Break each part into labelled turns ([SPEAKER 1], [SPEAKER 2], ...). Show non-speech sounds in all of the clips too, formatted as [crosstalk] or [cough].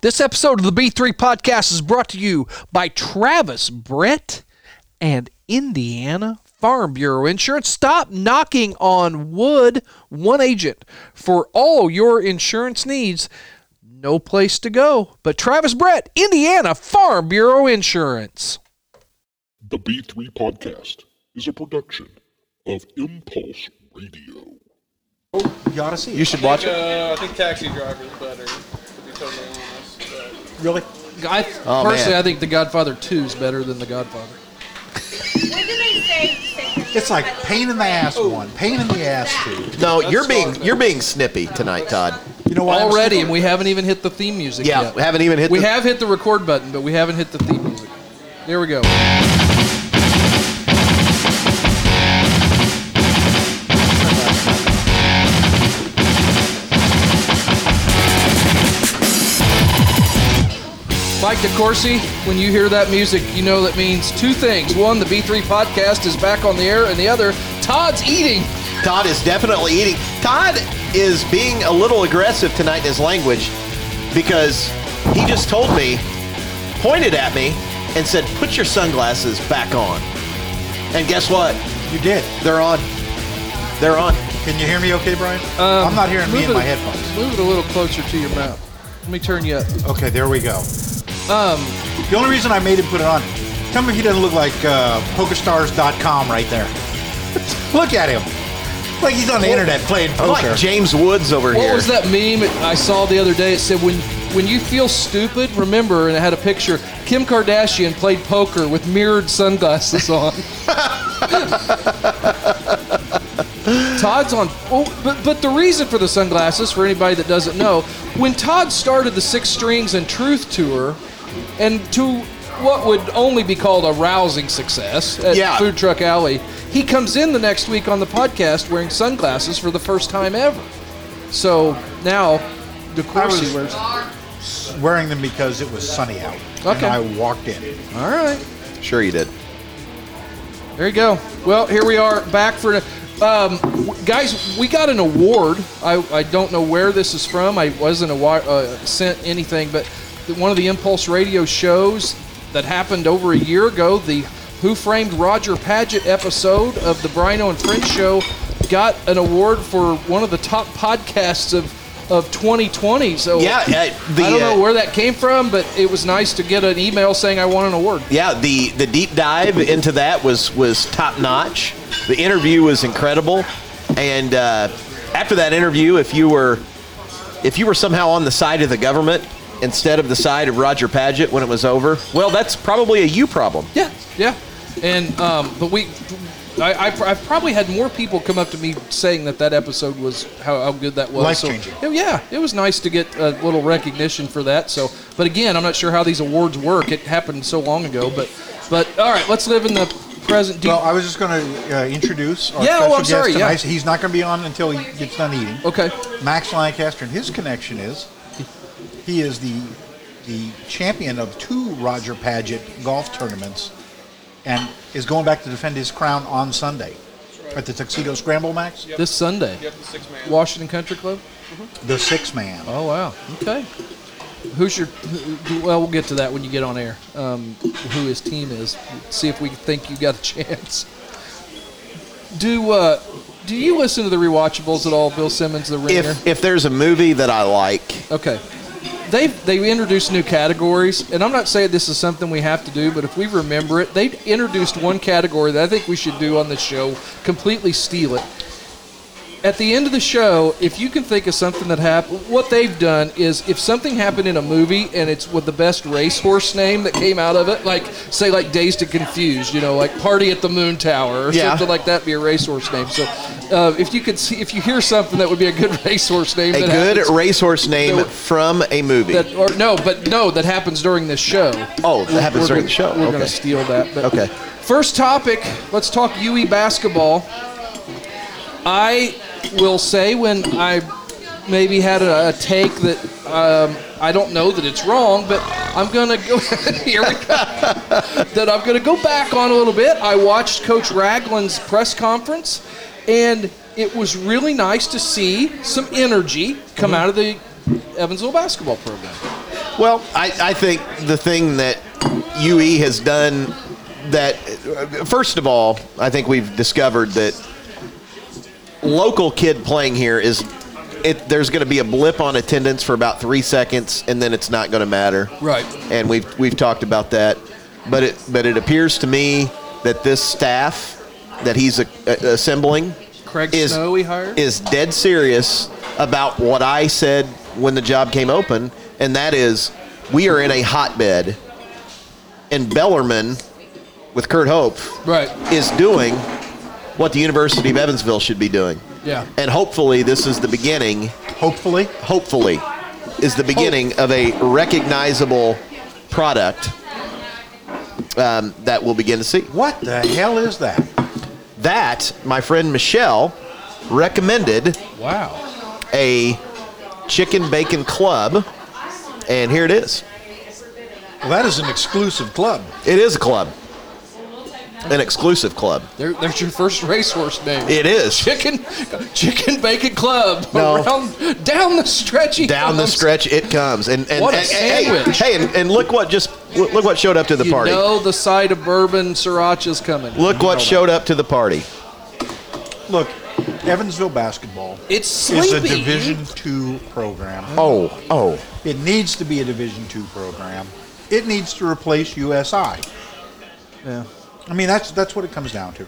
[SPEAKER 1] This episode of the B3 Podcast is brought to you by Travis Brett and Indiana Farm Bureau Insurance. Stop knocking on wood. One agent for all your insurance needs. No place to go but Travis Brett, Indiana Farm Bureau Insurance.
[SPEAKER 2] The B3 Podcast is a production of Impulse Radio.
[SPEAKER 3] You ought to see
[SPEAKER 4] You
[SPEAKER 3] it.
[SPEAKER 4] should watch it.
[SPEAKER 5] Uh, I think Taxi Driver is better. To be totally honest, but
[SPEAKER 3] Really?
[SPEAKER 1] I,
[SPEAKER 4] Oh,
[SPEAKER 1] personally,
[SPEAKER 4] man.
[SPEAKER 1] I think The Godfather 2 is better than The Godfather.
[SPEAKER 6] What do they say?
[SPEAKER 3] It's like pain in the ass
[SPEAKER 1] Oh.
[SPEAKER 3] one, pain in the ass two.
[SPEAKER 4] No, you're being you're being snippy tonight, Todd.
[SPEAKER 3] You know what?
[SPEAKER 1] Already, and we haven't even hit the theme music
[SPEAKER 4] Yeah,
[SPEAKER 1] yet.
[SPEAKER 4] we haven't even hit
[SPEAKER 1] We
[SPEAKER 4] the-
[SPEAKER 1] have hit the record button, but we haven't hit the theme music. There we go. Mike DeCourcy, when you hear that music, you know that means two things. One, the B3 podcast is back on the air, and the other, Todd's eating.
[SPEAKER 4] Todd is definitely eating. Todd is being a little aggressive tonight in his language because he just told me, pointed at me, and said, "Put your sunglasses back on." And guess what?
[SPEAKER 3] You did.
[SPEAKER 4] They're on. They're on.
[SPEAKER 3] Can you hear me okay, Brian? I'm not hearing
[SPEAKER 1] Um,
[SPEAKER 3] me
[SPEAKER 1] Move
[SPEAKER 3] in my
[SPEAKER 1] it-
[SPEAKER 3] headphones.
[SPEAKER 1] Move it a little closer to your mouth. Let me turn you up.
[SPEAKER 3] Okay, there we go. Um, the only reason I made him put it on, tell me if he doesn't look like uh, PokerStars.com right there. [laughs] look at him. Like he's on
[SPEAKER 1] Oh.
[SPEAKER 3] the internet playing
[SPEAKER 4] I'm
[SPEAKER 3] poker.
[SPEAKER 4] like James Woods over
[SPEAKER 1] What
[SPEAKER 4] here.
[SPEAKER 1] was that meme I saw the other day? It said when when you feel stupid, remember, and it had a picture. Kim Kardashian played poker with mirrored sunglasses on. Todd's on. Oh, but but the reason for the sunglasses, for anybody that doesn't know, when Todd started the Six Strings and Truth tour, and to what would only be called a rousing success at
[SPEAKER 4] Yeah.
[SPEAKER 1] Food Truck Alley, he comes in the next week on the podcast wearing sunglasses for the first time ever. So now,
[SPEAKER 3] I
[SPEAKER 1] DeCourcy
[SPEAKER 3] was
[SPEAKER 1] wears. All
[SPEAKER 3] wearing them because it was sunny out. And
[SPEAKER 1] Okay.
[SPEAKER 3] I walked in.
[SPEAKER 1] right,
[SPEAKER 4] Sure, you did.
[SPEAKER 1] there you go. Well, here we are back for. Um, w- guys, we got an award. I, I don't know where this is from. I wasn't awa- uh, sent anything, but th- one of the Impulse Radio shows that happened over a year ago, the Who Framed Roger Paget episode of the Brino and Friends show, got an award for one of the top podcasts of of 2020. So
[SPEAKER 4] Yeah, uh, the,
[SPEAKER 1] Oh, I don't
[SPEAKER 4] uh,
[SPEAKER 1] know where that came from, but it was nice to get an email saying I won an award.
[SPEAKER 4] Yeah, the, the deep dive into that was was top notch. The interview was incredible, and uh, after that interview, if you were if you were somehow on the side of the government instead of the side of Roger Paget when it was over, well, that's probably a you problem.
[SPEAKER 1] Yeah, yeah. And um, but we, I, I, I've probably had more people come up to me saying that that episode was how, how good that was. So-
[SPEAKER 3] Life-changing.
[SPEAKER 1] yeah, yeah, it was nice to get a little recognition for that. So, but again, I'm not sure how these awards work. It happened so long ago, but but all right, let's live in the present. Do you-
[SPEAKER 3] Well, I was just going to uh, introduce our
[SPEAKER 1] Yeah, oh,
[SPEAKER 3] special
[SPEAKER 1] I'm
[SPEAKER 3] guest
[SPEAKER 1] sorry, yeah.
[SPEAKER 3] tonight. He's not going to be on until he gets done eating.
[SPEAKER 1] okay.
[SPEAKER 3] Max Lancaster and his connection is he is the the champion of two Roger Paget golf tournaments and is going back to defend his crown on Sunday at the Tuxedo Scramble Max,
[SPEAKER 1] This Sunday,
[SPEAKER 5] you have the six man.
[SPEAKER 1] Washington Country Club.
[SPEAKER 3] the six man.
[SPEAKER 1] Oh wow. Okay. Who's your? who- Well, we'll get to that when you get on air. Um, who his team is? See if we think you got a [laughs] chance. Do uh, do you listen to the rewatchables at all, Bill Simmons, the ringer?
[SPEAKER 4] If if there's a movie that I like,
[SPEAKER 1] okay. They they introduced new categories, and I'm not saying this is something we have to do, but if we remember it, they introduced one category that I think we should do on the show, completely steal it. At the end of the show, if you can think of something that happened, what they've done is if something happened in a movie and it's with the best racehorse name that came out of it, like say like Dazed and Confused, you know, like Party at the Moon Tower or
[SPEAKER 4] Yeah.
[SPEAKER 1] something like that, be a racehorse name. So uh, if you could see, if you hear something that would be a good [laughs] racehorse name,
[SPEAKER 4] a
[SPEAKER 1] that
[SPEAKER 4] good
[SPEAKER 1] happens-
[SPEAKER 4] racehorse name
[SPEAKER 1] There were-
[SPEAKER 4] from a movie.
[SPEAKER 1] that or no, but no, that happens during this show.
[SPEAKER 4] Oh, that happens
[SPEAKER 1] We're
[SPEAKER 4] during
[SPEAKER 1] gonna-
[SPEAKER 4] the show.
[SPEAKER 1] We're gonna
[SPEAKER 4] Okay.
[SPEAKER 1] steal that. But
[SPEAKER 4] Okay.
[SPEAKER 1] First topic. Let's talk UE basketball. I will say when I maybe had a, a take that um, I don't know that it's wrong, but I'm gonna go [laughs] here we go. that I'm gonna go back on a little bit. I watched Coach Ragland's press conference, and it was really
[SPEAKER 4] Mm-hmm.
[SPEAKER 1] nice to see some energy come out of the Evansville basketball program.
[SPEAKER 4] Well, I, I think the thing that UE has done that, first of all, I think we've discovered that local kid playing here is. It, there's going to be a blip on attendance for about three seconds, and then it's not going to matter.
[SPEAKER 1] Right.
[SPEAKER 4] And we've we've talked about that, but it but it appears to me that this staff that he's a, a- assembling
[SPEAKER 1] Craig
[SPEAKER 4] is
[SPEAKER 1] Snow we hired?
[SPEAKER 4] is dead serious about what I said when the job came open, and that is we are in a hotbed, and Bellerman with Kurt Hope
[SPEAKER 1] Right.
[SPEAKER 4] is doing what the University of Evansville should be doing.
[SPEAKER 1] Yeah.
[SPEAKER 4] And hopefully, this is the beginning.
[SPEAKER 3] Hopefully,
[SPEAKER 4] Hopefully, is the beginning of a recognizable product um, that we'll begin to see.
[SPEAKER 3] what the hell is that?
[SPEAKER 4] That my friend Michelle recommended
[SPEAKER 1] Wow.
[SPEAKER 4] a chicken bacon club, and here it is.
[SPEAKER 3] Well, that is an exclusive club.
[SPEAKER 4] It is a club, an exclusive club.
[SPEAKER 1] There, there's your first racehorse name.
[SPEAKER 4] It is
[SPEAKER 1] Chicken, chicken bacon club.
[SPEAKER 4] [laughs] No.
[SPEAKER 1] Around, down the stretch. he
[SPEAKER 4] down the
[SPEAKER 1] comes.
[SPEAKER 4] stretch. It comes, and and
[SPEAKER 1] What a
[SPEAKER 4] and- hey,
[SPEAKER 1] sandwich.
[SPEAKER 4] hey, and, and look what just look what showed up to the
[SPEAKER 1] You
[SPEAKER 4] party.
[SPEAKER 1] know the side of bourbon sriracha's coming.
[SPEAKER 4] Look what showed up to the party.
[SPEAKER 3] Look, Evansville basketball
[SPEAKER 1] It's
[SPEAKER 3] is a
[SPEAKER 1] sleepy.
[SPEAKER 3] Division two program.
[SPEAKER 4] Oh, oh,
[SPEAKER 3] It needs to be a Division two program. It needs to replace USI. Yeah. I mean, that's that's what it comes down to.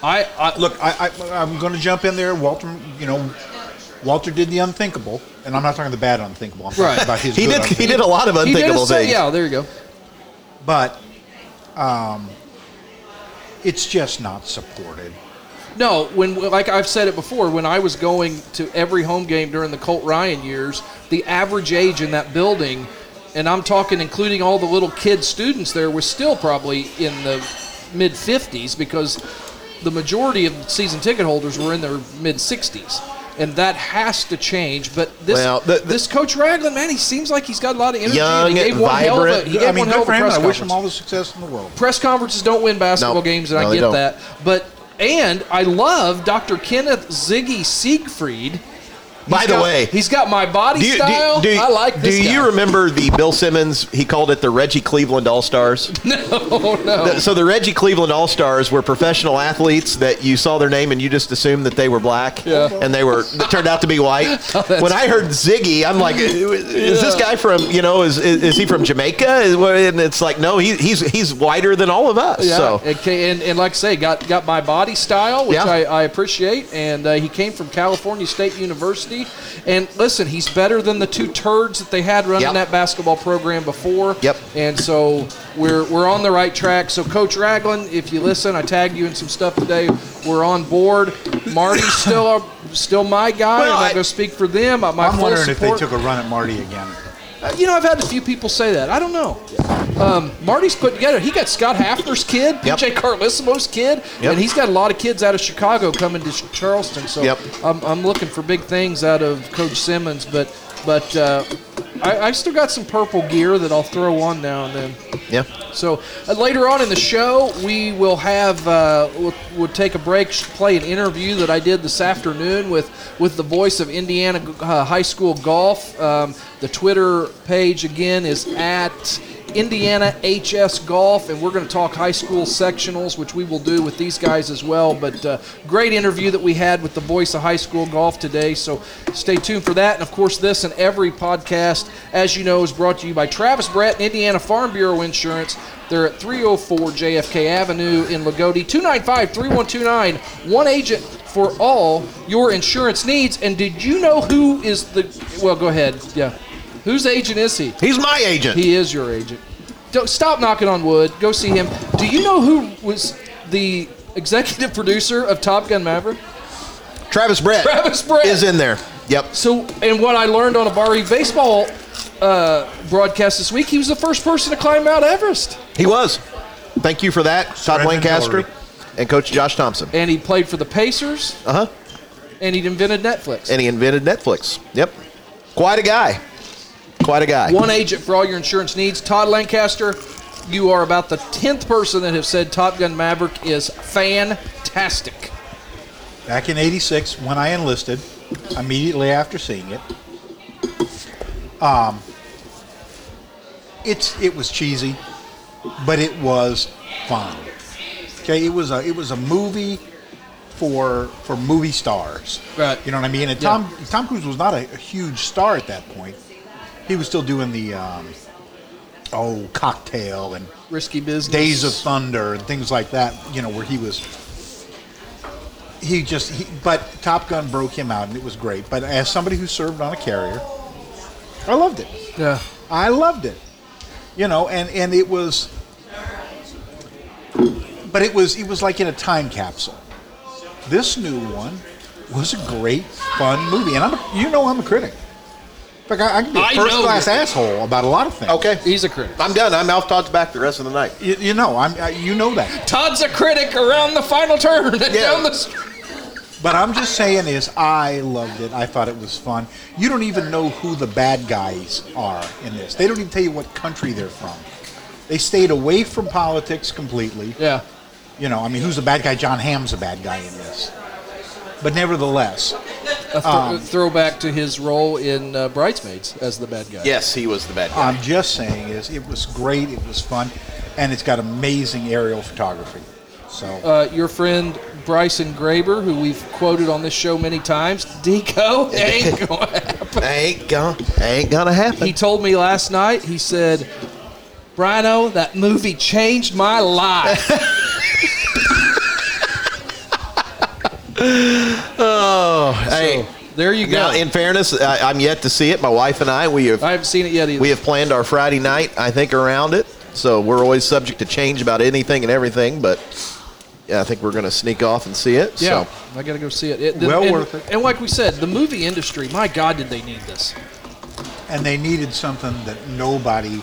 [SPEAKER 1] I, I
[SPEAKER 3] Look, I, I I'm going to jump in there. Walter, you know, Walter did the unthinkable, and I'm not talking the bad unthinkable. I'm
[SPEAKER 1] Right.
[SPEAKER 3] talking about his
[SPEAKER 4] he
[SPEAKER 3] good
[SPEAKER 4] did. He
[SPEAKER 3] unthinkable.
[SPEAKER 4] did a lot of
[SPEAKER 1] he did
[SPEAKER 4] unthinkable
[SPEAKER 1] say-
[SPEAKER 4] things.
[SPEAKER 1] Yeah, there you go.
[SPEAKER 3] but um, it's just not supported.
[SPEAKER 1] No, when like I've said it before, when I was going to every home game during the Colt Ryan years, the average age in that building, and I'm talking including all the little kid students there, was still probably in the mid 50s because the majority of season ticket holders were in their mid 60s. And that has to change, but this
[SPEAKER 4] Well, the- the-
[SPEAKER 1] this Coach Ragland, man, he seems like he's got a lot of energy. and
[SPEAKER 4] Young,
[SPEAKER 1] he gave one hell of a,
[SPEAKER 4] vibrant.
[SPEAKER 1] he gave
[SPEAKER 3] I mean,
[SPEAKER 1] one hell of
[SPEAKER 3] good
[SPEAKER 1] a
[SPEAKER 3] for him.
[SPEAKER 1] press
[SPEAKER 3] I wish him
[SPEAKER 1] conference
[SPEAKER 3] all the success in the world.
[SPEAKER 1] press conferences don't win basketball
[SPEAKER 4] No.
[SPEAKER 1] games, and
[SPEAKER 4] No,
[SPEAKER 1] I
[SPEAKER 4] they
[SPEAKER 1] get
[SPEAKER 4] don't.
[SPEAKER 1] that. But and I love Dr. Kenneth Ziggy Siegfried. He's
[SPEAKER 4] By the
[SPEAKER 1] got-
[SPEAKER 4] way,
[SPEAKER 1] he's got my body style. I like this
[SPEAKER 4] do
[SPEAKER 1] guy.
[SPEAKER 4] you remember the Bill Simmons? He called it the Reggie Cleveland All Stars.
[SPEAKER 1] Oh [laughs] no!
[SPEAKER 4] The- so the Reggie Cleveland All Stars were professional athletes that you saw their name and you just assumed that they were black,
[SPEAKER 1] Yeah. Oh,
[SPEAKER 4] and they were they turned out to be
[SPEAKER 1] [laughs]
[SPEAKER 4] white. when I heard Ziggy, I'm like, is this guy from you know is is, is he from Jamaica? Is- And it's like, no, he, he's he's whiter than all of us.
[SPEAKER 1] yeah,
[SPEAKER 4] So
[SPEAKER 1] and, ca- and, and like I say, got got my body style, which
[SPEAKER 4] Yeah.
[SPEAKER 1] I, I appreciate. And uh, he came from California State University. And listen, he's better than the two turds that they had running
[SPEAKER 4] Yep.
[SPEAKER 1] that basketball program before.
[SPEAKER 4] Yep.
[SPEAKER 1] And so we're we're on the right track. So Coach Raglan, if you listen, I tagged you in some stuff today. We're on board. Marty's still our, still my guy.
[SPEAKER 4] Well,
[SPEAKER 1] I'm
[SPEAKER 4] I-
[SPEAKER 1] not going to speak for them. Uh, My
[SPEAKER 3] I'm
[SPEAKER 1] full
[SPEAKER 3] wondering if they
[SPEAKER 1] support.
[SPEAKER 3] took a run at Marty again.
[SPEAKER 1] Uh, You know, I've had a few people say that. I don't know. Um, Marty's put together. He got Scott Hafner's kid,
[SPEAKER 4] Yep.
[SPEAKER 1] PJ Carlissimo's kid,
[SPEAKER 4] Yep.
[SPEAKER 1] and he's got a lot of kids out of Chicago coming to Ch- Charleston. So
[SPEAKER 4] Yep.
[SPEAKER 1] I'm, I'm looking for big things out of Coach Simmons. But but uh, I, I've still got some purple gear that I'll throw on now and then.
[SPEAKER 4] yeah,
[SPEAKER 1] So uh, later on in the show, we will have uh, we'll, we'll take a break, sh- play an interview that I did this afternoon with with the voice of Indiana uh, high school golf. Um, the Twitter page again is at. Indiana HS Golf, and we're going to talk high school sectionals, which we will do with these guys as well. But uh, great interview that we had with the voice of high school golf today. So stay tuned for that. And of course, this and every podcast, as you know, is brought to you by Travis Brett and Indiana Farm Bureau Insurance. They're at 304 JFK Avenue in Lagodi, 295 3129. One agent for all your insurance needs. And did you know who is the. Well, go ahead. Yeah. Whose agent is he?
[SPEAKER 4] he's my agent.
[SPEAKER 1] He is your agent. Don't, stop knocking on wood. Go see him. Do you know who was the executive [laughs] producer of Top Gun Maverick?
[SPEAKER 4] Travis Brett.
[SPEAKER 1] Travis Brett.
[SPEAKER 4] is in there. Yep.
[SPEAKER 1] So, and what I learned on a Bar Eve baseball uh, broadcast this week, he was the first person to climb Mount Everest,
[SPEAKER 4] He was. Thank you for that, Todd
[SPEAKER 3] Brendan
[SPEAKER 4] Lancaster
[SPEAKER 3] Hillary.
[SPEAKER 4] and Coach Josh Thompson.
[SPEAKER 1] and he played for the Pacers,
[SPEAKER 4] Uh huh.
[SPEAKER 1] and he'd invented Netflix.
[SPEAKER 4] And he invented Netflix. Yep. Quite a guy. Quite a guy.
[SPEAKER 1] One agent for all your insurance needs. Todd Lancaster, you are about the tenth person that have said Top Gun Maverick is fantastic.
[SPEAKER 3] Back in '86, when I enlisted, immediately after seeing it, um, It's it was cheesy, but it was fun. Okay, it was a it was a movie for for movie stars.
[SPEAKER 1] Right.
[SPEAKER 3] You know what I mean? And
[SPEAKER 1] Yeah.
[SPEAKER 3] Tom Tom Cruise was not a, a huge star at that point. He was still doing the um, oh cocktail and
[SPEAKER 1] Risky business.
[SPEAKER 3] Days of Thunder and things like that, you know, where he was. He just, he, but Top Gun broke him out, and it was great. But as somebody who served on a carrier, I loved it.
[SPEAKER 1] Yeah.
[SPEAKER 3] I loved it, you know, and and it was, but it was it was like in a time capsule. This new one was a great, fun movie, and I'm a, you know I'm a critic. Like I, I can be
[SPEAKER 1] I
[SPEAKER 3] a
[SPEAKER 1] know
[SPEAKER 3] first class
[SPEAKER 1] that-
[SPEAKER 3] asshole about a lot of things.
[SPEAKER 4] Okay.
[SPEAKER 1] He's a critic.
[SPEAKER 4] I'm done. I'm Alf Todd's back the rest of the night.
[SPEAKER 3] you, you know I'm I, you know that.
[SPEAKER 1] Todd's a critic around the final turn and
[SPEAKER 4] Yeah.
[SPEAKER 1] down the street.
[SPEAKER 3] But I'm just saying is I loved it. I thought it was fun. You don't even know who the bad guys are in this. They don't even tell you what country they're from. They stayed away from politics completely.
[SPEAKER 1] Yeah.
[SPEAKER 3] You know, I mean, who's the bad guy? John Hamm's a bad guy in this. But nevertheless,
[SPEAKER 1] A th- throwback to his role in uh, Bridesmaids as the bad guy.
[SPEAKER 4] Yes, he was the bad guy.
[SPEAKER 3] I'm just saying is it was great. It was fun, and it's got amazing aerial photography. So
[SPEAKER 1] Uh, your friend Bryson Graber, who we've quoted on this show many times,
[SPEAKER 4] [laughs]
[SPEAKER 1] Deco, ain't going.
[SPEAKER 4] Uh, ain't gonna, ain't gonna happen.
[SPEAKER 1] He told me last night. He said, "Brino, that movie changed my life."
[SPEAKER 4] oh, hey.
[SPEAKER 1] there you go.
[SPEAKER 4] Now, in fairness, I, I'm yet to see it. My wife and I, we have
[SPEAKER 1] I haven't seen it yet either.
[SPEAKER 4] we have planned our Friday night. I think around it, so we're always subject to change about anything and everything. But yeah, I think we're gonna sneak off and see it.
[SPEAKER 1] yeah,
[SPEAKER 4] So.
[SPEAKER 1] I got to go see it. it
[SPEAKER 3] Well
[SPEAKER 1] and,
[SPEAKER 3] worth it.
[SPEAKER 1] And like we said, the movie industry. My God, did they need this?
[SPEAKER 3] and they needed something that nobody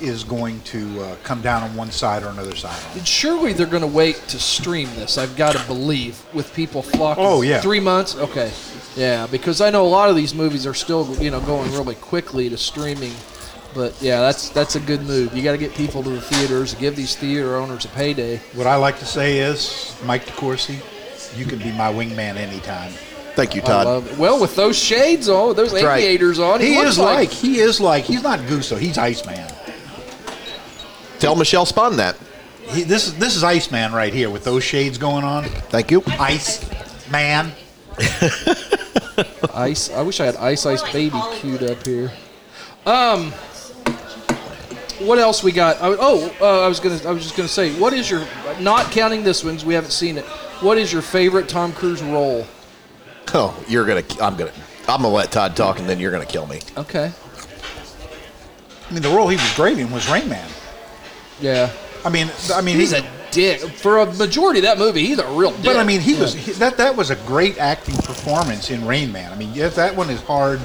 [SPEAKER 3] is going to uh, come down on one side or another side on.
[SPEAKER 1] And surely they're going to wait to stream this. I've got to believe with people flocking.
[SPEAKER 3] Oh, yeah.
[SPEAKER 1] Three months. Okay. Yeah, because I know a lot of these movies are still you know going really quickly to streaming. But yeah, that's that's a good move. You got to get people to the theaters, give these theater owners a payday.
[SPEAKER 3] What I like to say is, Mike DeCourcy, you can be my wingman anytime.
[SPEAKER 4] Thank you,
[SPEAKER 1] I
[SPEAKER 4] Todd.
[SPEAKER 1] love it. Well, with those shades on, those
[SPEAKER 4] right.
[SPEAKER 1] aviators on,
[SPEAKER 3] He,
[SPEAKER 1] looks
[SPEAKER 3] is like, he is like he's not Gusto. He's Iceman.
[SPEAKER 4] Tell Michelle Spawn that.
[SPEAKER 3] He, this is this is Iceman right here with those shades going on.
[SPEAKER 4] Thank you.
[SPEAKER 3] Ice man.
[SPEAKER 1] ice. I wish I had Ice Ice Baby queued up here. Um, what else we got? I, oh, uh, I was gonna. I was just gonna say, what is your not counting this one's? We haven't seen it. What is your favorite Tom Cruise role?
[SPEAKER 4] Oh, you're gonna. I'm gonna. I'm gonna let Todd talk, and then you're gonna kill me.
[SPEAKER 1] Okay.
[SPEAKER 3] I mean, the role he was great in was Rain Man.
[SPEAKER 1] Yeah.
[SPEAKER 3] I mean, I mean,
[SPEAKER 1] He's
[SPEAKER 3] he-
[SPEAKER 1] a dick for a majority of that movie. He's a real dick.
[SPEAKER 3] But I mean, he was he, that. That was a great acting performance in Rain Man. I mean, yeah, that one is hard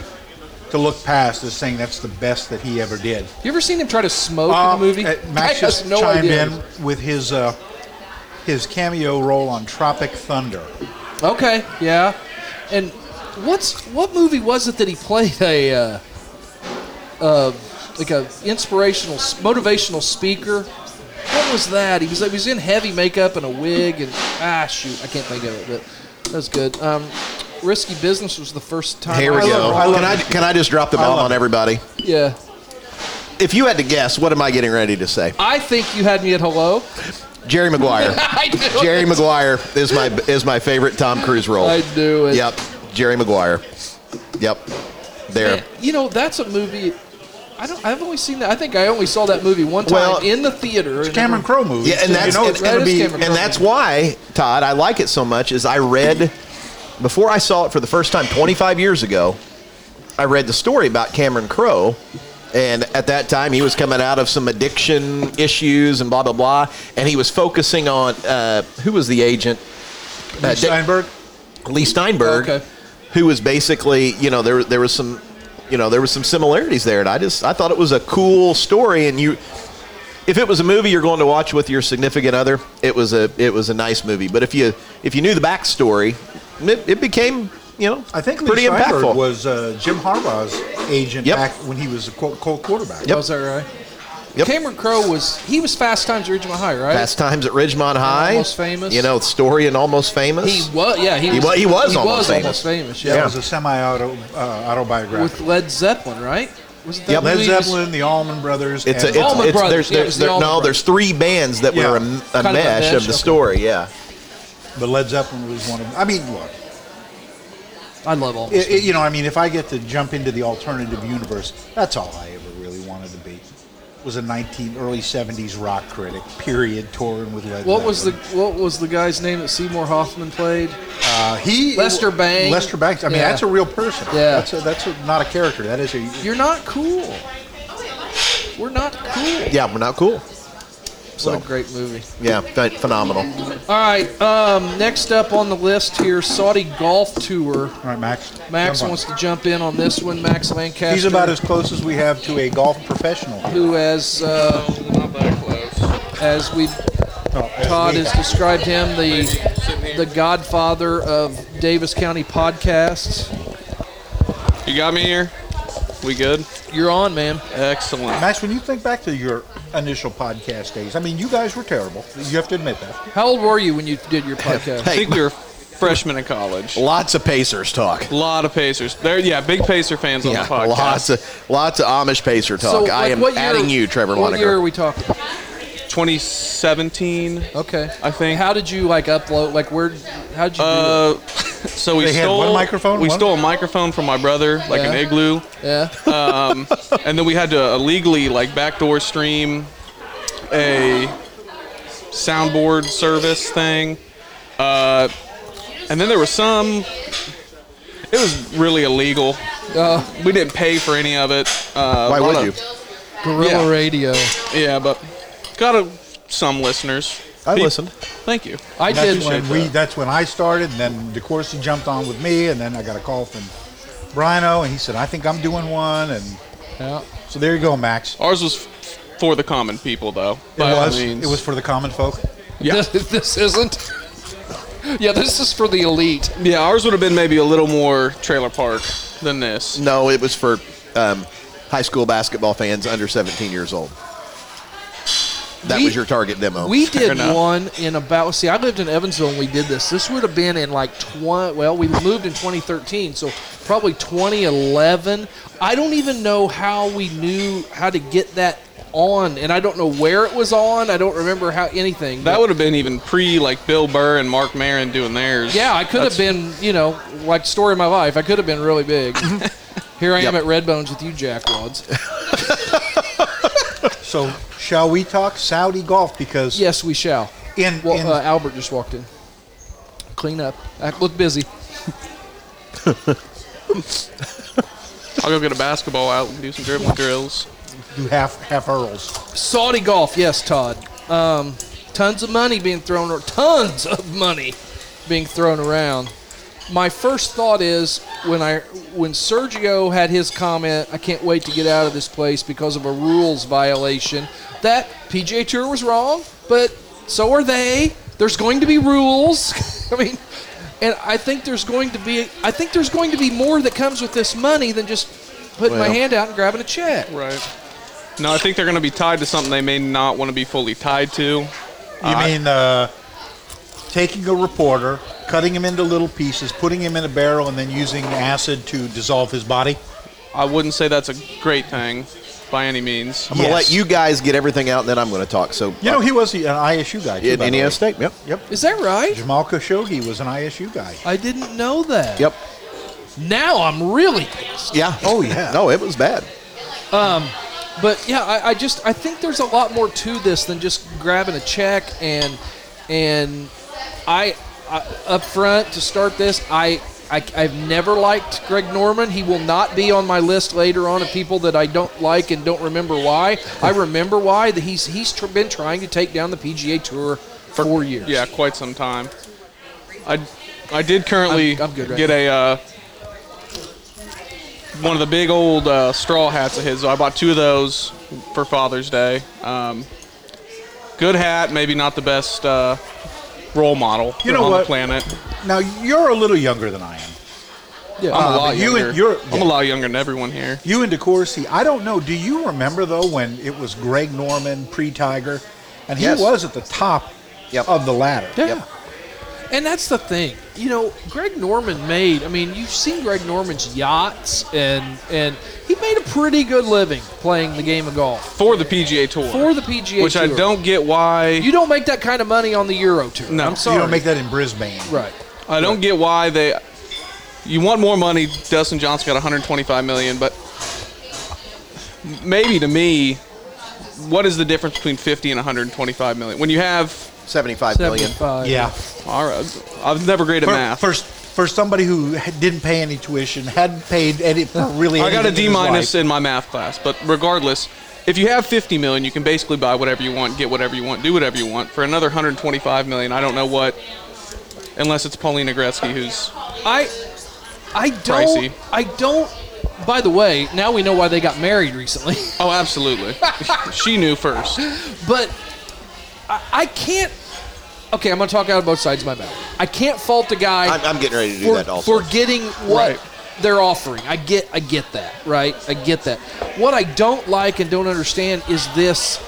[SPEAKER 3] to look past as saying that's the best that he ever did.
[SPEAKER 1] You ever seen him try to smoke in
[SPEAKER 3] Um,
[SPEAKER 1] a movie?
[SPEAKER 3] uh,
[SPEAKER 1] [laughs] I
[SPEAKER 3] Max
[SPEAKER 1] have
[SPEAKER 3] just
[SPEAKER 1] no
[SPEAKER 3] chimed
[SPEAKER 1] idea.
[SPEAKER 3] in with his uh, his cameo role on Tropic Thunder.
[SPEAKER 1] Okay, yeah. And what's what movie was it that he played a uh, uh, like a inspirational, s- motivational speaker? What was that? He was he was in heavy makeup and a wig and ah shoot, I can't think of it, but that's good. Um, Risky Business was the first time.
[SPEAKER 4] Here
[SPEAKER 1] I
[SPEAKER 4] we
[SPEAKER 1] saw-
[SPEAKER 4] go.
[SPEAKER 3] love- I love
[SPEAKER 4] can I can I just drop the bomb
[SPEAKER 3] love
[SPEAKER 4] on
[SPEAKER 3] it.
[SPEAKER 4] everybody?
[SPEAKER 1] Yeah,
[SPEAKER 4] If you had to guess, what am I getting ready to say?
[SPEAKER 1] I think you had me at hello. [laughs]
[SPEAKER 4] Jerry Maguire.
[SPEAKER 1] I knew
[SPEAKER 4] Jerry
[SPEAKER 1] it.
[SPEAKER 4] Maguire is my is my favorite Tom Cruise role.
[SPEAKER 1] I knew it.
[SPEAKER 4] Yep, Jerry Maguire. Yep, there.
[SPEAKER 1] Man, you know that's a movie. I don't. I've only seen that. I think I only saw that movie one time
[SPEAKER 4] Well,
[SPEAKER 1] in the theater.
[SPEAKER 3] It's Cameron Crowe movie.
[SPEAKER 4] Yeah, and
[SPEAKER 3] so
[SPEAKER 4] that's
[SPEAKER 3] you know
[SPEAKER 4] and,
[SPEAKER 3] it's gonna
[SPEAKER 1] that is
[SPEAKER 3] be.
[SPEAKER 1] Cameron
[SPEAKER 4] and that's why Todd, I like it so much. Is I read before I saw it for the first time 25 years ago. I read the story about Cameron Crowe, and at that time he was coming out of some addiction issues and blah blah blah, and he was focusing on uh, who was the agent? Uh, Dick-
[SPEAKER 3] Steinberg.
[SPEAKER 4] Lee Steinberg,
[SPEAKER 1] Okay.
[SPEAKER 4] who was basically, you know, there there was some, you know, there was some similarities there, and I just I thought it was a cool story. And you, if it was a movie you're going to watch with your significant other, it was a it was a nice movie. But if you if you knew the backstory, it, it became you know
[SPEAKER 3] I think Lee
[SPEAKER 4] pretty
[SPEAKER 3] Steinberg
[SPEAKER 4] impactful.
[SPEAKER 3] was uh, Jim Harbaugh's agent
[SPEAKER 4] Yep.
[SPEAKER 3] back when he was a quote, cold quarterback.
[SPEAKER 4] Yep.
[SPEAKER 1] Was Oh, that right?
[SPEAKER 4] Yep.
[SPEAKER 1] Cameron Crowe was he was Fast Times at Ridgemont High, right?
[SPEAKER 4] Past times at Ridgemont High,
[SPEAKER 1] Almost Famous.
[SPEAKER 4] You know, story and almost famous.
[SPEAKER 1] He was, yeah, he
[SPEAKER 4] He
[SPEAKER 1] was.
[SPEAKER 4] wa- he was almost famous.
[SPEAKER 1] almost famous,
[SPEAKER 3] That
[SPEAKER 1] yeah.
[SPEAKER 3] was a semi-auto uh, autobiographical.
[SPEAKER 1] With Led Zeppelin, right? Was it
[SPEAKER 4] Yep.
[SPEAKER 1] that
[SPEAKER 3] Led
[SPEAKER 1] movie?
[SPEAKER 3] Zeppelin, the Allman Brothers.
[SPEAKER 4] It's a,
[SPEAKER 3] and-
[SPEAKER 4] it's,
[SPEAKER 1] Allman
[SPEAKER 4] it's,
[SPEAKER 1] Brothers.
[SPEAKER 4] there's,
[SPEAKER 1] Yeah, it was
[SPEAKER 4] there's,
[SPEAKER 1] the
[SPEAKER 4] there-
[SPEAKER 1] Allman
[SPEAKER 4] no, there's three bands that
[SPEAKER 3] Yeah.
[SPEAKER 4] were a, m- a
[SPEAKER 1] Kind of a
[SPEAKER 4] mesh of
[SPEAKER 1] mesh,
[SPEAKER 4] the
[SPEAKER 1] okay.
[SPEAKER 4] story. Yeah,
[SPEAKER 3] but Led Zeppelin was one of them. I mean, look,
[SPEAKER 1] I love all.
[SPEAKER 3] it, it- you know, I mean, if I get to jump into the alternative universe, that's all I ever really wanted to be. Was a 19 early 70s rock critic. Period. Touring with Led.
[SPEAKER 1] What was the
[SPEAKER 3] Zeppelin.
[SPEAKER 1] What was the guy's name that Seymour Hoffman played?
[SPEAKER 3] Uh, he
[SPEAKER 1] Lester Bangs.
[SPEAKER 3] Lester Bangs. I mean,
[SPEAKER 1] Yeah.
[SPEAKER 3] that's a real person.
[SPEAKER 1] Yeah.
[SPEAKER 3] That's a, that's a, not a character. That is a.
[SPEAKER 1] You're not cool. We're not cool.
[SPEAKER 4] yeah, we're not cool. So
[SPEAKER 1] What a great movie.
[SPEAKER 4] yeah, ph- phenomenal.
[SPEAKER 1] All right. Um, next up on the list here, Saudi golf tour.
[SPEAKER 3] All right, Max.
[SPEAKER 1] Max
[SPEAKER 3] jump on.
[SPEAKER 1] wants to jump in on this one. Max Lancaster.
[SPEAKER 3] He's about as close as we have to a golf
[SPEAKER 1] [laughs]
[SPEAKER 3] professional.
[SPEAKER 1] who as uh,
[SPEAKER 5] No, not that close.
[SPEAKER 1] as we Todd has described him the the godfather of Davis County podcasts.
[SPEAKER 5] You got me here? We good?
[SPEAKER 1] You're on, man.
[SPEAKER 5] Excellent.
[SPEAKER 3] Max, when you think back to your initial podcast days, I mean, you guys were terrible. You have to admit that.
[SPEAKER 1] How old were you when you did
[SPEAKER 4] [laughs]
[SPEAKER 1] your podcast?
[SPEAKER 5] I think we were freshmen in college. A
[SPEAKER 4] Lots of Pacers talk.
[SPEAKER 5] lot of Pacers. There, yeah, big Pacer fans on
[SPEAKER 4] Yeah,
[SPEAKER 5] the podcast.
[SPEAKER 4] lots of lots of Amish Pacer talk. I
[SPEAKER 1] like,
[SPEAKER 4] am
[SPEAKER 1] what year-
[SPEAKER 4] adding you, Trevor
[SPEAKER 1] What year are
[SPEAKER 4] Loniker.
[SPEAKER 1] we talking?
[SPEAKER 5] 2017.
[SPEAKER 1] Okay.
[SPEAKER 5] I think.
[SPEAKER 1] How did you like upload? Like where? How did you?
[SPEAKER 5] Uh, [laughs] so we
[SPEAKER 3] They had
[SPEAKER 5] stole
[SPEAKER 3] one microphone,
[SPEAKER 5] We
[SPEAKER 3] one-
[SPEAKER 5] stole a microphone from my brother, like an
[SPEAKER 1] Yeah.
[SPEAKER 5] igloo,
[SPEAKER 1] do that?
[SPEAKER 5] [laughs]
[SPEAKER 1] Yeah.
[SPEAKER 5] and then we had to illegally like backdoor stream a soundboard service thing. Uh, and then there was some. It was really illegal.
[SPEAKER 1] Uh,
[SPEAKER 5] We didn't pay for any of it. Uh,
[SPEAKER 4] Why
[SPEAKER 5] a lot
[SPEAKER 4] would
[SPEAKER 5] of-
[SPEAKER 4] you?
[SPEAKER 1] Gorilla
[SPEAKER 5] yeah.
[SPEAKER 1] Radio.
[SPEAKER 5] Yeah, but got a, some listeners.
[SPEAKER 4] I
[SPEAKER 5] Pe-
[SPEAKER 4] listened.
[SPEAKER 5] Thank you.
[SPEAKER 1] I
[SPEAKER 3] That's
[SPEAKER 1] did.
[SPEAKER 3] when we. That's when I started, and then DeCourcy jumped on with me, and then I got a call from Brino, and he said, "I think I'm doing one." And
[SPEAKER 1] Yeah.
[SPEAKER 3] so there you go, Max.
[SPEAKER 5] Ours was f- for the common people, though. Oh, by
[SPEAKER 3] it
[SPEAKER 5] all
[SPEAKER 3] was.
[SPEAKER 5] means.
[SPEAKER 3] It was for the common folk.
[SPEAKER 5] Yeah.
[SPEAKER 1] This, [laughs] this isn't. [laughs] Yeah, this is for the elite.
[SPEAKER 5] Yeah, ours would have been maybe a little more trailer park than this.
[SPEAKER 4] No, it was for um, high school basketball fans under 17 years old. That
[SPEAKER 1] We-
[SPEAKER 4] was your target demo.
[SPEAKER 1] We did
[SPEAKER 5] enough.
[SPEAKER 1] one in about. See, I lived in Evansville when we did this. This would have been in like twenty. Well, we moved in 2013, so probably 2011. I don't even know how we knew how to get that on, and I don't know where it was on. I don't remember how anything.
[SPEAKER 5] That
[SPEAKER 1] but-
[SPEAKER 5] would have been even pre like Bill Burr and Mark Maron doing theirs.
[SPEAKER 1] Yeah, I could have been. You know, like story of my life. I could have been really big. Here I am
[SPEAKER 4] Yep.
[SPEAKER 1] at Red Bones with you, Jack Rods.
[SPEAKER 3] So shall we talk Saudi golf? Because
[SPEAKER 1] yes, we shall.
[SPEAKER 3] in, [laughs]
[SPEAKER 1] Well,
[SPEAKER 3] in
[SPEAKER 1] uh, Albert just walked in. Clean up. I look busy.
[SPEAKER 5] I'll go get a basketball out and do some dribbling drills.
[SPEAKER 3] you half half earls.
[SPEAKER 1] Saudi golf, yes, Todd. Um, tons of money being thrown, or tons of money being thrown around. My first thought is when I when Sergio had his comment, I can't wait to get out of this place because of a rules violation. That PGA Tour was wrong, but so are they. There's going to be rules. [laughs] I mean, and I think there's going to be I think there's going to be more that comes with this money than just putting my
[SPEAKER 4] Well.
[SPEAKER 1] hand out and grabbing a check.
[SPEAKER 5] Right. No, I think they're going to be tied to something they may not want to be fully tied to.
[SPEAKER 3] You mean uh, taking a reporter, cutting him into little pieces, putting him in a barrel, and then using acid to dissolve his body?
[SPEAKER 5] I wouldn't say that's a great thing by any means.
[SPEAKER 4] I'm going to
[SPEAKER 3] Yes.
[SPEAKER 4] let you guys get everything out, and then I'm going to talk. So,
[SPEAKER 3] You know, he was an ISU guy. Too,
[SPEAKER 4] at
[SPEAKER 3] by the
[SPEAKER 4] NEO
[SPEAKER 3] way.
[SPEAKER 4] State. Yep.
[SPEAKER 3] Yep.
[SPEAKER 1] Is that right?
[SPEAKER 3] Jamal Khashoggi was an ISU guy.
[SPEAKER 1] I didn't know that.
[SPEAKER 4] Yep.
[SPEAKER 1] Now I'm really pissed.
[SPEAKER 4] Yeah.
[SPEAKER 3] Oh, yeah.
[SPEAKER 4] No, it was bad.
[SPEAKER 1] But yeah, I, I just I think there's a lot more to this than just grabbing a check and and I, I up front to start this I. I, I've never liked Greg Norman. He will not be on my list later on of people that I don't like and don't remember why. I remember why that he's he's tr- been trying to take down the PGA Tour for four years.
[SPEAKER 5] Yeah, quite some time. I, I did currently
[SPEAKER 1] I'm- I'm good right
[SPEAKER 5] get a uh, one of the big old uh, straw hats of his. I bought two of those for Father's Day. Um, good hat, maybe not the best uh, role model
[SPEAKER 3] You know
[SPEAKER 5] on
[SPEAKER 3] what?
[SPEAKER 5] the planet.
[SPEAKER 3] Now you're a little younger than I am.
[SPEAKER 1] Yeah.
[SPEAKER 5] I'm
[SPEAKER 3] Uh,
[SPEAKER 5] a lot
[SPEAKER 3] but you and-
[SPEAKER 5] younger.
[SPEAKER 3] you're-
[SPEAKER 5] I'm a lot younger than everyone here.
[SPEAKER 3] You and DeCourcy, I don't know. Do you remember though when it was Greg Norman pre Tiger, and he
[SPEAKER 4] Yes.
[SPEAKER 3] was at the top
[SPEAKER 4] Yep.
[SPEAKER 3] of the ladder?
[SPEAKER 1] Yeah.
[SPEAKER 4] Yep.
[SPEAKER 1] And that's the thing, you know. Greg Norman made. I mean, you've seen Greg Norman's yachts, and and he made a pretty good living playing the game of golf
[SPEAKER 5] for the PGA Tour.
[SPEAKER 1] for the PGA.
[SPEAKER 5] which I
[SPEAKER 1] Tour.
[SPEAKER 5] don't get why
[SPEAKER 1] You don't make that kind of money on the Euro Tour.
[SPEAKER 5] No.
[SPEAKER 1] I'm
[SPEAKER 5] You
[SPEAKER 1] sorry.
[SPEAKER 3] You don't make that in Brisbane.
[SPEAKER 1] right.
[SPEAKER 5] I don't get why they. You want more money? Dustin Johnson got 125 million, but maybe to me, what is the difference between 50 and 125 million? When you have,
[SPEAKER 4] 75 million.
[SPEAKER 1] Seventy-five.
[SPEAKER 3] Yeah.
[SPEAKER 5] all right, I was never great at
[SPEAKER 3] For,
[SPEAKER 5] math.
[SPEAKER 3] First, for somebody who ha- didn't pay any tuition, hadn't paid any for really.
[SPEAKER 5] I got a
[SPEAKER 3] anything in
[SPEAKER 5] D
[SPEAKER 3] his
[SPEAKER 5] minus
[SPEAKER 3] life,
[SPEAKER 5] in my math class, but regardless, if you have 50 million, you can basically buy whatever you want, get whatever you want, do whatever you want. For another 125 million, I don't know what, unless it's Paulina Gretzky, who's
[SPEAKER 1] I I don't
[SPEAKER 5] Pricey.
[SPEAKER 1] I don't by the way, now we know why they got married recently. [laughs]
[SPEAKER 5] oh, absolutely, [laughs] she knew first.
[SPEAKER 1] but I, I can't Okay, I'm going to talk out of both sides of my mouth. I can't fault a guy
[SPEAKER 4] I'm, I'm getting ready to do
[SPEAKER 1] for,
[SPEAKER 4] that also.
[SPEAKER 1] for getting what
[SPEAKER 5] Right.
[SPEAKER 1] they're offering. I get I get that, right? I get that. What I don't like and don't understand is this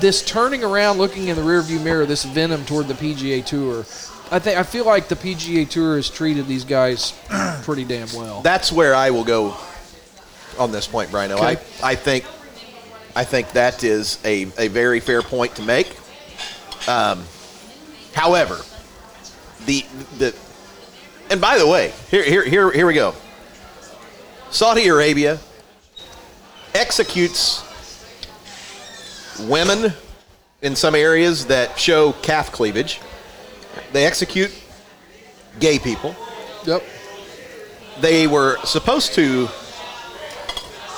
[SPEAKER 1] this turning around looking in the rearview mirror, this venom toward the PGA Tour. I think I feel like the PGA Tour has treated these guys pretty damn well.
[SPEAKER 4] That's where I will go on this point, Brino.
[SPEAKER 1] Okay.
[SPEAKER 4] I, I think I think that is a, a very fair point to make. Um, however, the the and by the way, here here here here we go. Saudi Arabia executes women in some areas that show calf cleavage. They execute gay people
[SPEAKER 1] Yep.
[SPEAKER 4] they were supposed to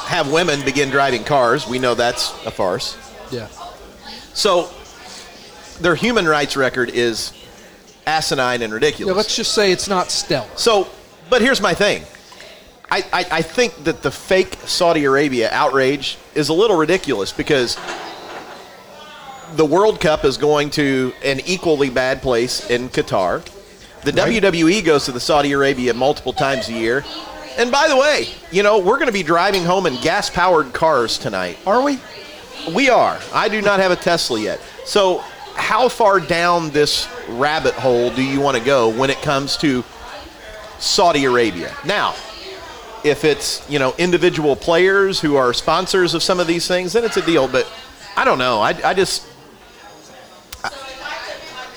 [SPEAKER 4] have women begin driving cars. We know that's a farce.
[SPEAKER 1] Yeah.
[SPEAKER 4] So their human rights record is asinine and
[SPEAKER 1] Yeah,
[SPEAKER 4] ridiculous.
[SPEAKER 1] let's just say it's not stellar.
[SPEAKER 4] So, but here's my thing. I, I, I think that the fake Saudi Arabia outrage is a little ridiculous because the World Cup is going to an equally bad place in Qatar. The WWE goes to the Saudi Arabia multiple times a year. And by the way, you know, we're going to be driving home in gas powered cars tonight.
[SPEAKER 3] Are we?
[SPEAKER 4] We are. I do not have a Tesla yet. So, how far down this rabbit hole do you want to go when it comes to Saudi Arabia? Now, if it's, you know, individual players who are sponsors of some of these things, then it's a deal. But I don't know. I, I just.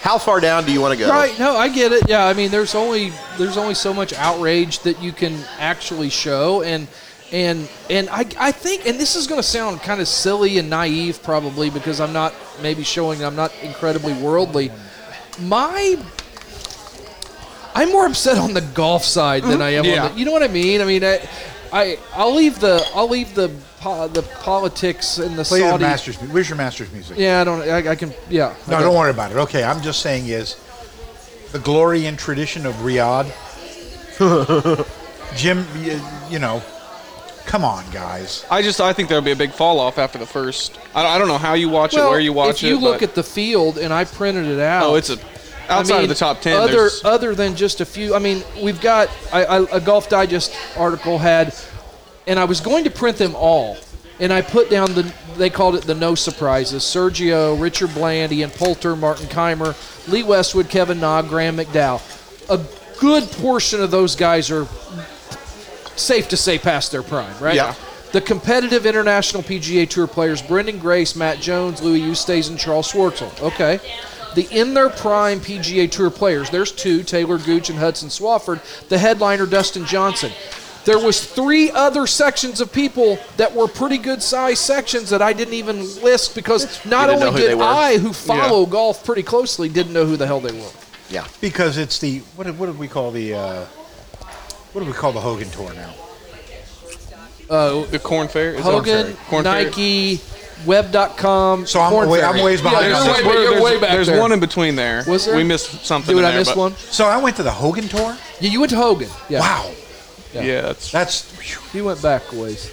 [SPEAKER 4] How far down do you want to go?
[SPEAKER 1] Right? No, I get it. Yeah, I mean, there's only there's only so much outrage that you can actually show, and and and I I think, and this is going to sound kind of silly and naive probably because I'm not maybe showing I'm not incredibly worldly. My I'm more upset on the golf side
[SPEAKER 3] Mm-hmm.
[SPEAKER 1] than I am.
[SPEAKER 5] Yeah.
[SPEAKER 1] on the, You know what I mean? I mean, I, I I'll leave the I'll leave the po- the politics and the
[SPEAKER 3] Play the
[SPEAKER 1] Saudi.
[SPEAKER 3] masters. mu- Where's your masters music?
[SPEAKER 1] Yeah, I don't. I, I can. Yeah. I
[SPEAKER 3] No,
[SPEAKER 1] got-
[SPEAKER 3] don't worry about it. Okay, I'm just saying is the glory and tradition of Riyadh. Jim, you, you know, come on, guys.
[SPEAKER 5] I just I think there'll be a big fall off after the first. I, don't- I don't know how you watch it, where you watch
[SPEAKER 1] if
[SPEAKER 5] it.
[SPEAKER 1] you look
[SPEAKER 5] but-
[SPEAKER 1] at the field, and I printed it out.
[SPEAKER 5] oh, it's a
[SPEAKER 1] I
[SPEAKER 5] outside
[SPEAKER 1] mean,
[SPEAKER 5] of the top ten.
[SPEAKER 1] Other
[SPEAKER 5] there's-
[SPEAKER 1] other than just a few. I mean, we've got I, I, a Golf Digest article had, and I was going to print them all, and I put down the they called it the no surprises: Sergio, Richard Bland, Ian Poulter, Martin Keimer, Lee Westwood, Kevin Na, Graham McDowell. A good portion of those guys are safe to say past their prime, right?
[SPEAKER 4] Yeah.
[SPEAKER 1] The competitive international PGA Tour players Brendan Grace, Matt Jones, Louis Oosthuizen, and Charles Schwartzel. Okay. The in their prime PGA Tour players, there's two, Taylor Gooch and Hudson Swafford, the headliner Dustin Johnson. There was three other sections of people that were pretty good sized sections that I didn't even list because not
[SPEAKER 4] didn't know
[SPEAKER 1] only
[SPEAKER 4] who
[SPEAKER 1] did
[SPEAKER 4] they were.
[SPEAKER 1] I, who follow golf pretty closely, didn't know who the hell they were.
[SPEAKER 4] Yeah.
[SPEAKER 3] Because it's the what? did- What did we call the? Uh, what do we call the Hogan tour now?
[SPEAKER 1] Uh,
[SPEAKER 5] the corn fair. Is
[SPEAKER 1] Hogan,
[SPEAKER 5] corn fair.
[SPEAKER 1] Nike, Web.com.
[SPEAKER 3] So I'm
[SPEAKER 1] Corn
[SPEAKER 3] way-
[SPEAKER 1] Ferry.
[SPEAKER 3] I'm ways behind
[SPEAKER 1] Yeah,
[SPEAKER 5] There's,
[SPEAKER 3] on
[SPEAKER 1] you're
[SPEAKER 3] this
[SPEAKER 1] way-
[SPEAKER 5] where-
[SPEAKER 1] you're
[SPEAKER 5] there's-
[SPEAKER 1] way back
[SPEAKER 5] there's
[SPEAKER 1] there.
[SPEAKER 5] one in between there.
[SPEAKER 1] Was there?
[SPEAKER 5] We missed something.
[SPEAKER 1] Dude,
[SPEAKER 5] in
[SPEAKER 1] I
[SPEAKER 5] there,
[SPEAKER 1] missed
[SPEAKER 5] but-
[SPEAKER 1] one.
[SPEAKER 3] So I went to the Hogan tour.
[SPEAKER 1] Yeah, you went to Hogan. Yeah.
[SPEAKER 3] Wow,
[SPEAKER 5] Yeah, that's
[SPEAKER 3] that's
[SPEAKER 1] You went back a ways.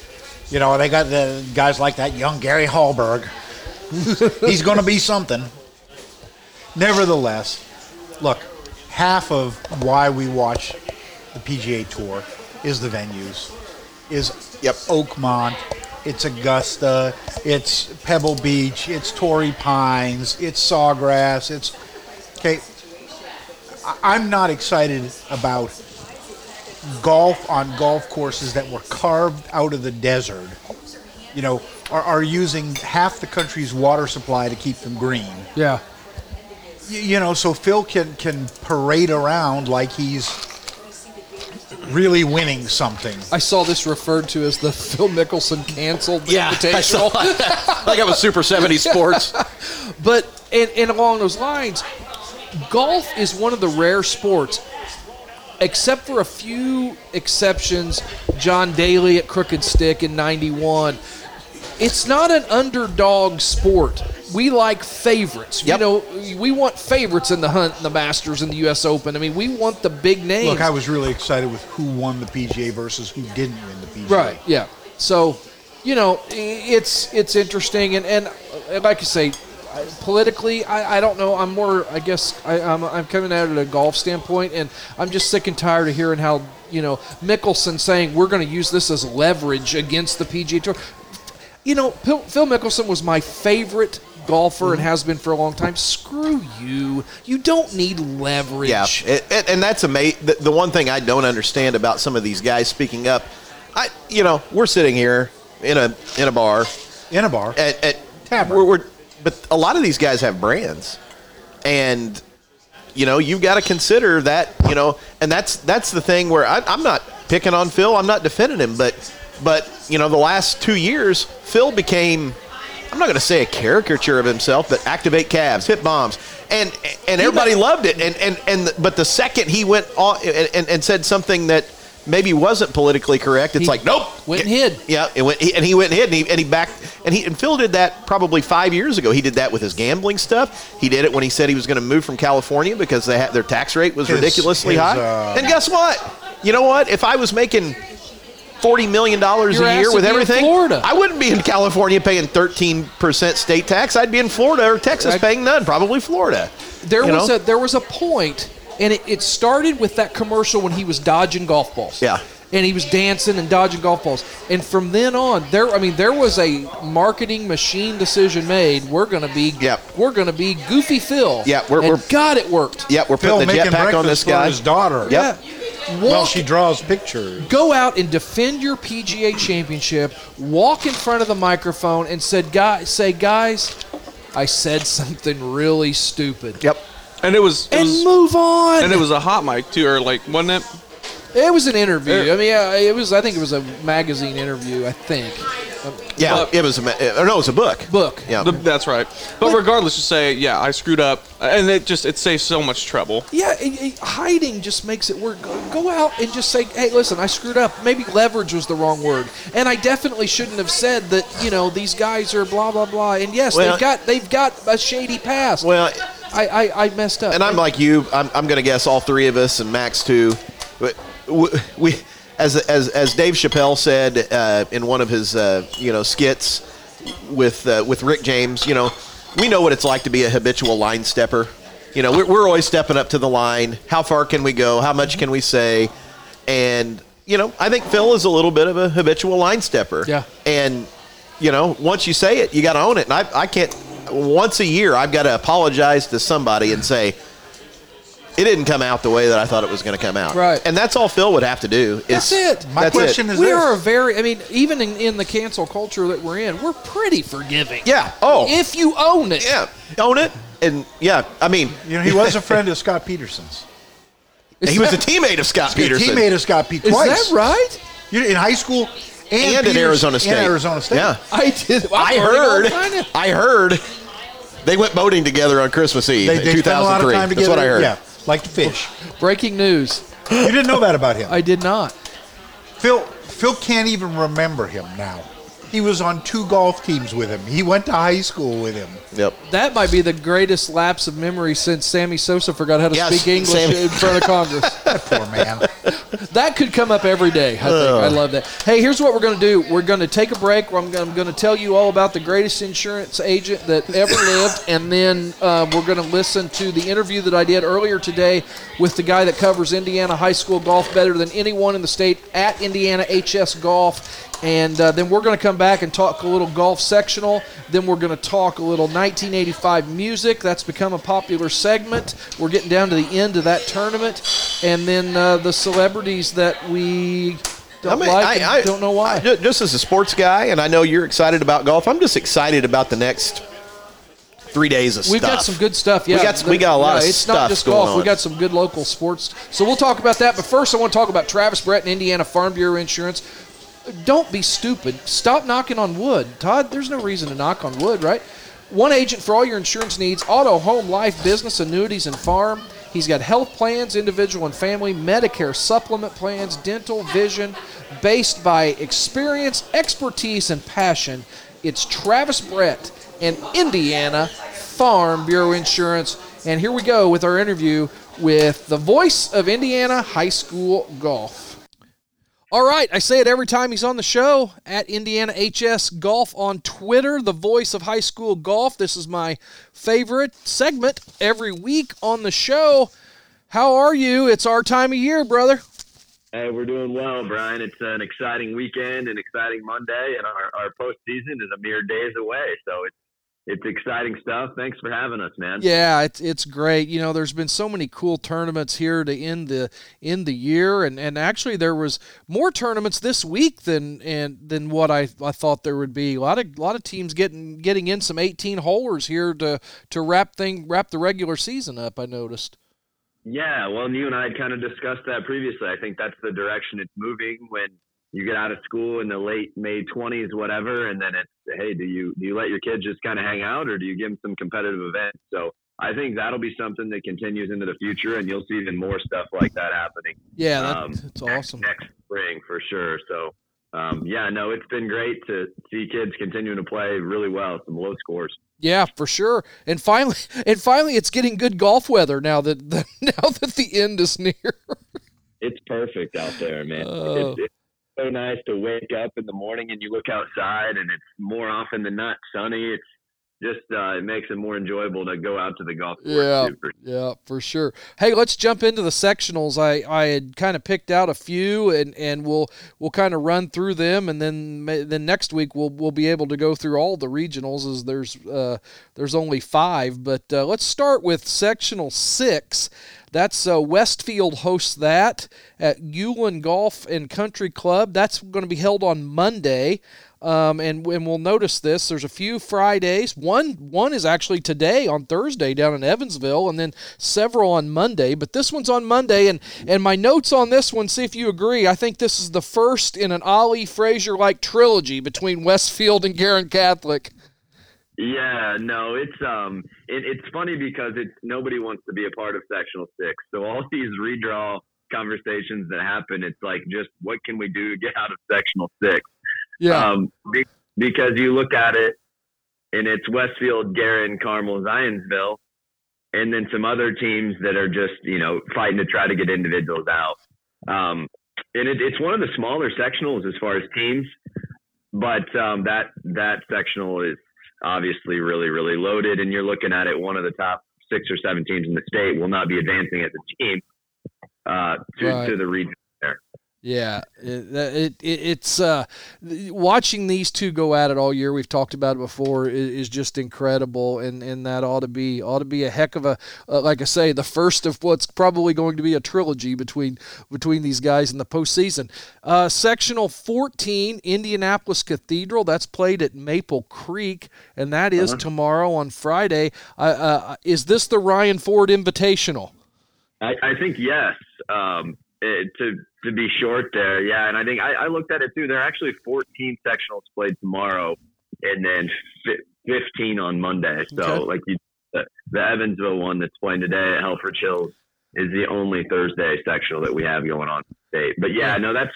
[SPEAKER 3] you know they got the guys like that young Gary Hallberg. He's going to be something. Nevertheless, look, half of why we watch the PGA Tour is the venues, is
[SPEAKER 4] Yep.
[SPEAKER 3] Oakmont, it's Augusta, it's Pebble Beach, it's Torrey Pines, it's Sawgrass, it's okay. I- I'm not excited about golf on golf courses that were carved out of the desert. You know, are, are using half the country's water supply to keep them green.
[SPEAKER 1] Yeah.
[SPEAKER 3] Y- you know, so Phil can can parade around like he's really winning something.
[SPEAKER 1] I saw this referred to as the Phil Mickelson canceled
[SPEAKER 4] Yeah, I saw
[SPEAKER 1] Invitational.
[SPEAKER 4] like I was
[SPEAKER 1] [laughs]
[SPEAKER 4] Super 70 Sports.
[SPEAKER 1] But and, and along those lines, golf is one of the rare sports, except for a few exceptions. John Daly at Crooked Stick in '91. It's not an underdog sport. We like favorites.
[SPEAKER 4] Yep.
[SPEAKER 1] You know, we want favorites in the hunt, in the Masters, in the U.S. Open. I mean, we want the big names.
[SPEAKER 3] Look, I was really excited with who won the PGA versus who didn't win the PGA.
[SPEAKER 1] Right. Yeah. So, you know, i- it's it's interesting, and and uh, like you say, I- politically, I, I don't know. I'm more, I guess, I, I'm I'm coming at it a golf standpoint, and I'm just sick and tired of hearing how you know Mickelson saying we're going to use this as leverage against the PGA Tour. You know, Phil, Phil Mickelson was my favorite golfer and has been for a long time. Screw you. You don't need leverage.
[SPEAKER 4] Yeah, it, it, and that's amazing. The, the one thing I don't understand about some of these guys speaking up, I you know we're sitting here in a in a bar
[SPEAKER 3] In a bar.
[SPEAKER 4] at, at
[SPEAKER 3] Tavern.
[SPEAKER 4] We're, we're, but a lot of these guys have brands, and you know you've got to consider that you know, and that's that's the thing where I, I'm not picking on Phil, I'm not defending him, but but you know the last two years Phil became. I'm not going to say a caricature of himself, but activate calves, hit bombs, and and everybody loved it. And and and but the second he went on and, and, and said something that maybe wasn't politically correct, it's
[SPEAKER 1] He
[SPEAKER 4] like nope,
[SPEAKER 1] went and hid.
[SPEAKER 4] yeah, it went, he, and he went and hid, and he, and he backed, and he and Phil did that probably five years ago. He did that with his gambling stuff. He did it when he said he was going to move from California because they had, their tax rate was
[SPEAKER 3] His-
[SPEAKER 4] ridiculously
[SPEAKER 3] his,
[SPEAKER 4] high.
[SPEAKER 3] uh,
[SPEAKER 4] and guess what? You know what? If I was making forty million dollars
[SPEAKER 1] Your
[SPEAKER 4] a
[SPEAKER 1] ass
[SPEAKER 4] year
[SPEAKER 1] would
[SPEAKER 4] with
[SPEAKER 1] be in
[SPEAKER 4] everything,
[SPEAKER 1] Florida.
[SPEAKER 4] I wouldn't be in California paying thirteen percent state tax. I'd be in Florida or Texas
[SPEAKER 1] Right.
[SPEAKER 4] paying none, probably Florida.
[SPEAKER 1] There
[SPEAKER 4] you
[SPEAKER 1] was
[SPEAKER 4] know?
[SPEAKER 1] a there was a point, and it, it started with that commercial when he was dodging golf balls.
[SPEAKER 4] Yeah.
[SPEAKER 1] and he was dancing and dodging golf balls. And from then on, there I mean, there was a marketing machine decision made. We're gonna be
[SPEAKER 4] Yep.
[SPEAKER 1] we're gonna be Goofy Phil.
[SPEAKER 4] Yeah, we're-
[SPEAKER 1] And
[SPEAKER 4] we're-
[SPEAKER 1] God, it worked.
[SPEAKER 4] yeah, we're
[SPEAKER 3] Phil
[SPEAKER 4] putting the
[SPEAKER 3] making
[SPEAKER 4] jetpack on
[SPEAKER 3] breakfast
[SPEAKER 4] this
[SPEAKER 3] for
[SPEAKER 4] guy.
[SPEAKER 3] his daughter.
[SPEAKER 4] Yep.
[SPEAKER 1] Yeah. Walk,
[SPEAKER 3] Well, she draws pictures.
[SPEAKER 1] [laughs] go out and defend your PGA Championship. Walk in front of the microphone and said, guys, say, guys, I said something really stupid.
[SPEAKER 4] Yep.
[SPEAKER 5] And it was, it
[SPEAKER 1] And
[SPEAKER 5] was
[SPEAKER 1] move on.
[SPEAKER 5] and it was a hot mic too, or like wasn't it?
[SPEAKER 1] It was an interview.
[SPEAKER 4] Er-
[SPEAKER 5] Yeah.
[SPEAKER 1] I mean, yeah, it was. I think it was a magazine interview. I think
[SPEAKER 4] Yeah,
[SPEAKER 5] But-
[SPEAKER 4] it was a ma- or no, it was a book.
[SPEAKER 1] book.
[SPEAKER 4] Yeah.
[SPEAKER 5] The- that's right. But regardless, just say yeah, I screwed up, and it just it saves so much trouble.
[SPEAKER 1] Yeah, it- it- hiding just makes it work. Go, go out and just say, "Hey, listen, I screwed up. Maybe leverage was the wrong word, and I definitely shouldn't have said that. You know, these guys are blah blah blah. And yes,
[SPEAKER 4] Well-
[SPEAKER 1] they've got they've got a shady past.
[SPEAKER 4] Well,
[SPEAKER 1] I I, I messed up.
[SPEAKER 4] and I'm like you. I'm, I'm going to guess all three of us and Max too. But w- We, as as as Dave Chappelle said uh, in one of his uh, you know skits with uh, with Rick James, you know, we know what it's like to be a habitual line stepper. You know, we're, we're always stepping up to the line. How far can we go? How much can we say? And you know, I think Phil is a little bit of a habitual line stepper.
[SPEAKER 1] Yeah.
[SPEAKER 4] And you know, once you say it, you got to own it. And I, I can't. Once a year, I've got to apologize to somebody and say, it didn't come out the way that I thought it was going to come out.
[SPEAKER 1] Right.
[SPEAKER 4] And that's all Phil would have to do. Is,
[SPEAKER 1] That's it.
[SPEAKER 3] My
[SPEAKER 4] that's
[SPEAKER 3] question
[SPEAKER 4] it.
[SPEAKER 3] is
[SPEAKER 1] we
[SPEAKER 3] this.
[SPEAKER 1] are a very. I mean, even in, in the cancel culture that we're in, we're pretty forgiving.
[SPEAKER 4] Yeah. Oh.
[SPEAKER 1] If you own it.
[SPEAKER 4] yeah. Own it. And yeah, I mean,
[SPEAKER 3] you know, he was
[SPEAKER 4] [laughs]
[SPEAKER 3] a friend of Scott Peterson's.
[SPEAKER 1] Is
[SPEAKER 4] he was a
[SPEAKER 1] that-
[SPEAKER 4] teammate of Scott
[SPEAKER 3] He
[SPEAKER 4] Peterson.
[SPEAKER 3] made of Scott Pete
[SPEAKER 1] Is
[SPEAKER 3] twice.
[SPEAKER 1] that right?
[SPEAKER 3] You know, in high school and,
[SPEAKER 4] and at
[SPEAKER 3] Peters-
[SPEAKER 4] Arizona
[SPEAKER 3] and
[SPEAKER 4] State.
[SPEAKER 3] Arizona State.
[SPEAKER 4] Yeah.
[SPEAKER 1] I did.
[SPEAKER 4] I
[SPEAKER 1] I'm learning all the
[SPEAKER 4] heard.
[SPEAKER 1] time now.
[SPEAKER 4] I heard. They went boating together on Christmas Eve
[SPEAKER 3] They,
[SPEAKER 4] in
[SPEAKER 3] they spent a lot of
[SPEAKER 4] 2003.
[SPEAKER 3] time together.
[SPEAKER 4] That's what I heard.
[SPEAKER 3] Yeah, like to fish.
[SPEAKER 1] Breaking news.
[SPEAKER 3] you didn't know that about him.
[SPEAKER 1] I did not.
[SPEAKER 3] Phil Phil can't even remember him now. He was on two golf teams with him. He went to high school with him.
[SPEAKER 4] Yep.
[SPEAKER 1] That might be the greatest lapse of memory since Sammy Sosa forgot how to
[SPEAKER 4] Yes,
[SPEAKER 1] speak English
[SPEAKER 4] Sammy.
[SPEAKER 1] in front of Congress.
[SPEAKER 4] [laughs]
[SPEAKER 3] Poor man.
[SPEAKER 1] That could come up every day. I think I love that. Hey, here's what we're going to do. We're going to take a break. I'm going, I'm going to tell you all about the greatest insurance agent that ever lived, and then uh, we're going to listen to the interview that I did earlier today with the guy that covers Indiana high school golf better than anyone in the state at Indiana HS Golf. And uh, then we're going to come back and talk a little golf sectional. Then we're going to talk a little 1985 music. That's become a popular segment. We're getting down to the end of that tournament. And then uh, the celebrities that we don't like and don't know why.
[SPEAKER 4] I- ju- just as a sports guy, and I know you're excited about golf. I'm just excited about the next three days of
[SPEAKER 1] We've
[SPEAKER 4] stuff.
[SPEAKER 1] got some good stuff. Yeah,
[SPEAKER 4] We got some- we got a lot of
[SPEAKER 1] it's not
[SPEAKER 4] stuff
[SPEAKER 1] just
[SPEAKER 4] going
[SPEAKER 1] golf. We
[SPEAKER 4] on.
[SPEAKER 1] got some good local sports. So we'll talk about that. But first, I want to talk about Travis Brett and Indiana Farm Bureau Insurance. Don't be stupid. Stop knocking on wood, Todd. There's no reason to knock on wood, right? One agent for all your insurance needs: auto, home, life, business, annuities, and farm. He's got health plans, individual and family, Medicare supplement plans, dental, vision, based by experience, expertise, and passion. It's Travis Brett and Indiana Farm Bureau Insurance. And here we go with our interview with the voice of Indiana high school golf. All right, I say it every time he's on the show at Indiana HS Golf on Twitter, the voice of high school golf. This is my favorite segment every week on the show. How are you? It's our time of year, brother.
[SPEAKER 7] Hey, we're doing well, Brian. It's an exciting weekend, an exciting Monday, and our, our postseason is a mere days away. So it's it's exciting stuff. Thanks for having us, man.
[SPEAKER 1] Yeah, it's it's great. You know, there's been so many cool tournaments here to end the end the year, and, and actually there was more tournaments this week than and than what I, I thought there would be. A lot of lot of teams getting getting in some 18 holers here to to wrap thing wrap the regular season up. I noticed.
[SPEAKER 7] Yeah, well, and you and I had kind of discussed that previously. I think that's the direction it's moving when you get out of school in the late May twenties, whatever, and then it's hey, do you do you let your kids just kind of hang out, or do you give them some competitive events? So I think that'll be something that continues into the future, and you'll see even more stuff like that happening.
[SPEAKER 1] Yeah, that,
[SPEAKER 7] Um,
[SPEAKER 1] that's
[SPEAKER 7] next-
[SPEAKER 1] awesome.
[SPEAKER 7] Next spring for sure. So, um, yeah, no, it's been great to see kids continuing to play really well, some low scores.
[SPEAKER 1] Yeah, for sure. And finally, [laughs] and finally, it's getting good golf weather now that the, [laughs] now that the end is near.
[SPEAKER 7] It's perfect out there, man.
[SPEAKER 1] Oh.
[SPEAKER 7] It's, it's so nice to wake up in the morning and you look outside, and it's more often than not sunny. It's just uh, it makes it more enjoyable to go out to the golf course.
[SPEAKER 1] Yeah.
[SPEAKER 7] too, for
[SPEAKER 1] Yeah, for sure. Hey, let's jump into the sectionals. I, I had kind of picked out a few, and, and we'll we'll kind of run through them, and then ma- then next week we'll we'll be able to go through all the regionals as there's uh, there's only five. But uh, let's start with sectional six. That's uh, Westfield hosts that at Ulan Golf and Country Club. That's going to be held on Monday. Um, and, and we'll notice this. There's a few Fridays. One one is actually today on Thursday down in Evansville, and then several on Monday. But this one's on Monday, and and my notes on this one. See if you agree. I think this is the first in an Ollie Frazier like trilogy between Westfield and Garen Catholic.
[SPEAKER 7] Yeah, no, it's um, it, it's funny because it's nobody wants to be a part of sectional six. So all [laughs] these redraw conversations that happen, it's like just what can we do to get out of sectional six?
[SPEAKER 1] Yeah,
[SPEAKER 7] Um, be- because you look at it, and it's Westfield, Garin, Carmel, Zionsville, and then some other teams that are just you know fighting to try to get individuals out. Um, and it, it's one of the smaller sectionals as far as teams, but um, that that sectional is obviously really really loaded, and you're looking at it. One of the top six or seven teams in the state will not be advancing as a team uh, to,
[SPEAKER 1] Right.
[SPEAKER 7] to the region.
[SPEAKER 1] yeah. It, it, it- it's uh, watching these two go at it all year. We've talked about it before. i- Is, just incredible, and and that ought to be ought to be a heck of a uh, like I say, the first of what's probably going to be a trilogy between between these guys in the postseason. Uh, sectional 14, Indianapolis Cathedral. That's played at Maple Creek, and that is tomorrow on Friday. Uh, uh, is this the Ryan Ford Invitational?
[SPEAKER 7] I, I think yes. Um, it, to to be short there, yeah. And I think I, I looked at it too. There are actually 14 sectionals played tomorrow, and then fi 15 on Monday. So
[SPEAKER 1] Okay.
[SPEAKER 7] like you, the, the Evansville one that's playing today at Helford Hills is the only Thursday sectional that we have going on today. But yeah, no, that's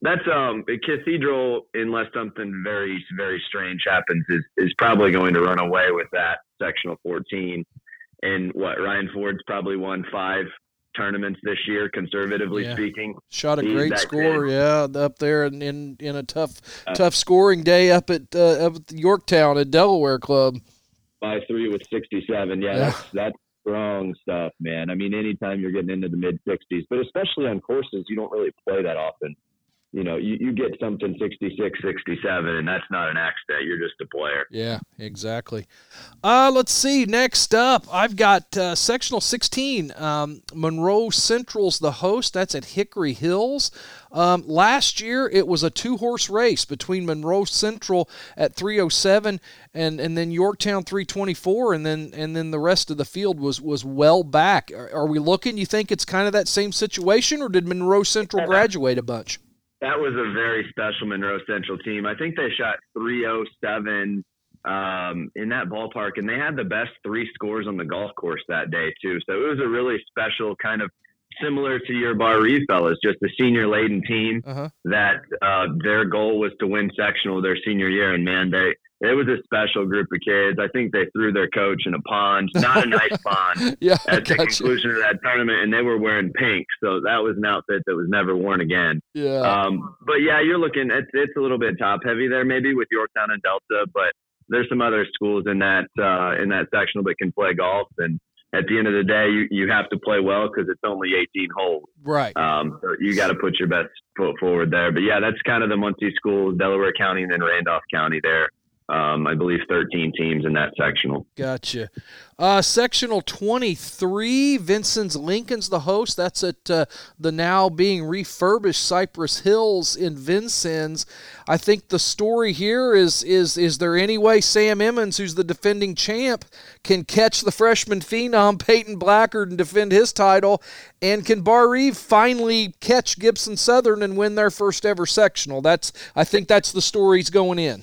[SPEAKER 7] that's um a cathedral unless something very very strange happens is is probably going to run away with that sectional 14 and what Ryan Ford's probably won five tournaments this year, conservatively
[SPEAKER 1] Yeah.
[SPEAKER 7] speaking.
[SPEAKER 1] Shot a
[SPEAKER 7] He's
[SPEAKER 1] great
[SPEAKER 7] that Uh,
[SPEAKER 1] score, yeah, up there in in, in a tough tough scoring day up at uh, up at the Yorktown at Delaware Club.
[SPEAKER 7] by three with 67. Yeah,
[SPEAKER 1] Yeah.
[SPEAKER 7] that's that's strong stuff, man. I mean, anytime you're getting into the mid 60s, but especially on courses you don't really play that often. You know, you, you get something 66, 67, and that's not an accident. You're just a player.
[SPEAKER 1] Yeah, exactly. Uh, let's see. Next up, I've got uh, sectional 16. Um, Monroe Central's the host. That's at Hickory Hills. Um, last year, it was a two horse race between Monroe Central at 307 and, and then Yorktown 324, and then and then the rest of the field was was well back. Are, are we looking? You think it's kind of that same situation, or did Monroe Central graduate a bunch?
[SPEAKER 7] That was a very special Monroe Central team. I think they shot 307 um, in that ballpark, and they had the best three scores on the golf course that day, too. So it was a really special kind of similar to your Bar Reeve fellas, just a senior laden team.
[SPEAKER 1] Uh huh.
[SPEAKER 7] that uh, their goal was to win sectional their senior year, and man, they it was a special group of kids. I think they threw their coach in a pond, not a nice pond,
[SPEAKER 1] [laughs] Yeah, I
[SPEAKER 7] at
[SPEAKER 1] got
[SPEAKER 7] the
[SPEAKER 1] you.
[SPEAKER 7] conclusion of that tournament, and they were wearing pink, so that was an outfit that was never worn again.
[SPEAKER 1] Yeah.
[SPEAKER 7] Um, but yeah, you're looking it's it's a little bit top heavy there, maybe with Yorktown and Delta, but there's some other schools in that uh, in that sectional that can play golf, and at the end of the day, you you have to play well because it's only 18 holes.
[SPEAKER 1] Right.
[SPEAKER 7] Um, so you got to put your best foot forward there. But yeah, that's kind of the Muncie School, Delaware County, and then Randolph County there. Um, I believe 13 teams in that sectional.
[SPEAKER 1] Gotcha. Uh, sectional 23, Vincent's Lincoln's the host. That's at uh, the now being refurbished Cypress Hills in Vincennes. I think the story here is is is there any way Sam Emmons, who's the defending champ, can catch the freshman phenom Peyton Blackard and defend his title? And can Bar Reeve finally catch Gibson Southern and win their first ever sectional? That's I think that's the story's going in.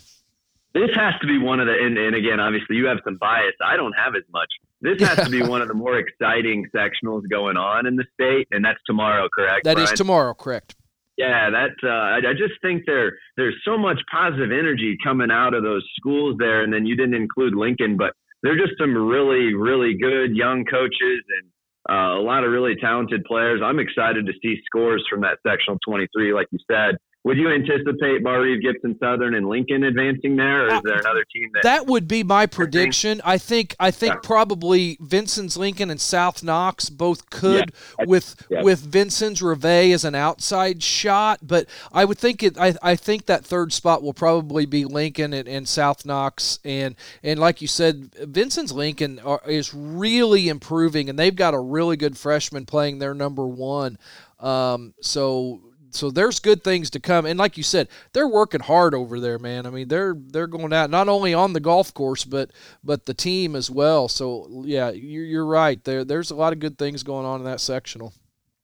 [SPEAKER 7] This has to be one of the, and, and again, obviously you have some bias. I don't have as much. This has
[SPEAKER 1] [laughs]
[SPEAKER 7] to be one of the more exciting sectionals going on in the state, and that's tomorrow, correct?
[SPEAKER 1] That is
[SPEAKER 7] Brian?
[SPEAKER 1] tomorrow, correct?
[SPEAKER 7] Yeah, that uh, I, I just think there there's so much positive energy coming out of those schools there, and then you didn't include Lincoln, but they're just some really really good young coaches and uh, a lot of really talented players. I'm excited to see scores from that sectional 23, like you said. Would you anticipate Bar Reeve, Gibson Southern, and Lincoln advancing there, or is there another team that?
[SPEAKER 1] That would be my prediction. I think I think probably Vincent's Lincoln and South Knox both could with
[SPEAKER 7] yeah.
[SPEAKER 1] with Vincent's Reve as an outside shot, but I would think it I, I think that third spot will probably be Lincoln and, and South Knox and and like you said, Vincent's Lincoln are, is really improving and they've got a really good freshman playing their number one. Um, so so there's good things to come. And like you said, they're working hard over there, man. I mean, they're they're going out not only on the golf course, but but the team as well. So yeah, you're, you're right. There there's a lot of good things going on in that sectional.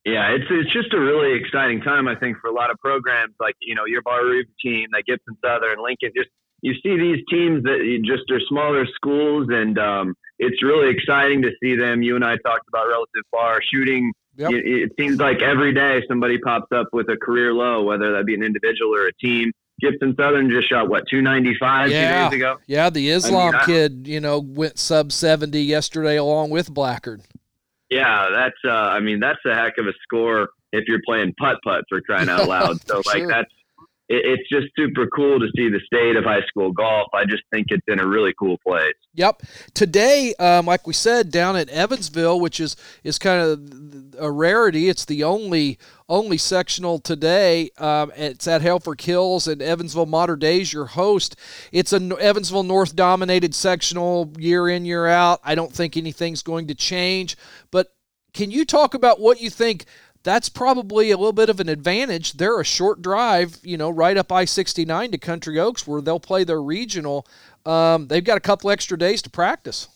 [SPEAKER 7] Yeah, it's it's just a really exciting time, I think, for a lot of programs like you know your Bar Roof team, that Gibson Southern, Lincoln. Just you see these teams that you just are smaller schools, and um, it's really exciting to see them. You and I talked about relative bar shooting.
[SPEAKER 1] Yep.
[SPEAKER 7] It, it seems like every day somebody pops up with a career low, whether that be an individual or a team. Gibson Southern just shot what two ninety five
[SPEAKER 1] Yeah.
[SPEAKER 7] two days ago.
[SPEAKER 1] Yeah, the Islam
[SPEAKER 7] I-
[SPEAKER 1] kid, you know, went sub 70 yesterday along with Blackard.
[SPEAKER 7] Yeah, that's. Uh, I mean, that's a heck of a score if you're playing putt putt for crying
[SPEAKER 1] [laughs]
[SPEAKER 7] out loud. So
[SPEAKER 1] For
[SPEAKER 7] like
[SPEAKER 1] sure.
[SPEAKER 7] that's. It, it's just super cool to see the state of high school golf. I just think it's in a really cool place.
[SPEAKER 1] Yep. Today, um, like we said, down at Evansville, which is is kind of a rarity. It's the only only sectional today. Um, it's at Helford Hills and Evansville Modern Days. Your host. It's an Evansville North dominated sectional year in year out. I don't think anything's going to change. But can you talk about what you think? That's probably a little bit of an advantage. They're a short drive, you know, right up I 69 to Country Oaks, where they'll play their regional. Um, they've got a couple extra days to practice.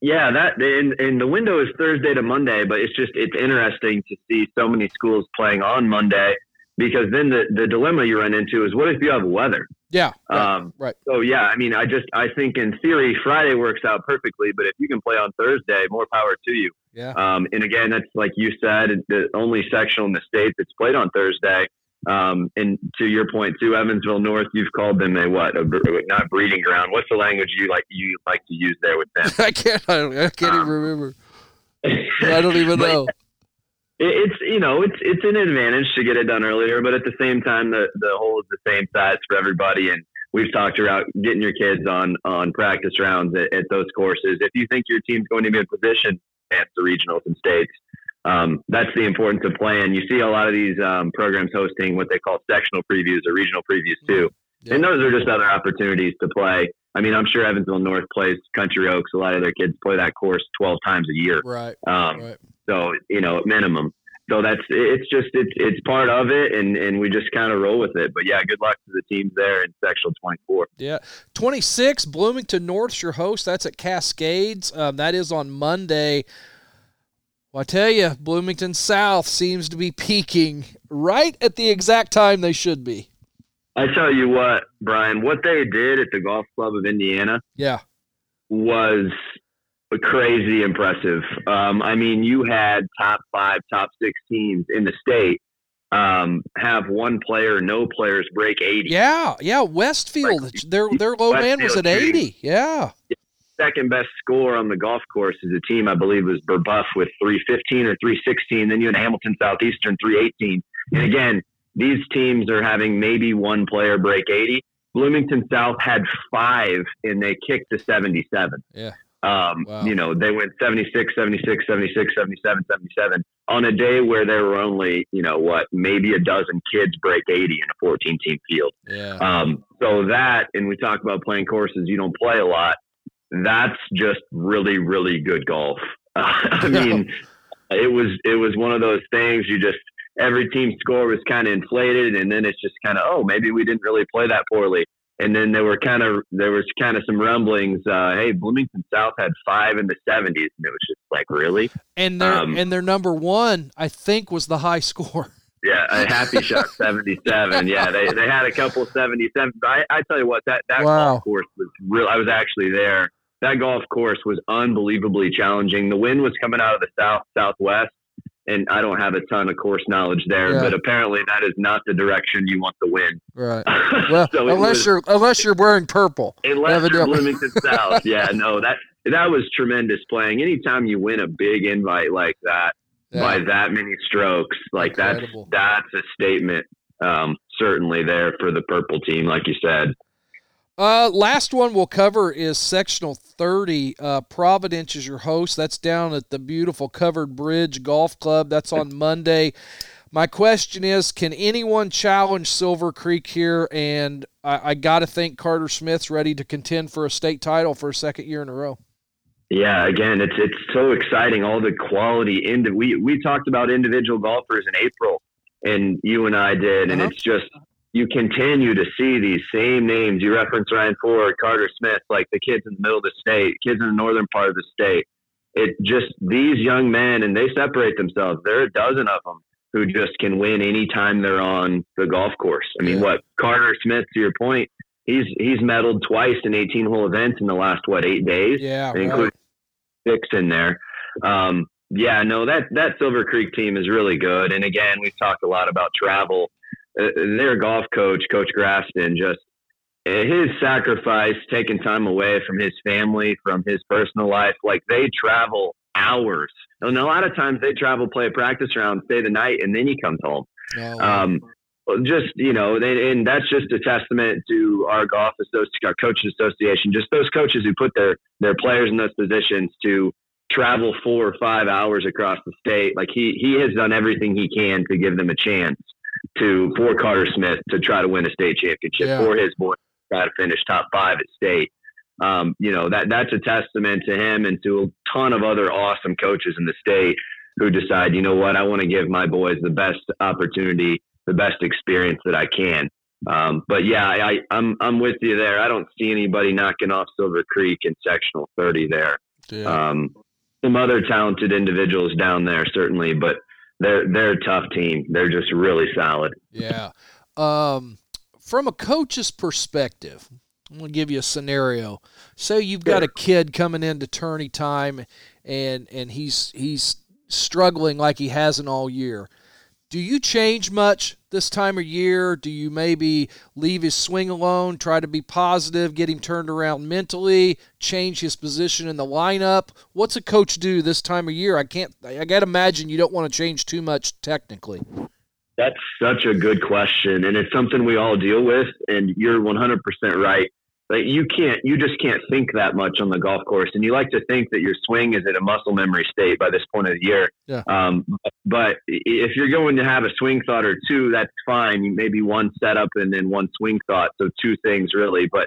[SPEAKER 7] Yeah, that and, and the window is Thursday to Monday, but it's just it's interesting to see so many schools playing on Monday because then the the dilemma you run into is what if you have weather?
[SPEAKER 1] Yeah. right,
[SPEAKER 7] Um,
[SPEAKER 1] right. [laughs]
[SPEAKER 7] So yeah, I mean, I just I think in theory Friday works out perfectly, but if you can play on Thursday, more power to you.
[SPEAKER 1] Yeah.
[SPEAKER 7] Um, and again, that's like you said, the only sectional in the state that's played on Thursday. Um, and to your point too, Evansville North, you've called them a what? A, bre- not breeding ground. What's the language you like? You like to use there with them?
[SPEAKER 1] I can't. I, don't, I can't even
[SPEAKER 7] Um,
[SPEAKER 1] remember. I don't even
[SPEAKER 7] [laughs] but-
[SPEAKER 1] know.
[SPEAKER 7] it, it's you know it's it's an advantage to get it done earlier, but at the same time, the the hole is the same size for everybody, and we've talked about getting your kids on on practice rounds at, at those courses. If you think your team's going to be in position at the regionals and states, um, that's the importance of playing. You see a lot of these um, programs hosting what they call sectional previews or regional previews too,
[SPEAKER 1] Yeah.
[SPEAKER 7] and those are just other opportunities to play. I mean, I'm sure Evansville North plays Country Oaks. A lot of their kids play that course 12 times a year.
[SPEAKER 1] Right.
[SPEAKER 7] Um,
[SPEAKER 1] Right.
[SPEAKER 7] so you know, minimum. So that's it's just it's it's part of it, and and we just kind of roll with it. But yeah, good luck to the teams there in sectional twenty four.
[SPEAKER 1] Yeah. 26, Bloomington North's your host. That's at Cascades. Um, that is on Monday. Well, I tell you, Bloomington South seems to be peaking right at the exact time they should be.
[SPEAKER 7] I tell you what, Brian, what they did at the Golf Club of Indiana
[SPEAKER 1] Yeah.
[SPEAKER 7] was crazy impressive. Um, I mean, you had top five, top six teams in the state um, have one player, no players break eighty.
[SPEAKER 1] Yeah. Yeah. Westfield, their, their low man was at
[SPEAKER 7] Westfield, too.
[SPEAKER 1] 80. Yeah.
[SPEAKER 7] second best score on the golf course as a team, I believe, was Burbuff with 315 or 316. Then you had Hamilton Southeastern 318. And again, these teams are having maybe one player break 80. Bloomington South had five and they kicked to 77.
[SPEAKER 1] Yeah.
[SPEAKER 7] Um,
[SPEAKER 1] Wow.
[SPEAKER 7] You know, they went 76, 76, 76, 77, 77 on a day where there were only, you know, what, maybe a dozen kids break 80 in a 14 team field.
[SPEAKER 1] Yeah.
[SPEAKER 7] Um, so that, and we talk about playing courses you don't play a lot. That's just really, really good golf. [laughs] I mean, it was it was one of those things. You just every team's score was kind of inflated, and then it's just kind of oh maybe we didn't really play that poorly. And then there were kind of there was kind of some rumblings. Uh, hey, Bloomington South had five in the seventies, and it was just like really,
[SPEAKER 1] And their,
[SPEAKER 7] um,
[SPEAKER 1] and their number one, I think, was the high score.
[SPEAKER 7] yeah, a happy shot
[SPEAKER 1] [laughs]
[SPEAKER 7] seventy seven. Yeah, they, they had a couple seventy seven. I, I tell you what, that that
[SPEAKER 1] Wow.
[SPEAKER 7] golf course was real. I was actually there. That golf course was unbelievably challenging. The wind was coming out of the south southwest, and I don't have a ton of course knowledge there,
[SPEAKER 1] Yeah.
[SPEAKER 7] but apparently that is not the direction you want the [laughs] wind.
[SPEAKER 1] Right. Well,
[SPEAKER 7] [laughs] So it
[SPEAKER 1] unless
[SPEAKER 7] was-
[SPEAKER 1] you're unless you're wearing purple.
[SPEAKER 7] Unless you're
[SPEAKER 1] Evidently.
[SPEAKER 7] Bloomington
[SPEAKER 1] [laughs]
[SPEAKER 7] South, yeah, no, that that was tremendous playing. Anytime you win a big invite like that by that many strokes, like
[SPEAKER 1] Incredible.
[SPEAKER 7] that's that's a statement. Um, certainly there for the purple team, like you said.
[SPEAKER 1] Uh, last one we'll cover is sectional 30. Uh, Providence is your host. That's down at the beautiful Covered Bridge Golf Club. That's on Monday. My question is can anyone challenge Silver Creek here? And I, I got to think Carter Smith's ready to contend for a state title for a second year in a row.
[SPEAKER 7] Yeah, again, it's it's so exciting. All the quality into we we talked about individual golfers in April, and you and I did, and
[SPEAKER 1] Uh-huh.
[SPEAKER 7] it's just you continue to see these same names. You reference Ryan Ford, Carter Smith, like the kids in the middle of the state, kids in the northern part of the state. It just these young men, and they separate themselves. There are a dozen of them who just can win anytime they're on the golf course. I mean,
[SPEAKER 1] Yeah.
[SPEAKER 7] what Carter Smith? To your point, he's he's medaled twice in eighteen hole events in the last what eight days
[SPEAKER 1] Yeah.
[SPEAKER 7] include
[SPEAKER 1] Right.
[SPEAKER 7] six in there. Um, yeah, no, that that Silver Creek team is really good. And again, we've talked a lot about travel. Uh, their golf coach, Coach Grafton, just uh, his sacrifice, taking time away from his family, from his personal life. Like they travel hours, and a lot of times they travel, play a practice round, stay the night, and then he comes home
[SPEAKER 1] No.
[SPEAKER 7] um, well, just you know, they, and that's just a testament to our golf association, our coaches association, just those coaches who put their their players in those positions to travel four or five hours across the state. Like he he has done everything he can to give them a chance to for Carter Smith to try to win a state championship
[SPEAKER 1] Yeah.
[SPEAKER 7] for his boy to try to finish top five at state. Um, you know that that's a testament to him and to a ton of other awesome coaches in the state who decide, you know what, I want to give my boys the best opportunity, the best experience that I can. Um, but yeah, I, I, I'm I'm with you there. I don't see anybody knocking off Silver Creek in sectional 30 there.
[SPEAKER 1] yeah.
[SPEAKER 7] Um, some other talented individuals down there certainly, but they're they're a tough team. They're just really solid.
[SPEAKER 1] Yeah. Um, from a coach's perspective, I'm going to give you a scenario. Say you've got a kid coming into tourney time, and and he's he's struggling like he hasn't all year. Do you change much this time of year? Do you maybe leave his swing alone, try to be positive, get him turned around mentally, change his position in the lineup? What's a coach do this time of year? I can't. I I gotta imagine you don't want to change too much technically.
[SPEAKER 7] That's such a good question, and it's something we all deal with. And you're 100% right. Like you can't, you just can't think that much on the golf course, and you like to think that your swing is at a muscle memory state by this point of the year.
[SPEAKER 1] Yeah.
[SPEAKER 7] Um, but i- if you're going to have a swing thought or two, that's fine. Maybe one setup and then one swing thought, so two things really. But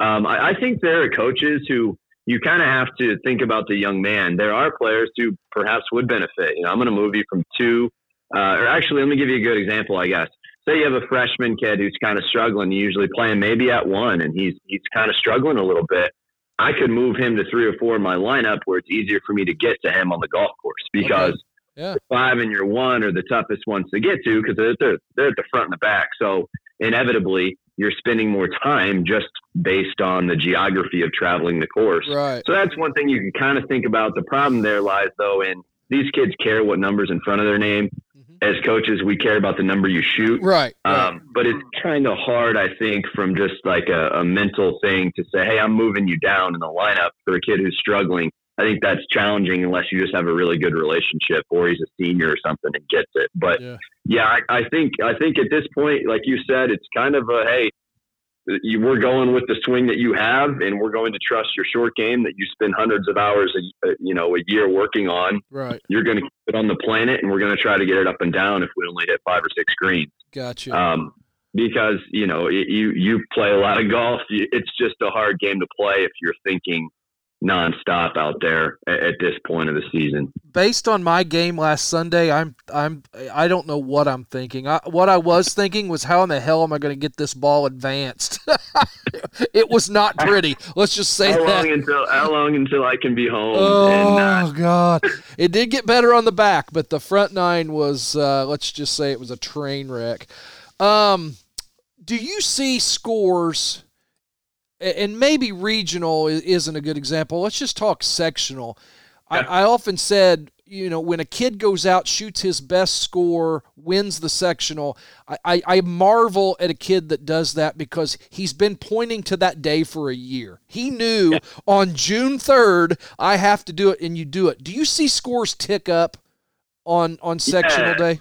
[SPEAKER 7] um, I, I think there are coaches who you kind of have to think about the young man. There are players who perhaps would benefit. You know, I'm going to move you from two uh, or actually, let me give you a good example, I guess. Say you have a freshman kid who's kind of struggling. You usually play him maybe at one, and he's he's kind of struggling a little bit. I could move him to three or four in my lineup where it's easier for me to get to him on the golf course because
[SPEAKER 1] Yeah.
[SPEAKER 7] the five and your one are the toughest ones to get to because they're, they're, they're at the front and the back. So inevitably, you're spending more time just based on the geography of traveling the course.
[SPEAKER 1] Right.
[SPEAKER 7] So that's one thing you can kind of think about. The problem there lies, though, in these kids care what numbers in front of their name.
[SPEAKER 1] Mhm.
[SPEAKER 7] As coaches, we care about the number you shoot.
[SPEAKER 1] Right. right.
[SPEAKER 7] Um, but it's kind of hard, I think, from just like a, a mental thing to say, hey, I'm moving you down in the lineup for a kid who's struggling. I think that's challenging unless you just have a really good relationship or he's a senior or something and gets it. But
[SPEAKER 1] Yeah.
[SPEAKER 7] yeah, I, I think I think at this point, like you said, it's kind of a hey, you, we're going with the swing that you have, and we're going to trust your short game that you spend hundreds of hours, a, a- you know, a year working on.
[SPEAKER 1] Right.
[SPEAKER 7] You're going to keep it on the planet, and we're going to try to get it up and down if we only hit five or six greens.
[SPEAKER 1] Gotcha.
[SPEAKER 7] Um, because you know y- you you play a lot of golf, You- it's just a hard game to play if you're thinking nonstop out there at, at this point of the season.
[SPEAKER 1] based on my game last Sunday, I'm I'm I don't know what I'm thinking. I, what I was thinking was how in the hell am I going to get this ball advanced? [laughs] it was not pretty. Let's just say
[SPEAKER 7] How
[SPEAKER 1] that.
[SPEAKER 7] long until how long until I can be home? and, uh,
[SPEAKER 1] Oh God! It did get better on the back, but the front nine was uh, let's just say it was a train wreck. Um, do you see scores? a- And maybe regional i- isn't a good example. Let's just talk sectional. I, I often said, you know, when a kid goes out, shoots his best score, wins the sectional, I, I, I marvel at a kid that does that because he's been pointing to that day for a year. He knew on June 3rd, I have to do it, and you do it. Do you see scores tick up on, on sectional
[SPEAKER 7] Yeah.
[SPEAKER 1] day?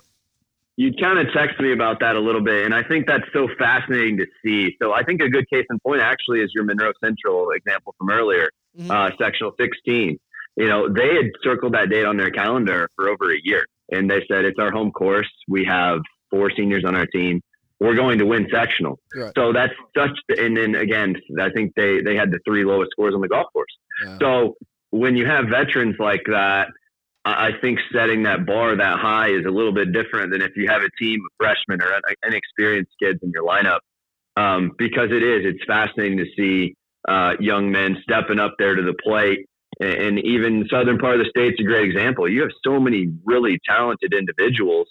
[SPEAKER 7] you kind of text me about that a little bit, and I think that's so fascinating to see. So I think a good case in point actually is your Monroe Central example from earlier,
[SPEAKER 1] Mhm.
[SPEAKER 7] uh, sectional 16. You know, they had circled that date on their calendar for over a year, and they said it's our home course. We have four seniors on our team. We're going to win sectional.
[SPEAKER 1] Right.
[SPEAKER 7] So that's such. And then again, I think they they had the three lowest scores on the golf course.
[SPEAKER 1] Yeah.
[SPEAKER 7] So when you have veterans like that, I I think setting that bar that high is a little bit different than if you have a team of freshmen or un- inexperienced kids in your lineup, um, because it is it's fascinating to see uh, young men stepping up there to the plate. And, and even southern part of the state's a great example. You have so many really talented individuals,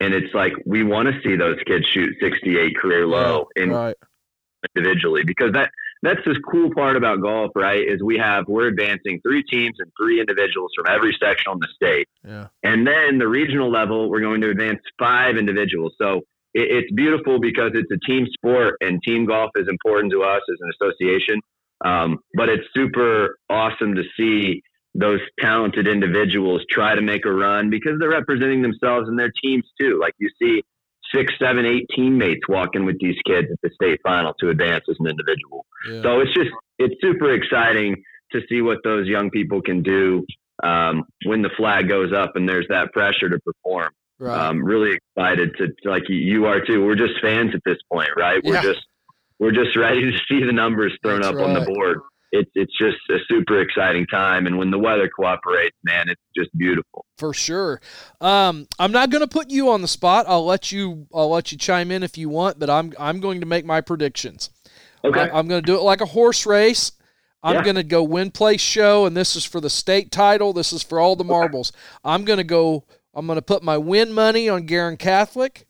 [SPEAKER 7] and it's like we want to see those kids shoot 68 career low, and
[SPEAKER 1] right.
[SPEAKER 7] individually because that that's the cool part about golf, right? Is we have we're advancing three teams and three individuals from every section on the state,
[SPEAKER 1] Yeah.
[SPEAKER 7] and then the regional level we're going to advance five individuals. So it, it's beautiful because it's a team sport, and team golf is important to us as an association. Um, but it's super awesome to see those talented individuals try to make a run because they're representing themselves and their teams too. Like you see six, seven, eight teammates walking with these kids at the state final to advance as an individual.
[SPEAKER 1] Yeah.
[SPEAKER 7] So it's just it's super exciting to see what those young people can do um, when the flag goes up and there's that pressure to perform.
[SPEAKER 1] Right.
[SPEAKER 7] Um, really excited to like you- you are too. We're just fans at this point, right? We're
[SPEAKER 1] Yeah.
[SPEAKER 7] just we're just ready to see the numbers thrown
[SPEAKER 1] That's
[SPEAKER 7] up on the
[SPEAKER 1] right.
[SPEAKER 7] board. It's it's just a super exciting time, and when the weather cooperates, man, it's just beautiful.
[SPEAKER 1] for sure. Um, I'm not going to put you on the spot. I'll let you. I'll let you chime in if you want, but I'm I'm going to make my predictions. I, am going to do it like a horse race. I'm
[SPEAKER 7] Yeah.
[SPEAKER 1] going to go win place show, and this is for the state title. This is for all the marbles. I'm going to go. I'm going to put my win money on Garin Catholic.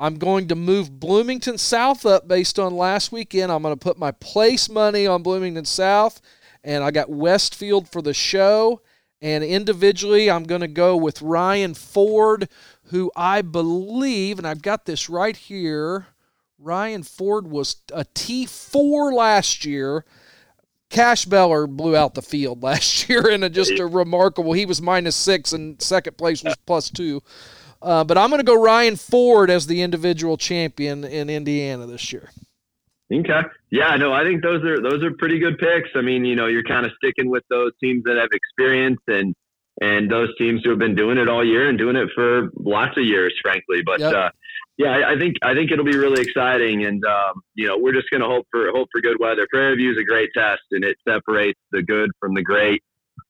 [SPEAKER 1] I'm going to move Bloomington South up based on last weekend. I'm going to put my place money on Bloomington South, and I got Westfield for the show, And individually, I'm going to go with Ryan Ford, who I believe, and I've got this right here. Ryan Ford was a T4 last year. Cash Beller blew out the field [laughs] last year in a, just a remarkable. He was minus six, and second place was plus two. Uh, but I'm going to go Ryan Ford as the individual champion in Indiana this year.
[SPEAKER 7] Okay. Yeah, no, I think those are those are pretty good picks. I mean, you know, you're kind of sticking with those teams that have experience and and those teams who have been doing it all year and doing it for lots of years, frankly. But
[SPEAKER 1] Yep.
[SPEAKER 7] uh, yeah, I, I think I think it'll be really exciting, and um, you know, we're just going to hope for hope for good weather. Prairie View is a great test, and it separates the good from the great,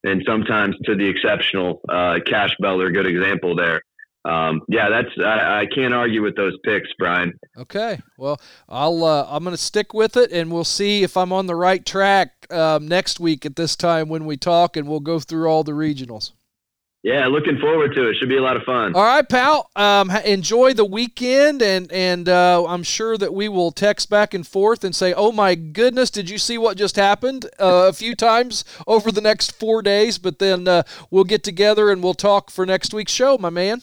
[SPEAKER 7] and sometimes to the exceptional. Uh, Cash Beller, good example there. Um, yeah, that's I, I can't argue with those picks, Brian.
[SPEAKER 1] Okay. Well, I'll uh, I'm going to stick with it, and we'll see if I'm on the right track um, next week at this time when we talk, and we'll go through all the regionals.
[SPEAKER 7] Yeah, looking forward to it. Should be a lot of fun.
[SPEAKER 1] All right, pal. Um, ha- enjoy the weekend, and and uh, I'm sure that we will text back and forth and say, "Oh my goodness, did you see what just happened?" Uh, a few times over the next four days, but then uh, we'll get together and we'll talk for next week's show, my man.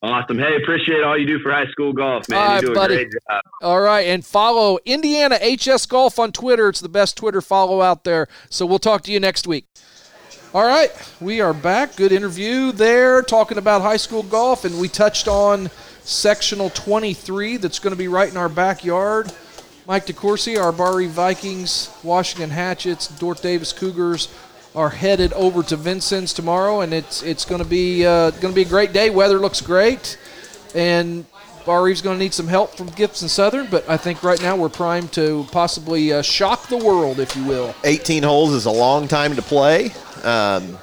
[SPEAKER 7] Awesome. Hey, appreciate all you do for high school golf, man.
[SPEAKER 1] All right,
[SPEAKER 7] you do a
[SPEAKER 1] buddy.
[SPEAKER 7] great job.
[SPEAKER 1] All right, and follow Indiana HS Golf on Twitter. It's the best Twitter follow out there. So we'll talk to you next week. All right, we are back. Good interview there, talking about high school golf, and we touched on sectional 23 that's going to be right in our backyard. Mike DeCourcy, our Bari Vikings, Washington Hatchets, Dort Davis Cougars are headed over to Vincennes tomorrow, and it's it's going to be uh, going to be a great day. Weather looks great, and Barree's going to need some help from Gibson Southern, but I think right now we're primed to possibly uh, shock the world, if you will.
[SPEAKER 4] 18 holes is a long time to play. Um,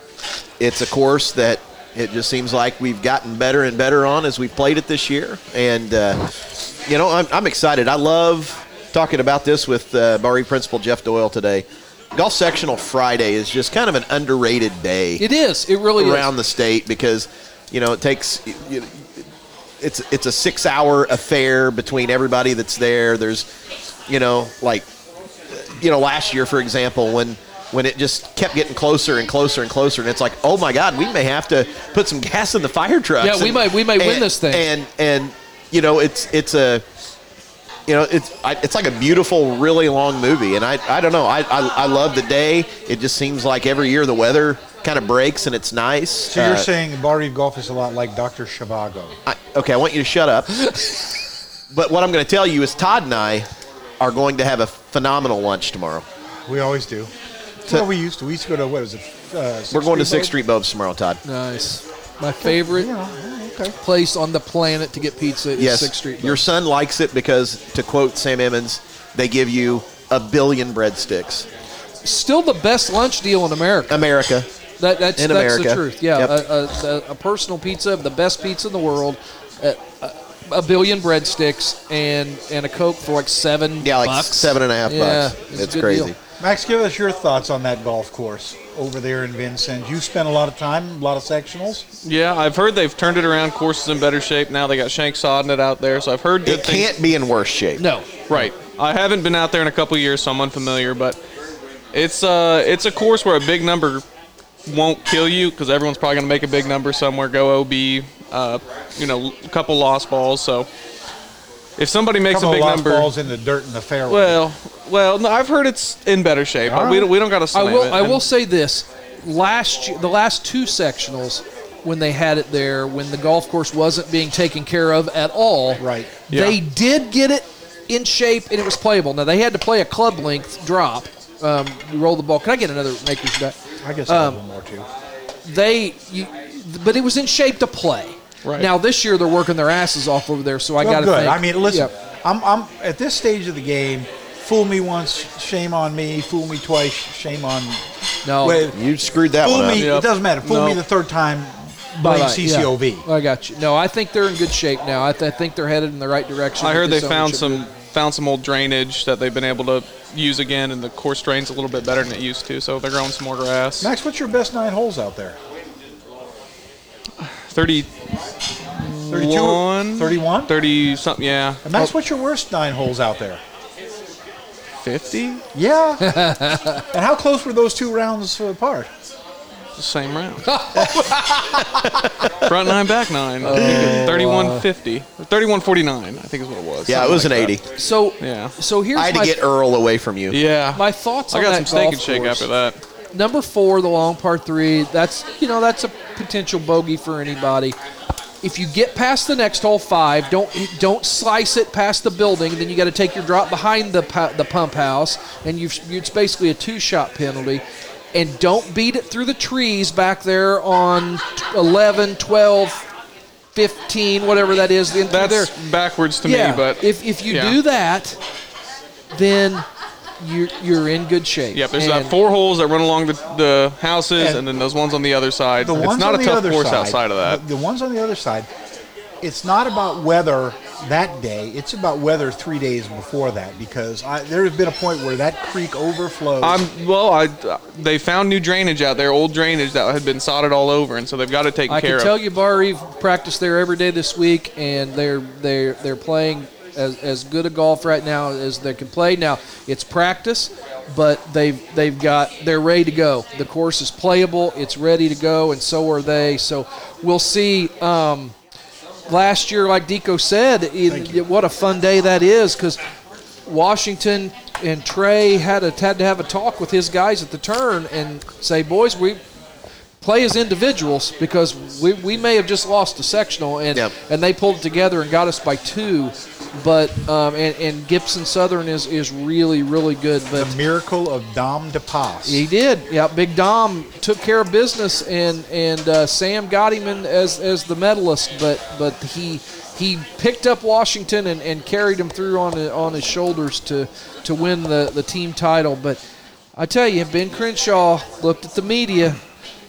[SPEAKER 4] it's a course that it just seems like we've gotten better and better on as we played it this year. And, uh, you know, I'm, I'm excited. I love talking about this with uh, Barre Principal Jeff Doyle today. Golf Sectional Friday is just kind of an underrated day
[SPEAKER 1] It is. It really is.
[SPEAKER 4] around the state because, you know, it takes. You know, it's, it's a six hour affair between everybody that's there. There's, you know, like you know last year for example when when it just kept getting closer and closer and closer and it's like oh my god we may have to put some gas in the fire trucks
[SPEAKER 1] Yeah, we
[SPEAKER 4] and-
[SPEAKER 1] might- we might win
[SPEAKER 4] and-
[SPEAKER 1] this thing.
[SPEAKER 4] and and you know it's it's a you know it's I, it's like a beautiful really long movie and i i don't know I, I i love the day it just seems like every year the weather kind of breaks and it's nice
[SPEAKER 3] So
[SPEAKER 4] Uh,
[SPEAKER 3] you're saying Bar Eve golf is a lot like Dr. Shivago.
[SPEAKER 4] I, okay, I want you to shut up. [laughs] but what I'm going to tell you is Todd and I are going to have a phenomenal lunch tomorrow.
[SPEAKER 3] We always do. well, we used to. We used to go to what was it? Uh, Sixth
[SPEAKER 4] We're going to
[SPEAKER 3] Street
[SPEAKER 4] Sixth Street Bob's tomorrow, Todd.
[SPEAKER 1] Nice. My favorite
[SPEAKER 3] Bowl? Yeah. Okay.
[SPEAKER 1] place on the planet to get pizza is
[SPEAKER 4] Yes,
[SPEAKER 1] Sixth Street.
[SPEAKER 4] Your son likes it because, to quote Sam Emmons, they give you a billion breadsticks.
[SPEAKER 1] Still the best lunch deal in America.
[SPEAKER 4] America.
[SPEAKER 1] That, that's
[SPEAKER 4] in
[SPEAKER 1] that's the
[SPEAKER 4] America.
[SPEAKER 1] truth. Yeah,
[SPEAKER 4] Yep.
[SPEAKER 1] a, a, a, a personal pizza, the best pizza in the world, a, a, a billion breadsticks, and and a Coke for like seven
[SPEAKER 4] Yeah, like
[SPEAKER 1] bucks.
[SPEAKER 4] seven and a half
[SPEAKER 1] Yeah,
[SPEAKER 4] bucks.
[SPEAKER 1] a
[SPEAKER 4] It's
[SPEAKER 1] good
[SPEAKER 4] crazy.
[SPEAKER 1] deal.
[SPEAKER 3] Max, give us your thoughts on that golf course over there in Vincent. You spent a lot of time, a lot of sectionals.
[SPEAKER 5] Yeah, I've heard they've turned it around. Course is in better shape now. They got Shank Sodden it out there, so I've heard good
[SPEAKER 4] It
[SPEAKER 5] things.
[SPEAKER 4] can't be in worse shape.
[SPEAKER 1] No,
[SPEAKER 5] Right. I haven't been out there in a couple years, so I'm unfamiliar. But it's uh it's a course where a big number won't kill you because everyone's probably gonna make a big number somewhere. Go OB, uh, you know, a couple lost balls. So if somebody
[SPEAKER 3] A
[SPEAKER 5] makes a
[SPEAKER 3] couple of
[SPEAKER 5] big
[SPEAKER 3] lost
[SPEAKER 5] number,
[SPEAKER 3] balls in the dirt in the fairway.
[SPEAKER 5] well, well, no, I've heard it's in better shape. We don't, we don't got to
[SPEAKER 1] I
[SPEAKER 5] slam
[SPEAKER 1] will.
[SPEAKER 5] it.
[SPEAKER 1] I
[SPEAKER 5] and-
[SPEAKER 1] will say this: last year, the last two sectionals, when they had it there, when the golf course wasn't being taken care of at all,
[SPEAKER 3] Right.
[SPEAKER 1] They
[SPEAKER 5] Yeah.
[SPEAKER 1] did get it in shape and it was playable. Now they had to play a club length drop. Um, you roll the ball. Can I get another maker's back?
[SPEAKER 3] I guess I'll have one more too.
[SPEAKER 1] They, you, but it was in shape to play.
[SPEAKER 5] Right.
[SPEAKER 1] Now this year they're working their asses off over there, so I
[SPEAKER 3] Well,
[SPEAKER 1] got to
[SPEAKER 3] good.
[SPEAKER 1] think.
[SPEAKER 3] I mean, listen,
[SPEAKER 1] yeah.
[SPEAKER 3] I'm, I'm at this stage of the game. Fool me once, shame on me. Fool me twice, shame on.
[SPEAKER 1] no,
[SPEAKER 3] Wait,
[SPEAKER 4] You screwed that
[SPEAKER 3] fool
[SPEAKER 4] one up.
[SPEAKER 3] me.
[SPEAKER 5] Yep.
[SPEAKER 3] It doesn't matter. Fool
[SPEAKER 5] No.
[SPEAKER 3] me the third time.
[SPEAKER 1] Bye-bye.
[SPEAKER 3] Blame CCOV.
[SPEAKER 1] uh, Yeah. I got you. No, I think they're in good shape now. I, th- I think they're headed in the right direction.
[SPEAKER 5] I
[SPEAKER 1] with
[SPEAKER 5] heard they
[SPEAKER 1] this
[SPEAKER 5] found
[SPEAKER 1] ownership.
[SPEAKER 5] some found some old drainage that they've been able to use again, and the course drains a little bit better than it used to. So they're growing some more grass.
[SPEAKER 3] Max, what's your best nine holes out there?
[SPEAKER 5] 30,
[SPEAKER 3] 32? 31?
[SPEAKER 5] 30 something, yeah.
[SPEAKER 3] And Max, what's your worst nine holes out there?
[SPEAKER 5] 50? Oh,
[SPEAKER 3] Yeah. and how close were those two rounds apart?
[SPEAKER 5] the
[SPEAKER 1] [laughs]
[SPEAKER 5] same round. Front nine, back nine.
[SPEAKER 1] Oh,
[SPEAKER 5] Thirty-one fifty, thirty-one forty-nine. I think is what it was.
[SPEAKER 4] Yeah, it
[SPEAKER 5] Something
[SPEAKER 4] was an
[SPEAKER 5] like that.
[SPEAKER 4] 80.
[SPEAKER 1] So
[SPEAKER 5] Yeah.
[SPEAKER 1] So here's
[SPEAKER 4] I had to
[SPEAKER 1] my,
[SPEAKER 4] get Earl away from you.
[SPEAKER 5] Yeah,
[SPEAKER 1] my thoughts
[SPEAKER 5] I
[SPEAKER 1] on
[SPEAKER 5] got some
[SPEAKER 1] that
[SPEAKER 5] steak
[SPEAKER 1] golf
[SPEAKER 5] and shake
[SPEAKER 1] course.
[SPEAKER 5] after that.
[SPEAKER 1] Number four, the long par three. That's you know that's a potential bogey for anybody. If you get past the next hole five, don't don't slice it past the building. Then you got to take your drop behind the pu- the pump house, and you've it's basically a two shot penalty. And don't beat it through the trees back there on t- 11, 12, 15, whatever that is. Then through there.
[SPEAKER 5] That's backwards to
[SPEAKER 1] yeah.
[SPEAKER 5] me, but
[SPEAKER 1] if if you
[SPEAKER 5] yeah.
[SPEAKER 1] do that, then you're you're in good shape.
[SPEAKER 5] Yep, there's
[SPEAKER 1] And-
[SPEAKER 5] that four holes that run along the, the houses, and, then those ones on the other side.
[SPEAKER 3] The
[SPEAKER 5] it's
[SPEAKER 3] ones
[SPEAKER 5] not
[SPEAKER 3] on the
[SPEAKER 5] a tough
[SPEAKER 3] other
[SPEAKER 5] course
[SPEAKER 3] side,
[SPEAKER 5] outside of that.
[SPEAKER 3] The, the ones on the other side, it's not about weather that day. It's about weather three days before that because I, there has been a point where that creek overflows.
[SPEAKER 5] I'm well. I they found new drainage out there, old drainage that had been sodded all over, and so they've got it taken
[SPEAKER 1] I
[SPEAKER 5] care
[SPEAKER 1] can
[SPEAKER 5] of.
[SPEAKER 1] tell you, Bar Eve practiced there every day this week, and they're they're they're playing as, as good a golf right now as they can play. Now it's practice, but they've they've got they're ready to go. The course is playable, it's ready to go, and so are they. So we'll see. Um, last year, like Deco said, it, what a fun day that is because Washington and Trey had a, had to have a talk with his guys at the turn and say, boys, we play as individuals because we, we may have just lost a sectional and
[SPEAKER 4] Yep.
[SPEAKER 1] and they pulled it together and got us by two. But um, and, and Gibson Southern is is really really good. But
[SPEAKER 3] the miracle of Dom DePass.
[SPEAKER 1] he did. Yeah, Big Dom took care of business, and and uh, Sam got him in as as the medalist, but but he he picked up Washington and, and carried him through on the- on his shoulders to to win the the team title. But I tell you, Ben Crenshaw looked at the media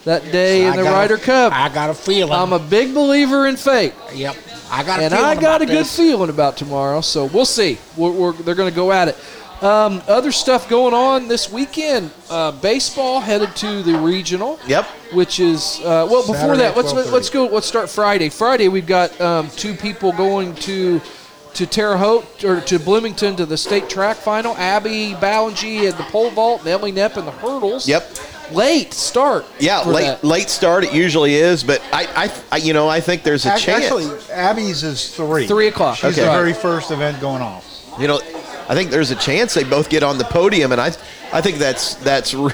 [SPEAKER 1] that day in
[SPEAKER 3] I
[SPEAKER 1] the
[SPEAKER 3] got a-
[SPEAKER 1] Ryder Cup.
[SPEAKER 3] I got a feeling.
[SPEAKER 1] I'm a big believer in fate
[SPEAKER 3] yep. I got a
[SPEAKER 1] and
[SPEAKER 3] feeling
[SPEAKER 1] I got
[SPEAKER 3] about
[SPEAKER 1] a good
[SPEAKER 3] this.
[SPEAKER 1] feeling about tomorrow. So we'll see. We're, we're, they're going to go at it. Um, other stuff going on this weekend. Uh, baseball headed to the regional.
[SPEAKER 4] Yep.
[SPEAKER 1] Which is uh, well before
[SPEAKER 3] Saturday,
[SPEAKER 1] that. Let's
[SPEAKER 3] 12:30.
[SPEAKER 1] let's go. Let's start Friday. Friday we've got um, two people going to to Terre Haute or to Bloomington to the state track final. Abby Ballingy at the pole vault. and Emily Nepp in the hurdles.
[SPEAKER 4] Yep.
[SPEAKER 1] Late start.
[SPEAKER 4] Yeah,
[SPEAKER 1] for
[SPEAKER 4] late
[SPEAKER 1] that.
[SPEAKER 4] late start it usually is, but I, I, I you know I think there's a
[SPEAKER 3] Ac-
[SPEAKER 4] chance.
[SPEAKER 3] Actually, Abby's is three.
[SPEAKER 1] Three o'clock.
[SPEAKER 3] She's
[SPEAKER 4] Okay.
[SPEAKER 3] the
[SPEAKER 4] Right.
[SPEAKER 3] very first event going off.
[SPEAKER 4] you know, I think there's a chance they both get on the podium, and I, I think that's that's, re-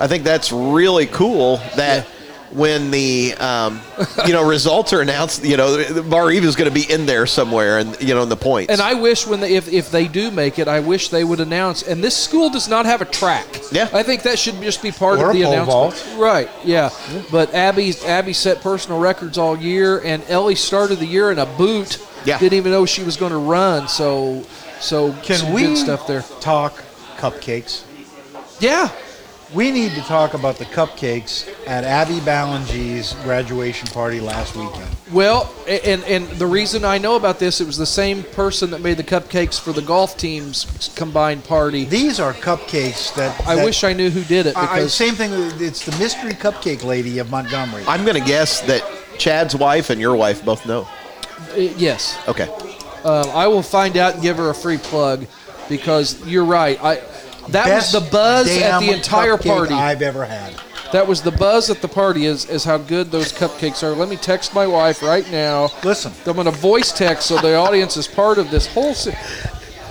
[SPEAKER 4] I think that's really cool that when the um, you know results are announced, you know, the- the Bar Eve is going to be in there somewhere, and you know, in the points.
[SPEAKER 1] And I wish when they, if if they do make it, I wish they would announce. And this school does not have a track.
[SPEAKER 4] Yeah.
[SPEAKER 1] I think that should just be part
[SPEAKER 3] Or
[SPEAKER 1] of
[SPEAKER 3] a
[SPEAKER 1] the
[SPEAKER 3] pole
[SPEAKER 1] announcement.
[SPEAKER 3] vault.
[SPEAKER 1] Right. Yeah. But Abby's Abby set personal records all year, and Ellie started the year in a boot.
[SPEAKER 4] Yeah.
[SPEAKER 1] Didn't even know she was going to run. So so some
[SPEAKER 3] Can we
[SPEAKER 1] good stuff there.
[SPEAKER 3] talk cupcakes?
[SPEAKER 1] Yeah.
[SPEAKER 3] We need to talk about the cupcakes at Abby Ballingy's graduation party last weekend.
[SPEAKER 1] Well, a- and and the reason I know about this, it was the same person that made the cupcakes for the golf team's combined party.
[SPEAKER 3] These are cupcakes that
[SPEAKER 1] I
[SPEAKER 3] that-
[SPEAKER 1] wish I knew who did it
[SPEAKER 3] I- I-
[SPEAKER 1] because
[SPEAKER 3] same thing. It's the mystery cupcake lady of Montgomery.
[SPEAKER 4] I'm going to guess that Chad's wife and your wife both know.
[SPEAKER 1] uh, yes.
[SPEAKER 4] Okay,
[SPEAKER 1] Um, I will find out and give her a free plug because you're right. I that
[SPEAKER 3] Best
[SPEAKER 1] was the buzz at
[SPEAKER 3] damn
[SPEAKER 1] the entire
[SPEAKER 3] cupcake
[SPEAKER 1] party.
[SPEAKER 3] I've ever had.
[SPEAKER 1] that was the buzz at the party is is how good those cupcakes are. Let me text my wife right now.
[SPEAKER 3] Listen.
[SPEAKER 1] I'm going to voice text so the audience is part of this whole. Se-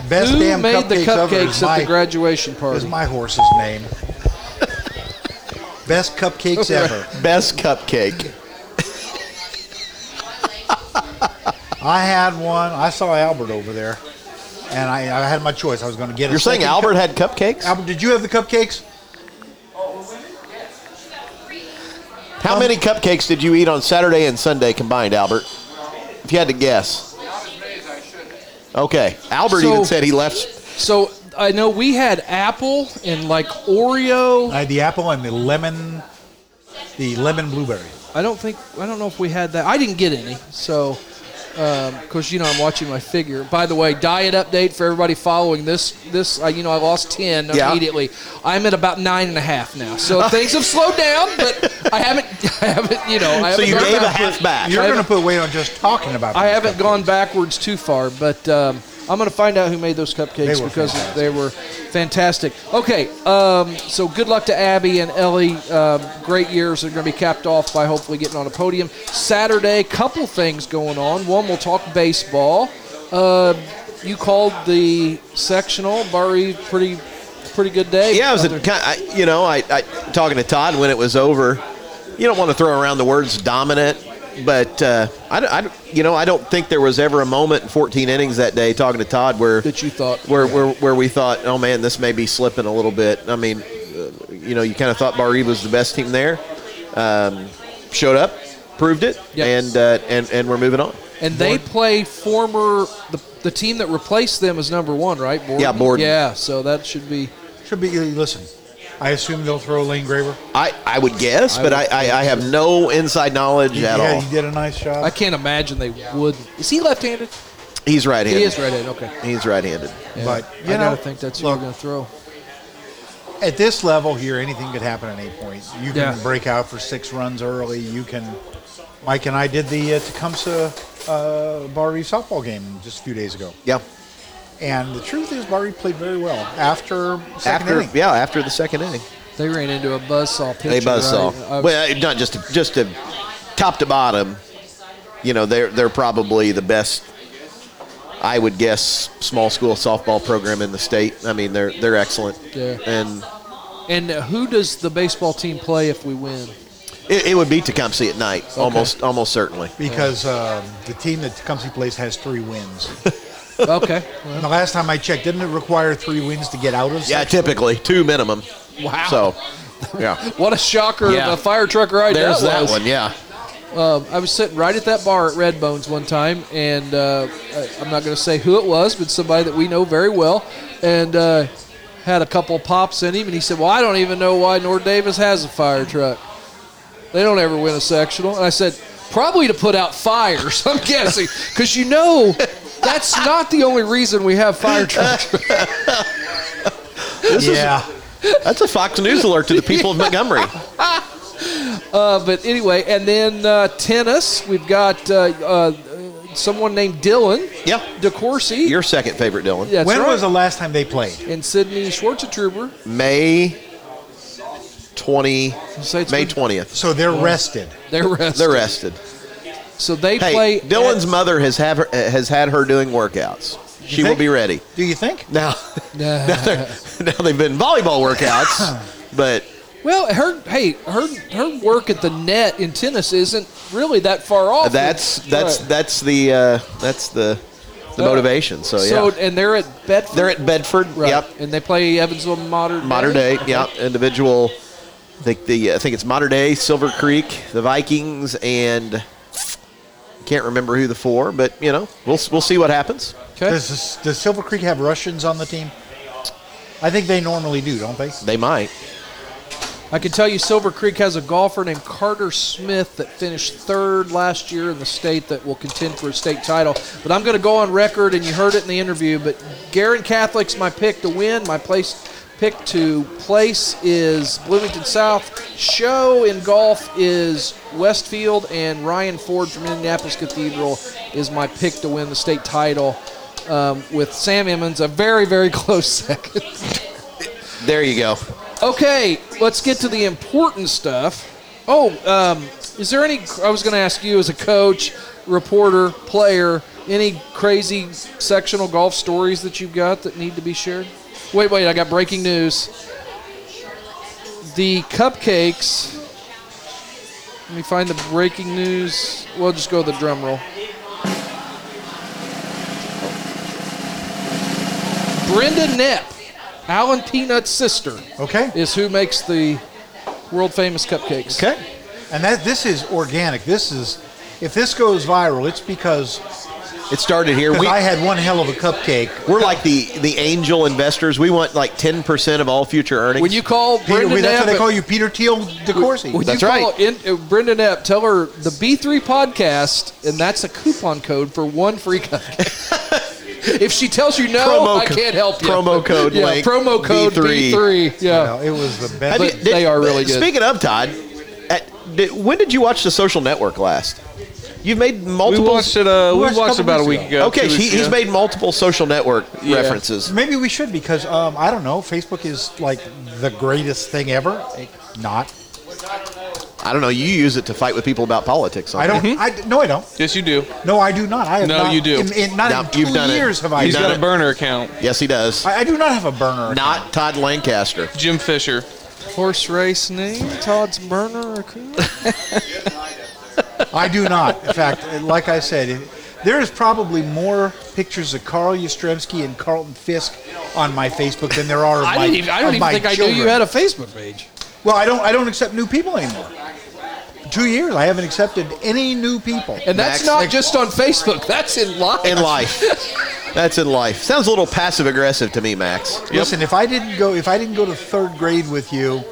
[SPEAKER 3] Best
[SPEAKER 1] Who
[SPEAKER 3] damn
[SPEAKER 1] made the
[SPEAKER 3] cupcakes ever
[SPEAKER 1] cupcakes
[SPEAKER 3] is
[SPEAKER 1] at
[SPEAKER 3] my,
[SPEAKER 1] the graduation
[SPEAKER 3] is
[SPEAKER 1] party?
[SPEAKER 3] my horse's name. Best cupcakes ever.
[SPEAKER 4] best cupcake.
[SPEAKER 3] I had one. I saw Albert over there, and I, I had my choice. I was going to get. a
[SPEAKER 4] You're saying
[SPEAKER 3] second
[SPEAKER 4] Albert
[SPEAKER 3] cup-
[SPEAKER 4] had cupcakes?
[SPEAKER 3] Albert, did you have the cupcakes?
[SPEAKER 4] How many cupcakes did you eat on Saturday and Sunday combined, Albert? If you had to guess. Okay, Albert
[SPEAKER 1] So-
[SPEAKER 4] even said he left.
[SPEAKER 1] So I know we had apple and like Oreo.
[SPEAKER 3] I had Uh, the apple and the lemon, the lemon blueberry.
[SPEAKER 1] I don't think I don't know if we had that. I didn't get any, so because you know I'm watching my figure. By the way, diet update for everybody following this. This uh, you know I lost ten
[SPEAKER 4] Yeah.
[SPEAKER 1] immediately. I'm at about nine and a half now,
[SPEAKER 4] [laughs]
[SPEAKER 1] so things have slowed down. But I haven't, [laughs] I haven't, you know, I
[SPEAKER 4] So
[SPEAKER 1] haven't
[SPEAKER 4] you
[SPEAKER 1] gone
[SPEAKER 4] gave a
[SPEAKER 1] back-
[SPEAKER 4] half back.
[SPEAKER 3] You're
[SPEAKER 1] I
[SPEAKER 3] going to
[SPEAKER 1] haven't-
[SPEAKER 3] put weight on just talking about.
[SPEAKER 1] I
[SPEAKER 3] these
[SPEAKER 1] haven't
[SPEAKER 3] cupcakes.
[SPEAKER 1] gone backwards too far, but um, I'm going to find out who made those cupcakes
[SPEAKER 3] They were
[SPEAKER 1] because they were fantastic. Okay, um, so good luck to Abby and Ellie. Um, great years. They're going to be capped off by hopefully getting on a podium Saturday. Couple things going on. One, we'll talk baseball. Uh, you called the sectional, Barry. Pretty, pretty good day.
[SPEAKER 4] Yeah, it was
[SPEAKER 1] out
[SPEAKER 4] a,
[SPEAKER 1] there.
[SPEAKER 4] kind I, you know, I, I talking to Todd when it was over. You don't want to throw around the words dominant, but uh, I, don't- I don't- you know, I don't think there was ever a moment in 14 innings that day talking to Todd where
[SPEAKER 1] that you thought.
[SPEAKER 4] where, where where we thought, oh man, this may be slipping a little bit. I mean, uh, you know, you kind of thought Barre was the best team there. Um, showed up, proved it,
[SPEAKER 1] Yep.
[SPEAKER 4] and uh, and and we're moving on.
[SPEAKER 1] And they play former the, the team that replaced them is number one, right? Borden?
[SPEAKER 4] Yeah, Borden.
[SPEAKER 1] Yeah, so that should be.
[SPEAKER 3] Should be uh, listen. I assume they'll throw Lane Graver.
[SPEAKER 4] I, I would guess,
[SPEAKER 1] I
[SPEAKER 4] but
[SPEAKER 1] would
[SPEAKER 4] I, I, I have no inside knowledge at
[SPEAKER 3] yeah,
[SPEAKER 4] all.
[SPEAKER 3] he did a nice job.
[SPEAKER 1] I can't imagine they would. Is he left-handed?
[SPEAKER 4] He's right-handed.
[SPEAKER 1] He is right-handed. Okay.
[SPEAKER 4] He's right-handed.
[SPEAKER 1] Yeah.
[SPEAKER 3] But, you
[SPEAKER 1] I
[SPEAKER 3] know,
[SPEAKER 1] gotta think that's who we're
[SPEAKER 3] look.
[SPEAKER 1] gonna throw.
[SPEAKER 3] At this level here, anything could happen at any point. You can
[SPEAKER 1] Yeah.
[SPEAKER 3] break out for six runs early. You can. Mike and I did the uh, Tecumseh uh, Bar Reef softball game just a few days ago,
[SPEAKER 4] Yeah.
[SPEAKER 3] and the truth is, Bar Reef played very well after second
[SPEAKER 4] After
[SPEAKER 3] inning.
[SPEAKER 4] yeah, after the second inning,
[SPEAKER 1] They ran into a buzzsaw pitcher.
[SPEAKER 4] they buzzsaw.
[SPEAKER 1] right? Uh, I-
[SPEAKER 4] Well, not just just to, top to bottom. You know, they're they're probably the best. I would guess small school softball program in the state. I mean, they're they're excellent.
[SPEAKER 1] Yeah.
[SPEAKER 4] And
[SPEAKER 1] and who does the baseball team play if we win?
[SPEAKER 4] it, it would be Tecumseh at night, almost almost certainly.
[SPEAKER 3] Because um, the team that Tecumseh plays has three wins.
[SPEAKER 1] Okay.
[SPEAKER 3] And the last time I checked, didn't it require three wins to get out of?
[SPEAKER 4] Yeah,
[SPEAKER 3] sectional?
[SPEAKER 4] typically two minimum.
[SPEAKER 1] Wow. [laughs]
[SPEAKER 4] So, yeah.
[SPEAKER 1] What a shocker!
[SPEAKER 4] Yeah.
[SPEAKER 1] of A fire truck ride.
[SPEAKER 4] There's that
[SPEAKER 1] was.
[SPEAKER 4] one. Yeah.
[SPEAKER 1] Um, I was sitting right at that bar at Red Bones one time, and uh, I- I'm not going to say who it was, but somebody that we know very well, and uh, had a couple pops in him, and he said, "Well, I don't even know why Nord Davis has a fire truck. They don't ever win a sectional." And I said, "Probably to put out fires, [laughs] I'm guessing, because you know." That's not the only reason we have fire trucks.
[SPEAKER 4] This is-
[SPEAKER 3] Yeah.
[SPEAKER 4] that's a Fox News alert to
[SPEAKER 1] [laughs]
[SPEAKER 4] the people of Montgomery.
[SPEAKER 1] Uh, but anyway, and then uh, tennis, we've got uh, uh, someone named Dylan
[SPEAKER 4] Yeah.
[SPEAKER 1] DeCourcy.
[SPEAKER 4] Your second favorite, Dylan.
[SPEAKER 1] That's
[SPEAKER 3] when
[SPEAKER 1] right.
[SPEAKER 3] was the last time they played?
[SPEAKER 1] and Sydney Schwartzentruber.
[SPEAKER 4] May twenty
[SPEAKER 1] Say it's
[SPEAKER 4] May
[SPEAKER 1] good.
[SPEAKER 4] twentieth.
[SPEAKER 3] So they're rested.
[SPEAKER 1] They're rested.
[SPEAKER 4] They're rested.
[SPEAKER 1] So they
[SPEAKER 4] Hey,
[SPEAKER 1] play.
[SPEAKER 4] Dylan's
[SPEAKER 1] at-
[SPEAKER 4] mother has have her, has had her doing workouts. She will
[SPEAKER 3] think?
[SPEAKER 4] be ready.
[SPEAKER 3] Do you think?
[SPEAKER 4] Now, [laughs]
[SPEAKER 1] Nah.
[SPEAKER 4] now, [laughs] they're, now they've been volleyball
[SPEAKER 1] [laughs]
[SPEAKER 4] workouts, but
[SPEAKER 1] well, her hey, her her work at the net in tennis isn't really that far off.
[SPEAKER 4] that's that's
[SPEAKER 1] Right.
[SPEAKER 4] that's the uh, that's the the
[SPEAKER 1] Uh,
[SPEAKER 4] motivation. So yeah,
[SPEAKER 1] so and they're at Bedford.
[SPEAKER 4] they're at Bedford.
[SPEAKER 1] right,
[SPEAKER 4] Yep,
[SPEAKER 1] and they play Evansville Modern
[SPEAKER 4] modern day. Yep, individual. I think the I think it's modern day Silver Creek, the Vikings, and can't remember who the four, but you know we'll we'll see what happens.
[SPEAKER 1] Okay.
[SPEAKER 3] Does, this, does Silver Creek have Russians on the team? I think they normally do, don't they?
[SPEAKER 4] They might.
[SPEAKER 1] I can tell you, Silver Creek has a golfer named Carter Smith that finished third last year in the state that will contend for a state title. But I'm going to go on record, and you heard it in the interview. But Garin Catholic's my pick to win. My place pick to place is Bloomington South. Show in golf is Westfield, and Ryan Ford from Indianapolis Cathedral is my pick to win the state title. Um, with Sam Emmons, a very, very [laughs] close second.
[SPEAKER 4] There you go.
[SPEAKER 1] Okay, let's get to the important stuff. Oh, um, is there any? I was going to ask you as a coach, reporter, player, any crazy sectional golf stories that you've got that need to be shared? Wait, wait, I got breaking news. The cupcakes. Let me find the breaking news. We'll just go with the drum roll. Brenda Knapp, Alan Peanut's sister
[SPEAKER 3] Okay.
[SPEAKER 1] is who makes the world famous cupcakes.
[SPEAKER 3] Okay. And that this is organic. This is, if this goes viral, it's because 'cause
[SPEAKER 4] It started here. We
[SPEAKER 3] I had one hell of a cupcake.
[SPEAKER 4] we're like the the angel investors. We want like ten percent of all future earnings.
[SPEAKER 1] When you call
[SPEAKER 3] Peter,
[SPEAKER 1] Brenda
[SPEAKER 3] we- that's
[SPEAKER 1] Knapp,
[SPEAKER 3] what they call you, Peter Teal DeCourcy.
[SPEAKER 1] when
[SPEAKER 4] That's
[SPEAKER 1] you
[SPEAKER 4] right.
[SPEAKER 1] call in, uh, Brenda Knapp, tell her the B3 podcast, and that's a coupon code for one free cupcake. if she tells you no,
[SPEAKER 4] Promo
[SPEAKER 1] I
[SPEAKER 4] co-
[SPEAKER 1] can't help you.
[SPEAKER 4] promo
[SPEAKER 1] [laughs]
[SPEAKER 4] code
[SPEAKER 1] yeah,
[SPEAKER 4] link,
[SPEAKER 1] promo code
[SPEAKER 4] B3.
[SPEAKER 1] B3. Yeah.
[SPEAKER 3] Well, it was the
[SPEAKER 4] Have
[SPEAKER 3] best.
[SPEAKER 1] you- but they are really good.
[SPEAKER 4] Speaking of Todd, at, did, when did you watch The Social Network last? You've made
[SPEAKER 5] We
[SPEAKER 4] multiple.
[SPEAKER 5] watched it. Uh,
[SPEAKER 3] We
[SPEAKER 5] we
[SPEAKER 3] watched
[SPEAKER 5] watched,
[SPEAKER 3] a couple
[SPEAKER 5] about a
[SPEAKER 3] weeks
[SPEAKER 5] week
[SPEAKER 3] ago.
[SPEAKER 5] ago.
[SPEAKER 4] okay,
[SPEAKER 5] two
[SPEAKER 4] he,
[SPEAKER 5] weeks
[SPEAKER 4] he's
[SPEAKER 5] ago.
[SPEAKER 4] made multiple social network
[SPEAKER 5] Yeah.
[SPEAKER 4] references.
[SPEAKER 3] Maybe we should because um, I don't know. Facebook is like the greatest thing ever. It- Not.
[SPEAKER 4] I don't know. You use it to fight with people about politics. on
[SPEAKER 3] I don't.
[SPEAKER 4] it.
[SPEAKER 3] I no. I don't.
[SPEAKER 5] Yes, you do.
[SPEAKER 3] No, I do not. I have
[SPEAKER 5] No,
[SPEAKER 3] not,
[SPEAKER 5] you do.
[SPEAKER 3] In, in, not
[SPEAKER 4] No,
[SPEAKER 3] in 2
[SPEAKER 4] you've done it.
[SPEAKER 3] years have I.
[SPEAKER 5] He's
[SPEAKER 4] done
[SPEAKER 5] got
[SPEAKER 4] it.
[SPEAKER 5] a burner account.
[SPEAKER 4] Yes, he does.
[SPEAKER 3] I, I do not have a burner.
[SPEAKER 4] Not Todd Lancaster.
[SPEAKER 5] Jim Fisher.
[SPEAKER 1] Horse race name? Todd's burner account?
[SPEAKER 3] I do not.
[SPEAKER 1] [laughs]
[SPEAKER 3] In fact, like I said, it- there is probably more pictures of Carl Yastrzemski and Carlton Fisk on my Facebook than there are of my
[SPEAKER 1] I didn't even, I don't
[SPEAKER 3] of
[SPEAKER 1] even
[SPEAKER 3] my
[SPEAKER 1] think I
[SPEAKER 3] children.
[SPEAKER 1] knew you had a Facebook page.
[SPEAKER 3] Well, I don't. I don't accept new people anymore. Two years, I haven't accepted any new people.
[SPEAKER 1] And that's
[SPEAKER 4] Max-
[SPEAKER 1] not just on Facebook. That's in life.
[SPEAKER 4] In life. That's in life. Sounds a little passive aggressive to me, Max.
[SPEAKER 3] Listen, if I didn't go, if I didn't go to third grade with you,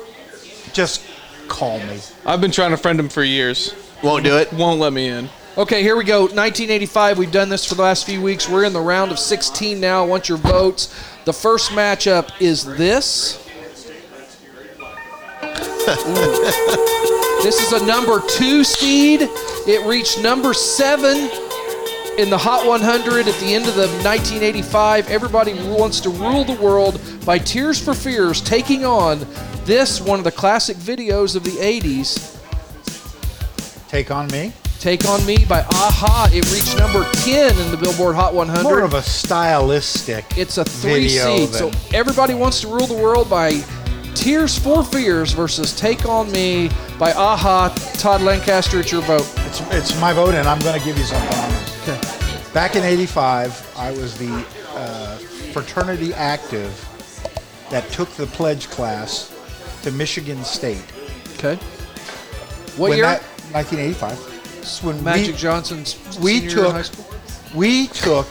[SPEAKER 3] just call me.
[SPEAKER 5] I've been trying to friend him for years.
[SPEAKER 4] Won't do it.
[SPEAKER 5] Won't let me in.
[SPEAKER 1] Okay, here we go. 1985. We've done this for the last few weeks. We're in the round of 16 now. I want your votes. The first matchup is this. Ooh. this is a number two seed. It reached number seven in the Hot 100 at the end of the 1985. Everybody wants to rule the world by Tears for Fears taking on this one of the classic videos of the 80s.
[SPEAKER 3] Take on me.
[SPEAKER 1] Take on Me by Aha. It reached number 10 in the Billboard Hot 100.
[SPEAKER 3] More of a stylistic.
[SPEAKER 1] it's a three
[SPEAKER 3] video
[SPEAKER 1] seed.
[SPEAKER 3] than-
[SPEAKER 1] So everybody wants to rule the world by Tears for Fears versus Take on Me by Aha. Todd Lancaster, it's your vote.
[SPEAKER 3] It's, it's my vote, and I'm going to give you something. on this.
[SPEAKER 1] [laughs]
[SPEAKER 3] Back in '85, I was the uh, fraternity active that took the pledge class to Michigan State.
[SPEAKER 1] Okay. What
[SPEAKER 3] When
[SPEAKER 1] year?
[SPEAKER 3] that- 1985. It's when
[SPEAKER 1] Magic
[SPEAKER 3] we,
[SPEAKER 1] Johnson's
[SPEAKER 3] we
[SPEAKER 1] senior year in
[SPEAKER 3] took-
[SPEAKER 1] high school. [laughs]
[SPEAKER 3] we took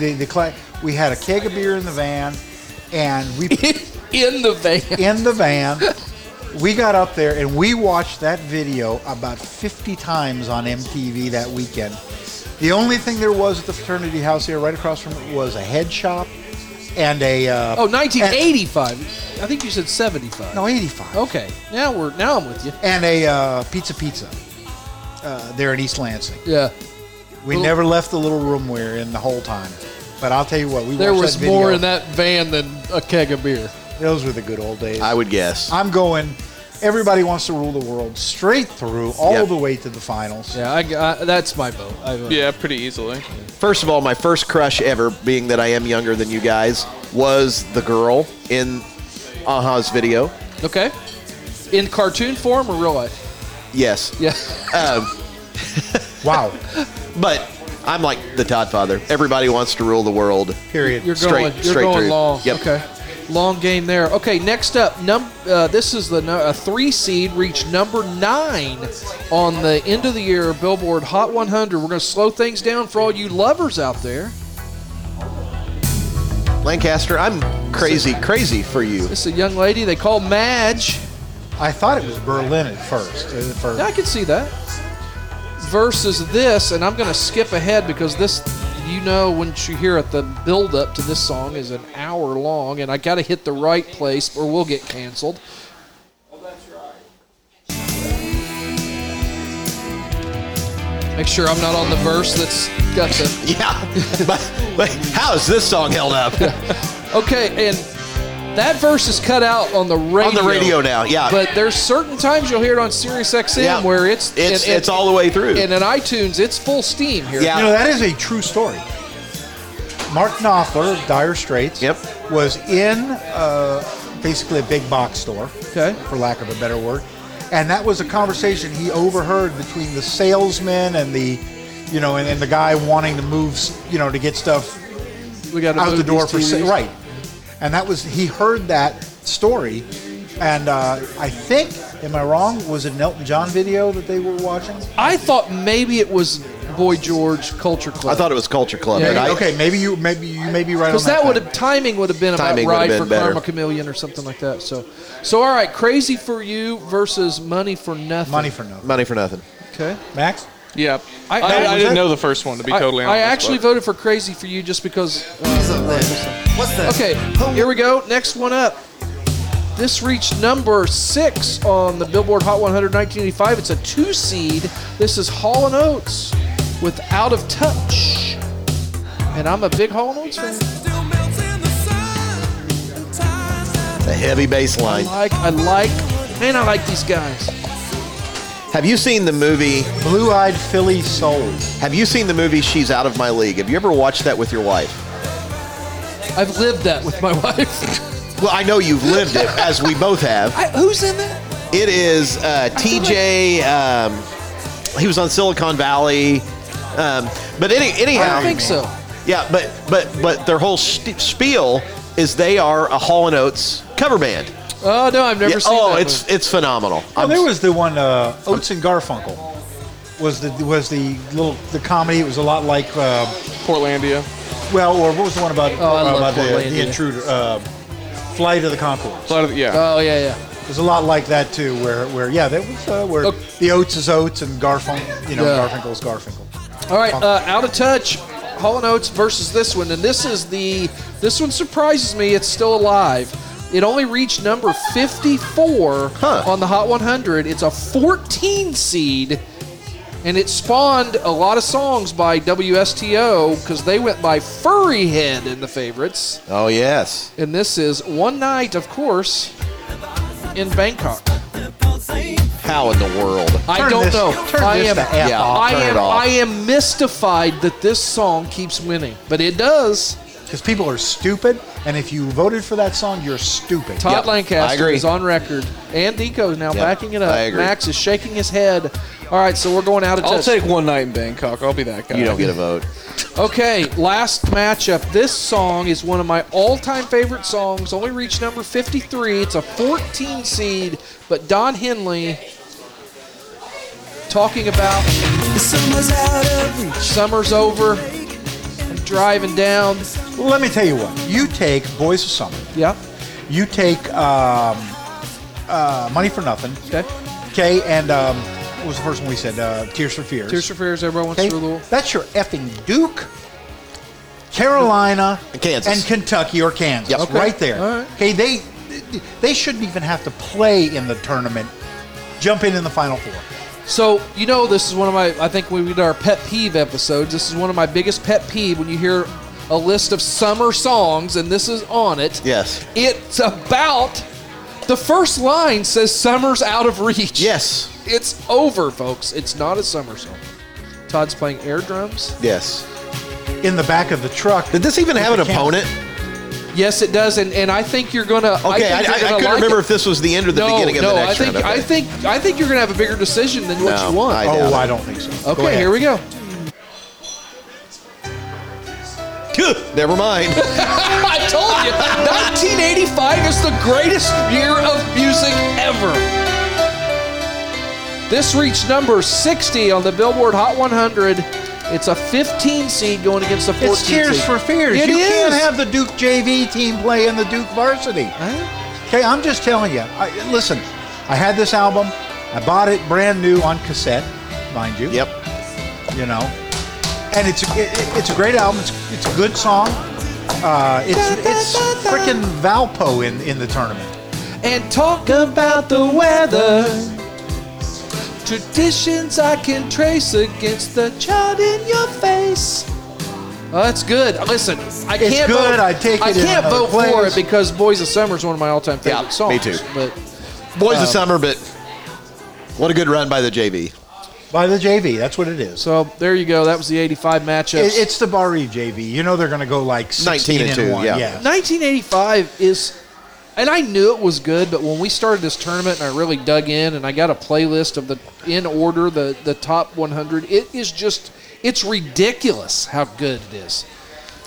[SPEAKER 3] the the class. We had a keg of beer in the van, and we
[SPEAKER 1] [laughs] in the van.
[SPEAKER 3] in the van. We got up there and we watched that video about 50 times on MTV that weekend. The only thing there was at the fraternity house here, right across from it, was a head shop and a. Uh,
[SPEAKER 1] Oh, 1985. I think you said 75.
[SPEAKER 3] and- no, 85.
[SPEAKER 1] Okay. Now we're now I'm with you.
[SPEAKER 3] And a uh, pizza pizza uh, there in East Lansing.
[SPEAKER 1] Yeah.
[SPEAKER 3] We
[SPEAKER 1] Little-
[SPEAKER 3] never left the little room we were in the whole time. But I'll tell you what, we
[SPEAKER 1] There
[SPEAKER 3] watched
[SPEAKER 1] was
[SPEAKER 3] that
[SPEAKER 1] more
[SPEAKER 3] video.
[SPEAKER 1] in that van than a keg of beer.
[SPEAKER 3] Those were the good old days.
[SPEAKER 4] I would guess.
[SPEAKER 3] I'm going. Everybody wants to rule the world straight through, all
[SPEAKER 4] Yep.
[SPEAKER 3] the way to the finals.
[SPEAKER 1] Yeah, I, I, that's my vote. I vote.
[SPEAKER 5] Yeah, pretty easily.
[SPEAKER 4] First of all, my first crush ever, being that I am younger than you guys, was the girl in Aha's video.
[SPEAKER 1] Okay. In cartoon form or real life?
[SPEAKER 4] Yes.
[SPEAKER 1] Yeah.
[SPEAKER 4] Um,
[SPEAKER 3] Wow.
[SPEAKER 4] but I'm like the Todd father. Everybody wants to rule the world.
[SPEAKER 3] Period.
[SPEAKER 1] You're
[SPEAKER 4] Straight-
[SPEAKER 1] going. You're
[SPEAKER 4] straight
[SPEAKER 1] going
[SPEAKER 4] through.
[SPEAKER 1] long.
[SPEAKER 4] Yep.
[SPEAKER 1] Okay. Long game there. Okay. Next up, num. Uh, this is the nu- a three seed reached number nine on the end of the year Billboard Hot 100. We're going to slow things down for all you lovers out there.
[SPEAKER 4] Lancaster, I'm crazy, crazy for you. [laughs]
[SPEAKER 1] This is a young lady they call Madge.
[SPEAKER 3] I thought it was Berlin at first. uh, for-
[SPEAKER 1] Yeah, I can see that. Versus this, and I'm going to skip ahead because this, you know, once you hear it, the build up to this song is an hour long, and I got to hit the right place or we'll get canceled. Make sure I'm not on the verse that's got the.
[SPEAKER 4] Yeah. but, but how is this song
[SPEAKER 1] [laughs]
[SPEAKER 4] held up?
[SPEAKER 1] Okay, and that verse is cut out on the radio.
[SPEAKER 4] On the radio now, yeah.
[SPEAKER 1] But there's certain times you'll hear it on Sirius XM
[SPEAKER 4] Yeah.
[SPEAKER 1] where it's
[SPEAKER 4] It's-
[SPEAKER 1] and- and-
[SPEAKER 4] it's all the way through.
[SPEAKER 1] And in iTunes, it's full steam here.
[SPEAKER 4] Yeah.
[SPEAKER 3] You know, that is a true story. Mark Knopfler of Dire Straits
[SPEAKER 4] Yep.
[SPEAKER 3] was in uh, basically a big box store,
[SPEAKER 1] Okay.
[SPEAKER 3] for lack of a better word. And that was a conversation he overheard between the salesman and the, you know, and, and the guy wanting to move, s- you know, to get stuff
[SPEAKER 1] We got
[SPEAKER 3] out the door for sa- right. And that was he heard that story, and uh, I think, am I wrong? Was it an Elton John video that they were watching?
[SPEAKER 1] I thought maybe it was Boy George Culture Club.
[SPEAKER 4] I thought it was Culture Club.
[SPEAKER 1] Yeah,
[SPEAKER 4] but
[SPEAKER 1] yeah.
[SPEAKER 4] I,
[SPEAKER 3] okay, maybe you maybe you may be right on
[SPEAKER 1] because that would
[SPEAKER 3] fact.
[SPEAKER 1] have timing would have been about
[SPEAKER 4] Timing would have
[SPEAKER 1] right
[SPEAKER 4] been
[SPEAKER 1] for
[SPEAKER 4] better.
[SPEAKER 1] Karma Chameleon or something like that. So, so all right, crazy for you versus money for nothing.
[SPEAKER 3] money for nothing.
[SPEAKER 4] Money for nothing.
[SPEAKER 1] Okay.
[SPEAKER 3] Max,
[SPEAKER 5] Yeah.
[SPEAKER 1] I-
[SPEAKER 5] I, I,
[SPEAKER 1] was
[SPEAKER 5] I didn't
[SPEAKER 1] that-
[SPEAKER 5] know the first one, to be
[SPEAKER 1] I-
[SPEAKER 5] totally
[SPEAKER 1] I,
[SPEAKER 5] honest.
[SPEAKER 1] actually
[SPEAKER 5] but-
[SPEAKER 1] voted for crazy for you just because. What's that? Okay, here we go. Next one up. This reached number six on the Billboard Hot 100 1985. It's a two seed. This is Hall and Oates. with Out of Touch. And I'm a big Hall & Oates fan.
[SPEAKER 4] It's a heavy bass
[SPEAKER 1] I
[SPEAKER 4] line.
[SPEAKER 1] like, I like, and I like these guys.
[SPEAKER 4] Have you seen the movie?
[SPEAKER 3] Blue Eyed Philly Soul.
[SPEAKER 4] Have you seen the movie She's Out of My League? Have you ever watched that with your wife?
[SPEAKER 1] I've lived that with my [laughs] wife.
[SPEAKER 4] Well, I know you've lived it, as we both have.
[SPEAKER 1] I, who's in that?
[SPEAKER 4] It is uh, TJ. Um, he was on Silicon Valley, um, but any,
[SPEAKER 1] I
[SPEAKER 4] anyhow,
[SPEAKER 1] don't think so.
[SPEAKER 4] yeah. But but but their whole st- spiel is they are a Hall and Oates cover band.
[SPEAKER 1] Oh no, I've never
[SPEAKER 4] Yeah,
[SPEAKER 1] seen
[SPEAKER 4] oh,
[SPEAKER 1] that
[SPEAKER 4] it's it's phenomenal.
[SPEAKER 3] Oh,
[SPEAKER 4] I'm-
[SPEAKER 3] there was the one uh, Oates and Garfunkel. Was the was the little the comedy? It was a lot like uh,
[SPEAKER 5] Portlandia.
[SPEAKER 3] well, or what was the one about,
[SPEAKER 1] Oh, I love
[SPEAKER 3] about the,
[SPEAKER 1] Portlandia.
[SPEAKER 3] the intruder? Uh, Flight of the Concords.
[SPEAKER 5] A lot of the- yeah.
[SPEAKER 1] Oh yeah, yeah.
[SPEAKER 3] It was a lot like that too, where where yeah, that was uh, where
[SPEAKER 1] Okay.
[SPEAKER 3] the Oates is Oates and Garfunkel, you know,
[SPEAKER 1] Yeah.
[SPEAKER 3] Garfunkel is Garfunkel.
[SPEAKER 1] All right, uh, out of touch. Hall and Oates versus this one, and this is the this one surprises me. It's still alive. It only reached number 54
[SPEAKER 4] Huh.
[SPEAKER 1] on the Hot 100. It's a 14 seed, and it spawned a lot of songs by WSTO because they went by Furry Head in the favorites.
[SPEAKER 4] oh yes,
[SPEAKER 1] And this is One Night, of course, in Bangkok.
[SPEAKER 4] how in the world?
[SPEAKER 1] I
[SPEAKER 3] Turn
[SPEAKER 1] don't
[SPEAKER 3] this-
[SPEAKER 1] know.
[SPEAKER 3] turn
[SPEAKER 1] I
[SPEAKER 3] this
[SPEAKER 1] am,
[SPEAKER 3] the F
[SPEAKER 4] Yeah.
[SPEAKER 3] off.
[SPEAKER 1] I
[SPEAKER 4] Turn it
[SPEAKER 1] am,
[SPEAKER 4] off.
[SPEAKER 1] I am mystified that this song keeps winning, but it does.
[SPEAKER 3] Because people are stupid, and if you voted for that song, you're stupid.
[SPEAKER 1] Todd
[SPEAKER 4] Yep, I
[SPEAKER 1] Lancaster
[SPEAKER 4] agree.
[SPEAKER 1] is on record, and Deco is now backing it up.
[SPEAKER 4] I agree.
[SPEAKER 1] Max is shaking his head. All right, so we're going out of
[SPEAKER 5] I'll
[SPEAKER 1] touch.
[SPEAKER 5] take one night in Bangkok. I'll be that guy.
[SPEAKER 4] You don't get a vote.
[SPEAKER 1] Okay, last matchup. This song is one of my all-time favorite songs. Only reached number 53. It's a 14 seed, but Don Henley talking about
[SPEAKER 8] Summer's out of reach.
[SPEAKER 1] summer's over. I'm driving down.
[SPEAKER 3] Let me tell you what. You take Boys of Summer.
[SPEAKER 1] Yeah.
[SPEAKER 3] You take um, uh, Money for Nothing.
[SPEAKER 1] Okay.
[SPEAKER 3] Okay, and um, what was the first one we said? Uh, Tears for Fears.
[SPEAKER 1] Tears for Fears. Everyone wants
[SPEAKER 3] Okay,
[SPEAKER 1] to rule.
[SPEAKER 3] that's your effing Duke, Carolina,
[SPEAKER 4] And Kansas.
[SPEAKER 3] and Kentucky or Kansas.
[SPEAKER 4] Yep. Okay.
[SPEAKER 3] Right there.
[SPEAKER 1] All right.
[SPEAKER 3] Okay, they they shouldn't even have to play in the tournament. Jump in in the final four.
[SPEAKER 1] So you know, this is one of my. I think when we did our pet peeve episodes, this is one of my biggest pet peeve when you hear a list of summer songs, and this is on it.
[SPEAKER 4] Yes.
[SPEAKER 1] It's about the first line says "summer's out of reach."
[SPEAKER 4] Yes.
[SPEAKER 1] It's over, folks. It's not a summer song. Todd's playing air drums.
[SPEAKER 4] Yes.
[SPEAKER 3] In the back of the truck.
[SPEAKER 4] Did this even have an
[SPEAKER 3] With the
[SPEAKER 4] opponent?
[SPEAKER 1] Yes, it does, and, and I think you're gonna.
[SPEAKER 4] Okay,
[SPEAKER 1] think
[SPEAKER 4] I,
[SPEAKER 1] you're
[SPEAKER 4] I, I
[SPEAKER 1] gonna
[SPEAKER 4] couldn't
[SPEAKER 1] like
[SPEAKER 4] remember
[SPEAKER 1] it.
[SPEAKER 4] if this was the end or the
[SPEAKER 1] no,
[SPEAKER 4] beginning of
[SPEAKER 1] no,
[SPEAKER 4] the next
[SPEAKER 1] I think
[SPEAKER 4] round. Okay.
[SPEAKER 1] I think I think you're gonna have a bigger decision than what
[SPEAKER 4] No,
[SPEAKER 1] you want.
[SPEAKER 4] I doubt
[SPEAKER 3] Oh,
[SPEAKER 4] it.
[SPEAKER 3] I don't think so. Go
[SPEAKER 1] okay,
[SPEAKER 3] ahead.
[SPEAKER 1] here we go.
[SPEAKER 4] Never mind.
[SPEAKER 1] [laughs] I told you, 1985 is the greatest year of music ever. This reached number 60 on the Billboard Hot 100. It's a 15 seed going against the 14
[SPEAKER 3] It's Tears
[SPEAKER 1] seed.
[SPEAKER 3] for Fears.
[SPEAKER 1] It
[SPEAKER 3] you can't
[SPEAKER 1] is.
[SPEAKER 3] have the Duke JV team play in the Duke varsity. Okay, I'm just telling you. I, listen, I had this album. I bought it brand new on cassette, mind you.
[SPEAKER 4] yep.
[SPEAKER 3] You know, and it's a, it, it's a great album. It's, it's a good song. Uh, it's it's freaking Valpo in in the tournament.
[SPEAKER 1] And talk about the weather. Traditions I can trace against the child in your face. Oh, that's good. Listen, I
[SPEAKER 3] It's
[SPEAKER 1] can't
[SPEAKER 3] good.
[SPEAKER 1] vote.
[SPEAKER 3] I take
[SPEAKER 1] I
[SPEAKER 3] it in
[SPEAKER 1] can't
[SPEAKER 3] other
[SPEAKER 1] vote for
[SPEAKER 3] place.
[SPEAKER 1] it because Boys of Summer is one of my all-time favorite
[SPEAKER 4] Yeah,
[SPEAKER 1] songs.
[SPEAKER 4] me too.
[SPEAKER 1] But
[SPEAKER 4] Boys
[SPEAKER 1] Um,
[SPEAKER 4] of summer, but what a good run by the JV.
[SPEAKER 3] By the JV, that's what it is.
[SPEAKER 1] So there you go. That was the 85 matchups.
[SPEAKER 3] It, it's the Bar Eve JV. You know they're going to go like 16
[SPEAKER 4] 19 and two,
[SPEAKER 3] one.
[SPEAKER 4] yeah.
[SPEAKER 1] 1985 is, and I knew it was good, but when we started this tournament and I really dug in and I got a playlist of the in order the the top 100, it is just it's ridiculous how good it is.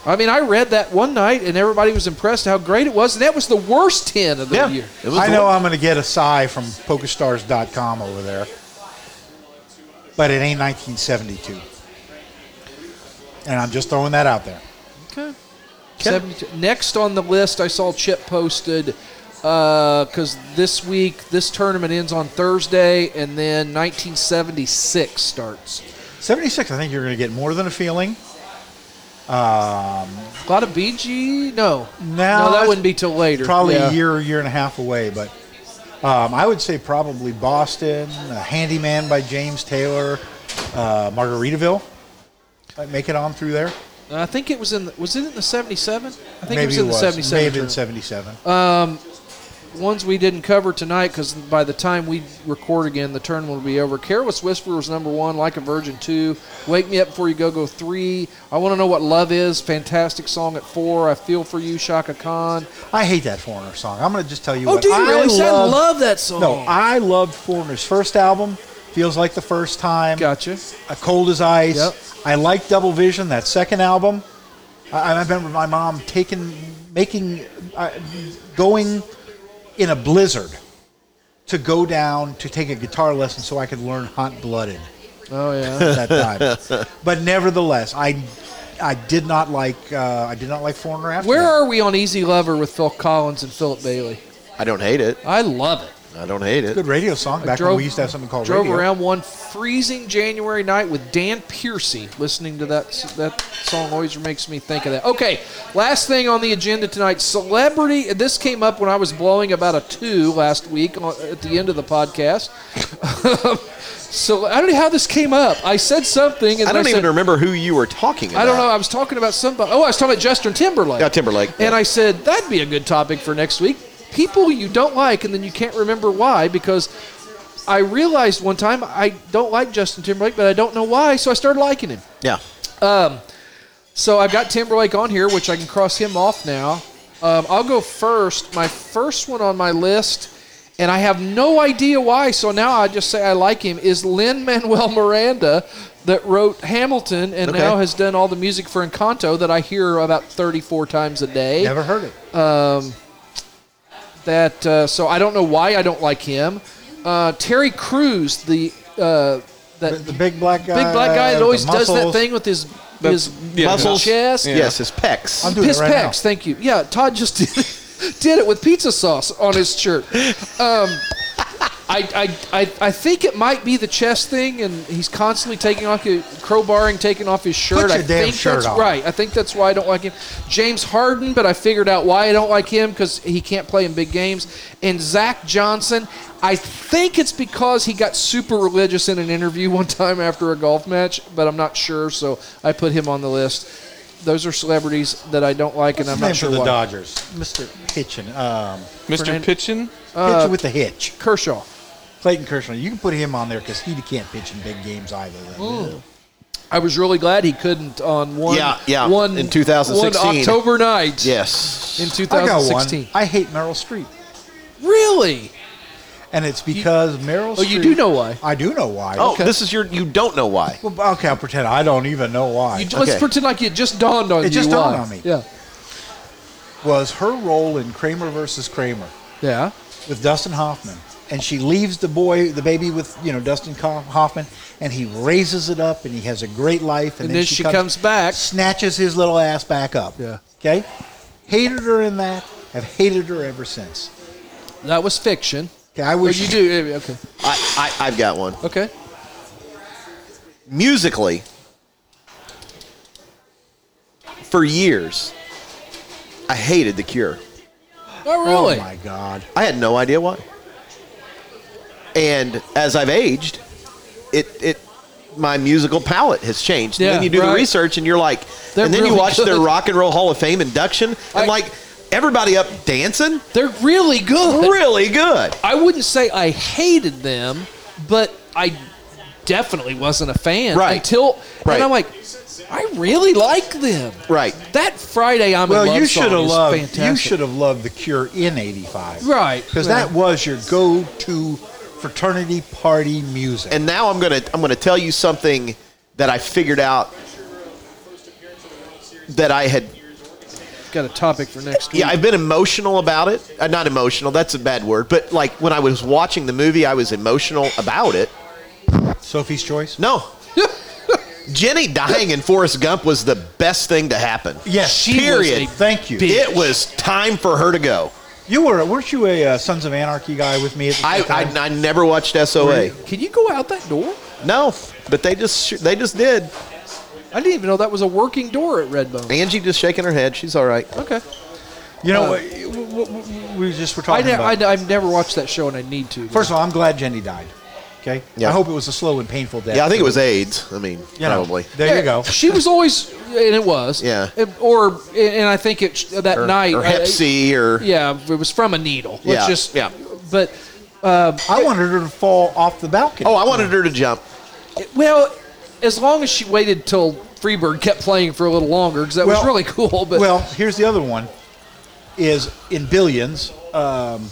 [SPEAKER 1] I mean, I read that one night and everybody was impressed how great it was, and that was the worst 10 of the
[SPEAKER 4] Yeah.
[SPEAKER 1] year.
[SPEAKER 4] It was
[SPEAKER 3] I
[SPEAKER 4] the
[SPEAKER 3] know
[SPEAKER 4] one-
[SPEAKER 3] I'm going to get a sigh from PokerStars.com over there, but it ain't 1972. And I'm just throwing that out there.
[SPEAKER 1] Okay. 72 Next on the list, I saw Chip posted because this week, this tournament ends on Thursday, and then 1976 starts.
[SPEAKER 3] 76, I think you're going to get more than a feeling.
[SPEAKER 1] A lot of BG? No.
[SPEAKER 3] No,
[SPEAKER 1] that
[SPEAKER 3] it's
[SPEAKER 1] wouldn't be till later.
[SPEAKER 3] Probably
[SPEAKER 1] Yeah.
[SPEAKER 3] a year, year and a half away, but um, I would say probably Boston, uh, Handyman by James Taylor, uh, Margaritaville. Like, make it on through there?
[SPEAKER 1] And I think it was in the, was it in the 77? I think
[SPEAKER 3] Maybe
[SPEAKER 1] it was in the 77.
[SPEAKER 3] Maybe in
[SPEAKER 1] tournament.
[SPEAKER 3] 77.
[SPEAKER 1] ones we didn't cover tonight because by the time we record again, the tournament will be over. Careless Whisper was number one, Like a Virgin two, Wake Me Up Before You Go Go three. I want to know what love is. Fantastic song at four. I feel for you, Shaka Khan.
[SPEAKER 3] I hate that Foreigner song. I'm going to just tell you
[SPEAKER 1] Oh,
[SPEAKER 3] what.
[SPEAKER 1] do you
[SPEAKER 3] I
[SPEAKER 1] really? See, I
[SPEAKER 3] love-
[SPEAKER 1] love that song.
[SPEAKER 3] No, I loved Foreigner's first album. Feels like the first time.
[SPEAKER 1] Gotcha.
[SPEAKER 3] A Cold as Ice.
[SPEAKER 1] Yep.
[SPEAKER 3] I like Double Vision, that second album. I, I remember my mom taking, making, uh, going in a blizzard to go down to take a guitar lesson so I could learn Hot Blooded
[SPEAKER 1] Oh yeah. [laughs]
[SPEAKER 3] at that time. but nevertheless, I, I did not like, uh, I did not like Foreigner after
[SPEAKER 1] Where
[SPEAKER 3] that.
[SPEAKER 1] are we on Easy Lover with Phil Collins and Philip Bailey?
[SPEAKER 4] I don't hate it.
[SPEAKER 1] I love it.
[SPEAKER 4] I don't hate it.
[SPEAKER 3] Good radio song. Back
[SPEAKER 1] drove-
[SPEAKER 3] when we used to have something called
[SPEAKER 1] Drove
[SPEAKER 3] radio.
[SPEAKER 1] around one freezing January night with Dan Piercy. Listening to that that song always makes me think of that. Okay, last thing on the agenda tonight: celebrity. This came up when I was blowing about a two last week on- at the end of the podcast. [laughs] so I don't know how this came up. I said something, and
[SPEAKER 4] I don't
[SPEAKER 1] said,
[SPEAKER 4] even remember who you were talking about.
[SPEAKER 1] I don't know. I was talking about somebody. Oh, I was talking about Justin Timberlake.
[SPEAKER 4] Yeah, Timberlake,
[SPEAKER 1] And
[SPEAKER 4] yeah.
[SPEAKER 1] I said that'd be a good topic for next week. People you don't like, and then you can't remember why because I realized one time I don't like Justin Timberlake, but I don't know why, so I started liking him.
[SPEAKER 4] Yeah.
[SPEAKER 1] So I've got Timberlake on here, which I can cross him off now. Um, I'll go first. My first one on my list, and I have no idea why, so now I just say I like him, is Lynn Manuel Miranda that wrote Hamilton and
[SPEAKER 4] Okay.
[SPEAKER 1] now has done all the music for Encanto that I hear about 34 times a day.
[SPEAKER 3] Never heard it.
[SPEAKER 1] That uh, So I don't know why I don't like him. Uh, Terry Crews, the. Uh, that
[SPEAKER 3] The big black guy.
[SPEAKER 1] big black guy
[SPEAKER 3] with
[SPEAKER 1] that
[SPEAKER 3] the
[SPEAKER 1] always does that
[SPEAKER 3] muscles.
[SPEAKER 1] thing with his,
[SPEAKER 5] That's-
[SPEAKER 1] his
[SPEAKER 5] yeah,
[SPEAKER 1] muscle
[SPEAKER 5] muscles.
[SPEAKER 1] chest.
[SPEAKER 5] Yeah.
[SPEAKER 4] Yes, it's pecs.
[SPEAKER 3] I'm doing
[SPEAKER 1] Piss
[SPEAKER 3] it right now.
[SPEAKER 1] Pecs, thank you. Yeah, Todd just [laughs] did, did it with pizza sauce on his shirt. Um, I, I, I, I think it might be the chest thing, and he's constantly taking off, his- crowbarring, taking off his shirt.
[SPEAKER 3] Put your
[SPEAKER 1] I
[SPEAKER 3] damn
[SPEAKER 1] think
[SPEAKER 3] shirt
[SPEAKER 1] that's
[SPEAKER 3] on.
[SPEAKER 1] right. I think that's why I don't like him. James Harden, but I figured out why I don't like him because he can't play in big games. And Zach Johnson, I think it's because he got super religious in an interview [laughs] one time after a golf match, but I'm not sure, so I put him on the list. Those are celebrities that I don't like, and I'm
[SPEAKER 3] Name
[SPEAKER 1] not sure
[SPEAKER 3] for the
[SPEAKER 1] why.
[SPEAKER 3] Dodgers, Mr. Hitchin, um,
[SPEAKER 5] Mr.
[SPEAKER 1] Fernan-
[SPEAKER 5] Pitchin?
[SPEAKER 1] Uh,
[SPEAKER 3] Hitchin with the hitch.
[SPEAKER 1] Kershaw.
[SPEAKER 3] Clayton Kershaw. You can put him on there because he can't pitch in big games either. then.
[SPEAKER 1] I was really glad he couldn't on one.
[SPEAKER 4] Yeah, yeah,
[SPEAKER 1] One
[SPEAKER 4] in 2016.
[SPEAKER 1] one October night.
[SPEAKER 4] yes.
[SPEAKER 1] in
[SPEAKER 3] I got
[SPEAKER 1] 2016.
[SPEAKER 3] one. I hate Meryl Streep,
[SPEAKER 1] really?
[SPEAKER 3] and it's because Meryl.
[SPEAKER 1] Oh,
[SPEAKER 3] Streep,
[SPEAKER 1] you do know why.
[SPEAKER 3] I do know why.
[SPEAKER 4] Oh, this is your. You don't know why.
[SPEAKER 3] Well, okay, I'll pretend I don't even know why.
[SPEAKER 1] You, Let's
[SPEAKER 4] Okay.
[SPEAKER 1] pretend like it just dawned on
[SPEAKER 3] It
[SPEAKER 1] you.
[SPEAKER 3] just
[SPEAKER 1] why.
[SPEAKER 3] dawned on me.
[SPEAKER 1] Yeah.
[SPEAKER 3] was her role in Kramer versus Kramer
[SPEAKER 1] Yeah.
[SPEAKER 3] with Dustin Hoffman, and she leaves the boy, the baby, with you know Dustin Co- Hoffman, and he raises it up, and he has a great life, and,
[SPEAKER 1] And then she comes back.
[SPEAKER 3] snatches his little ass back up.
[SPEAKER 1] Yeah.
[SPEAKER 3] Okay. Hated her in that. Have hated her ever since.
[SPEAKER 1] That was fiction.
[SPEAKER 3] Okay, I
[SPEAKER 1] Well,
[SPEAKER 3] wish
[SPEAKER 1] you do. eh, Okay.
[SPEAKER 4] I, I I've got one.
[SPEAKER 1] Okay.
[SPEAKER 4] Musically, for years, I hated The Cure.
[SPEAKER 1] Oh, really?
[SPEAKER 3] Oh my God!
[SPEAKER 4] I had no idea why. And as I've aged, it it my musical palette has changed. and
[SPEAKER 1] Yeah,
[SPEAKER 4] then you do
[SPEAKER 1] right.
[SPEAKER 4] the research and you're like
[SPEAKER 1] They're
[SPEAKER 4] and then
[SPEAKER 1] really
[SPEAKER 4] you watch their
[SPEAKER 1] good.
[SPEAKER 4] rock and roll hall of fame induction and
[SPEAKER 1] I-
[SPEAKER 4] like everybody up
[SPEAKER 1] [laughs]
[SPEAKER 4] dancing
[SPEAKER 1] They're really good.
[SPEAKER 4] really good.
[SPEAKER 1] I wouldn't say I hated them, but I definitely wasn't a fan
[SPEAKER 4] Right.
[SPEAKER 1] until
[SPEAKER 4] Right.
[SPEAKER 1] and I'm like, I really like them.
[SPEAKER 4] Right.
[SPEAKER 1] That Friday I'm in
[SPEAKER 3] Well,
[SPEAKER 1] love
[SPEAKER 3] you
[SPEAKER 1] song
[SPEAKER 3] should have
[SPEAKER 1] is
[SPEAKER 3] loved.
[SPEAKER 1] fantastic.
[SPEAKER 3] You should have loved the Cure in '85,
[SPEAKER 1] Right.
[SPEAKER 3] Because
[SPEAKER 1] Yeah.
[SPEAKER 3] that was your go-to fraternity party music.
[SPEAKER 4] And now I'm going to I'm going to tell you something that I figured out that I had
[SPEAKER 1] got a topic for next week.
[SPEAKER 4] Yeah, I've been emotional about it. Uh, not emotional, that's a bad word, but like when I was watching the movie, I was emotional about it.
[SPEAKER 3] Sophie's Choice.
[SPEAKER 4] No. [laughs] Jenny dying in Forrest Gump was the best thing to happen.
[SPEAKER 3] Yes,
[SPEAKER 1] She
[SPEAKER 4] period.
[SPEAKER 1] was a
[SPEAKER 3] Thank you.
[SPEAKER 1] bitch.
[SPEAKER 4] It was time for her to go.
[SPEAKER 3] You were weren't you a uh, Sons of Anarchy guy with me? At the
[SPEAKER 4] I,
[SPEAKER 3] same time?
[SPEAKER 4] I, I never watched SOA.
[SPEAKER 1] Can you go out that door?
[SPEAKER 4] No, but they just they just did.
[SPEAKER 1] I didn't even know that was a working door at Redbone.
[SPEAKER 4] Angie just shaking her head. She's all right.
[SPEAKER 1] Okay.
[SPEAKER 3] you know
[SPEAKER 1] uh,
[SPEAKER 3] what- w- w- w- we just were
[SPEAKER 1] I
[SPEAKER 3] talking
[SPEAKER 1] ne-
[SPEAKER 3] about.
[SPEAKER 1] I, have never watched that show and I need to.
[SPEAKER 3] First of all, I'm glad Jenny died. Okay.
[SPEAKER 4] Yeah.
[SPEAKER 3] I hope it was a slow and painful death.
[SPEAKER 4] Yeah, I think it was AIDS. I mean,
[SPEAKER 3] You know,
[SPEAKER 4] probably.
[SPEAKER 3] There you go.
[SPEAKER 1] She was always, and it was.
[SPEAKER 4] Yeah.
[SPEAKER 1] It- or and I think it that
[SPEAKER 4] Or,
[SPEAKER 1] night.
[SPEAKER 4] or Hep
[SPEAKER 1] I-
[SPEAKER 4] C or
[SPEAKER 1] Yeah, it was from a needle. Let's
[SPEAKER 4] Yeah,
[SPEAKER 1] just
[SPEAKER 4] yeah.
[SPEAKER 1] But
[SPEAKER 3] I wanted her to fall off the balcony.
[SPEAKER 4] oh, I wanted her to jump.
[SPEAKER 1] well, as long as she waited till Freebird kept playing for a little longer, because that was
[SPEAKER 3] Well-
[SPEAKER 1] really [laughs] cool. But
[SPEAKER 3] well, here's the other one. Is in billions. Um,